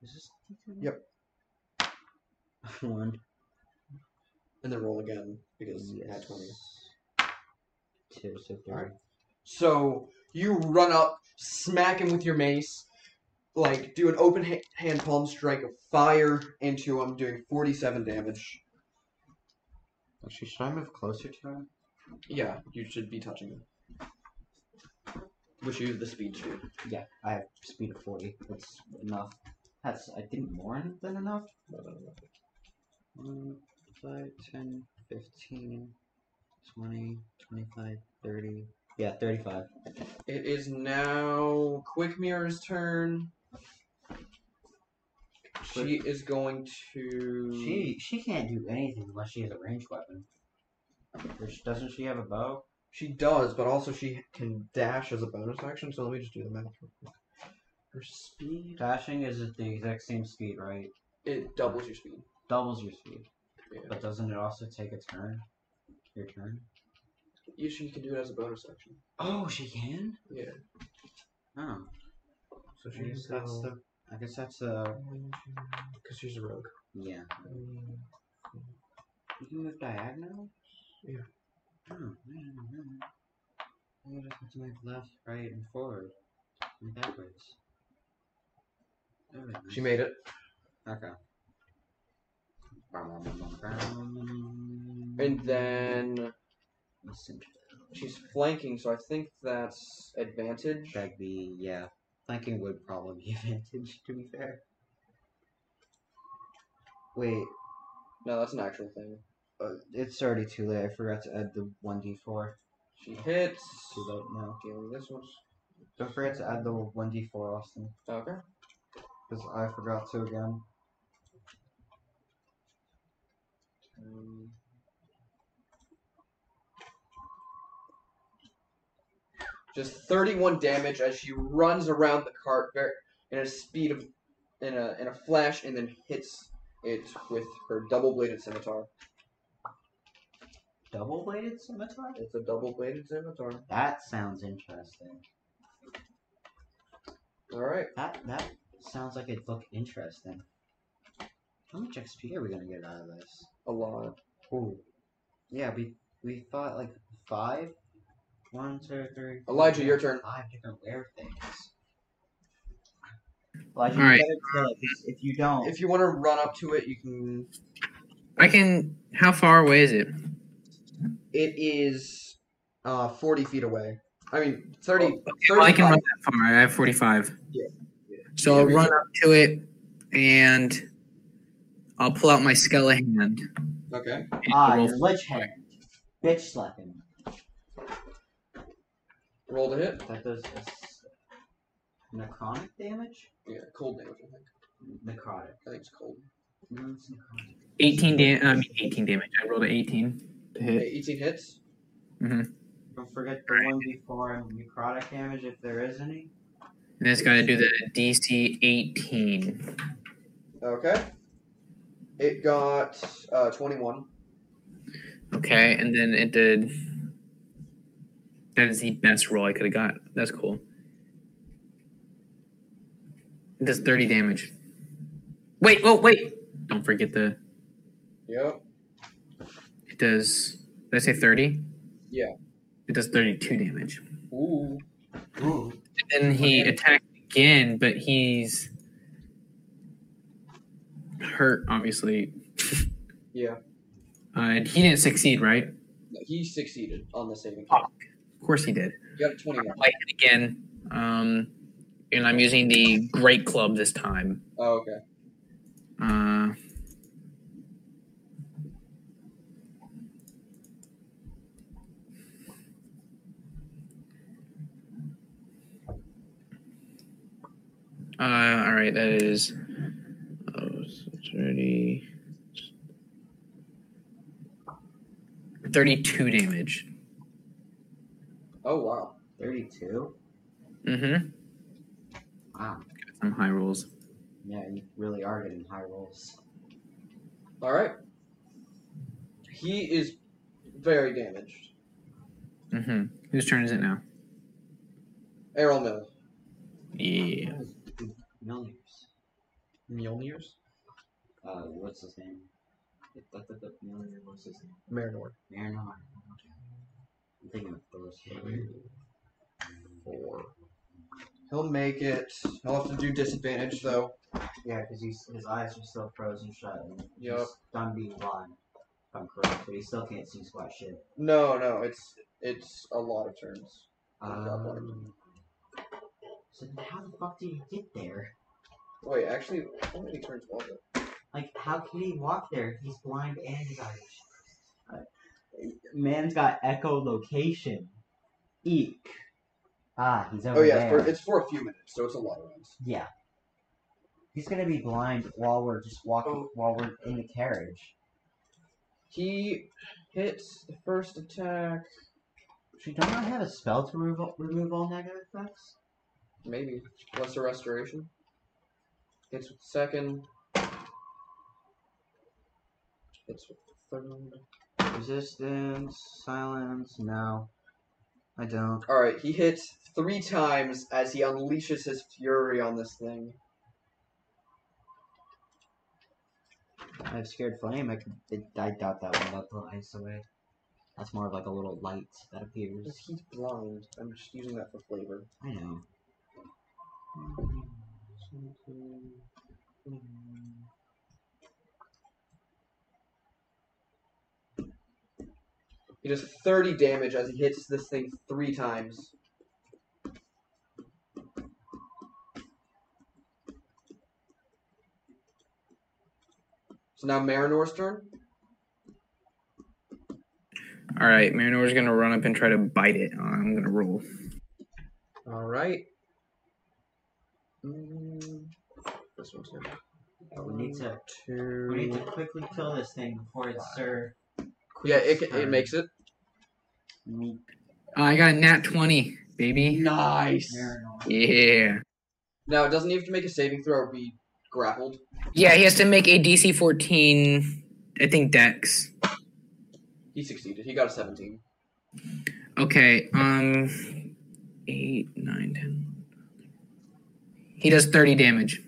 Speaker 2: Is this d10?
Speaker 1: Yep.
Speaker 2: One.
Speaker 1: And then roll again because nat
Speaker 2: Yes.
Speaker 1: twenty.
Speaker 2: Two, so three.
Speaker 1: Alright. So you run up, smack him with your mace, like do an open ha- hand palm strike of fire into him, doing 47 damage.
Speaker 2: Actually, should I move closer to him?
Speaker 1: Yeah, you should be touching him. Which you the speed to.
Speaker 2: Yeah, I have speed of 40. That's enough. That's, I think, more than enough. Um, 5, 10, 15, 20, 25, 30. Yeah, 35.
Speaker 1: It is now Quick Mirror's turn. She is going to.
Speaker 2: She she can't do anything unless she has a ranged weapon. Which, doesn't she have a bow?
Speaker 1: She does, but also she can dash as a bonus action. So let me just do the math. real quick. Her speed.
Speaker 2: Dashing is at the exact same speed, right?
Speaker 1: It doubles your speed.
Speaker 2: Doubles your speed.
Speaker 1: Yeah.
Speaker 2: But doesn't it also take a turn? Your turn?
Speaker 1: You, she can do it as a bonus action.
Speaker 2: Oh, she can?
Speaker 1: Yeah.
Speaker 2: Oh.
Speaker 1: So
Speaker 2: I guess that's the. I guess that's the.
Speaker 1: Because she's a rogue.
Speaker 2: Yeah. You can move diagonal?
Speaker 1: Yeah.
Speaker 2: Oh, man, man. I just have to move left, right, and forward. And backwards. Everything.
Speaker 1: She made it.
Speaker 2: Okay.
Speaker 1: And then
Speaker 2: Listen,
Speaker 1: she's flanking, so I think that's advantage.
Speaker 2: that'd be, yeah. Flanking would probably be advantage, to be fair. Wait,
Speaker 1: No, that's an actual thing.
Speaker 2: uh, it's already too late. I forgot to add the 1d4.
Speaker 1: She hits.
Speaker 2: Too late now.
Speaker 1: Dealing this one.
Speaker 2: Don't forget to add the 1d4, Austin.
Speaker 1: Okay.
Speaker 2: Because I forgot to again.
Speaker 1: Um, Just 31 damage as she runs around the cart ver- in a speed of in a in a flash and then hits it with her double-bladed scimitar.
Speaker 2: Double bladed scimitar?
Speaker 1: It's a double-bladed scimitar.
Speaker 2: That sounds interesting.
Speaker 1: All right.
Speaker 2: That that sounds like it'd look interesting. How much XP are we gonna get out of this?
Speaker 1: A lot.
Speaker 2: Ooh. Yeah, we we thought like five. One, two, three. four,
Speaker 1: Elijah,
Speaker 2: five,
Speaker 1: your turn.
Speaker 2: Five different wear things. Elijah, you
Speaker 3: Alright.
Speaker 2: better kill it, 'cause if you don't,
Speaker 1: If you want to run up to it, you can.
Speaker 3: I can. How far away is it?
Speaker 1: It is uh, 40 feet away. I mean, 30.
Speaker 3: Well, I can
Speaker 1: 35.
Speaker 3: run that far. I have 45.
Speaker 1: Yeah.
Speaker 3: So I'll run up to it and I'll pull out my skeleton hand.
Speaker 1: Okay.
Speaker 3: and
Speaker 2: ah,
Speaker 3: roll-
Speaker 2: your lich hand, bitch slapping.
Speaker 1: Roll to hit.
Speaker 2: That does a s- necronic damage.
Speaker 1: Yeah, cold damage, I think.
Speaker 2: Necrotic.
Speaker 1: I think it's cold.
Speaker 2: No, it's necrotic.
Speaker 3: 18 damage. I mean, 18 damage. I rolled an 18 to hit.
Speaker 1: 18 hits.
Speaker 2: Don't forget the one d4 and necrotic damage if there is any.
Speaker 3: And it's got to do the DC 18.
Speaker 1: Okay. It got uh, 21.
Speaker 3: Okay, and then it did. That is the best roll I could have got. That's cool. It does 30 damage. Wait, oh, wait. Don't forget the.
Speaker 1: Yep.
Speaker 3: It does. Did I say 30?
Speaker 1: Yeah.
Speaker 3: It does 32 damage.
Speaker 1: Ooh.
Speaker 2: Ooh.
Speaker 3: Then he
Speaker 1: Okay.
Speaker 3: attacked again, but he's hurt, obviously.
Speaker 1: Yeah.
Speaker 3: Uh, and he didn't succeed, right?
Speaker 1: He succeeded on the saving.
Speaker 3: Oh.
Speaker 1: throw.
Speaker 3: Of course he did.
Speaker 1: He got a 21.
Speaker 3: I hit again, um, and I'm using the great club this time.
Speaker 1: Oh, okay.
Speaker 3: Uh, Uh, all right, that is oh, it's 30, 32 damage.
Speaker 1: Oh, wow.
Speaker 2: 32?
Speaker 3: Mm-hmm.
Speaker 2: Wow.
Speaker 3: Some high rolls.
Speaker 2: Yeah, you really are getting high rolls.
Speaker 1: All right. He is very damaged.
Speaker 3: Mm-hmm. Whose turn is it now?
Speaker 1: Errol Mill.
Speaker 3: Yeah.
Speaker 2: Milliners.
Speaker 4: Mjolnirs?
Speaker 2: Uh, what's his name? It- that- that- that Mjolnir, What's his name?
Speaker 4: Marinor.
Speaker 2: Marinor. Okay. I'm thinking of Thor's
Speaker 1: Four. He'll make it. He'll have to do disadvantage, though.
Speaker 2: Yeah, because his eyes are still frozen shut. And
Speaker 1: Yup.
Speaker 2: He's done being blind, if I'm correct, but he still can't see squat shit.
Speaker 1: No, no, it's it's a lot of turns.
Speaker 2: Um, so then how the fuck did he get there?
Speaker 1: Wait, actually, how many turns was it?
Speaker 2: Like, how can he walk there? if He's blind and his eyes are shut? Uh, Man's got echolocation. Eek. Ah, he's over
Speaker 1: Oh yeah,
Speaker 2: there.
Speaker 1: for, it's for a few minutes, so it's a lot of rounds.
Speaker 2: Yeah. He's gonna be blind while we're just walking,
Speaker 1: Oh.
Speaker 2: while we're in the carriage.
Speaker 1: He hits the first attack.
Speaker 2: Should don't I have a spell to remove remove all negative effects?
Speaker 1: Maybe lesser restoration. Hits with the second. Hits with the third.
Speaker 2: Resistance, silence, no. I don't.
Speaker 1: All right, he hits three times as he unleashes his fury on this thing.
Speaker 2: I have scared flame. I can, it, I doubt that one got the ice away. That's more of like a little light that appears.
Speaker 1: He's blind. I'm just using that for flavor.
Speaker 2: I know.
Speaker 1: He does 30 damage as he hits this thing three times. So now Marinor's turn.
Speaker 3: All right, Marinor's gonna run up and try to bite it. Uh, I'm gonna roll.
Speaker 1: All right. Mm, this one's good.
Speaker 2: We need to
Speaker 1: Two.
Speaker 2: we need to quickly kill this thing before it's Sir.
Speaker 1: Yeah, it,
Speaker 2: Quick's
Speaker 1: ca- it
Speaker 2: turn.
Speaker 1: makes it.
Speaker 2: Me-
Speaker 3: Uh, I got a nat 20, baby.
Speaker 1: Nice.
Speaker 2: Marinor.
Speaker 3: Yeah.
Speaker 1: Now it doesn't even have to make a saving throw or be grappled.
Speaker 3: Yeah, he has to make a DC 14, I think, dex.
Speaker 1: He succeeded. He got a 17.
Speaker 3: Okay, um, 8, 9, 10. He does 30 damage.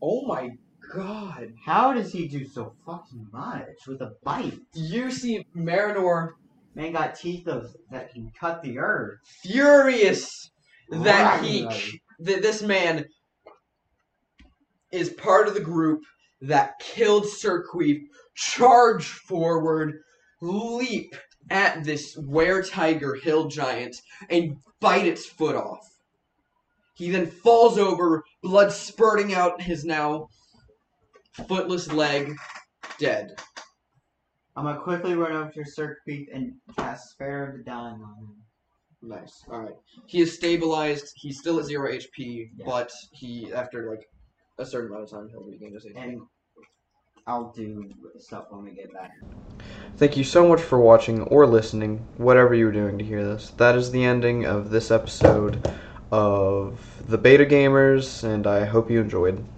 Speaker 1: Oh my god.
Speaker 2: How does he do so fucking much with a bite?
Speaker 1: You see Marinor
Speaker 2: Man got teeth of, that can cut the earth.
Speaker 1: furious that he
Speaker 2: Right.
Speaker 1: that this man is part of the group that killed Sir Queef, charge forward, leap at this were tiger hill giant, and bite its foot off. He then falls over, blood spurting out his now footless leg, dead.
Speaker 2: I'm gonna quickly run over to Sir Creep and cast Spare of the Dying on him.
Speaker 1: Nice. All right. He is stabilized. He's still at zero HP,
Speaker 2: Yeah.
Speaker 1: but he after like a certain amount of time he'll regain his HP.
Speaker 2: And I'll do stuff when we get back.
Speaker 1: Thank you so much for watching or listening, whatever you were doing to hear this. That is the ending of this episode of the beta gamers, and I hope you enjoyed.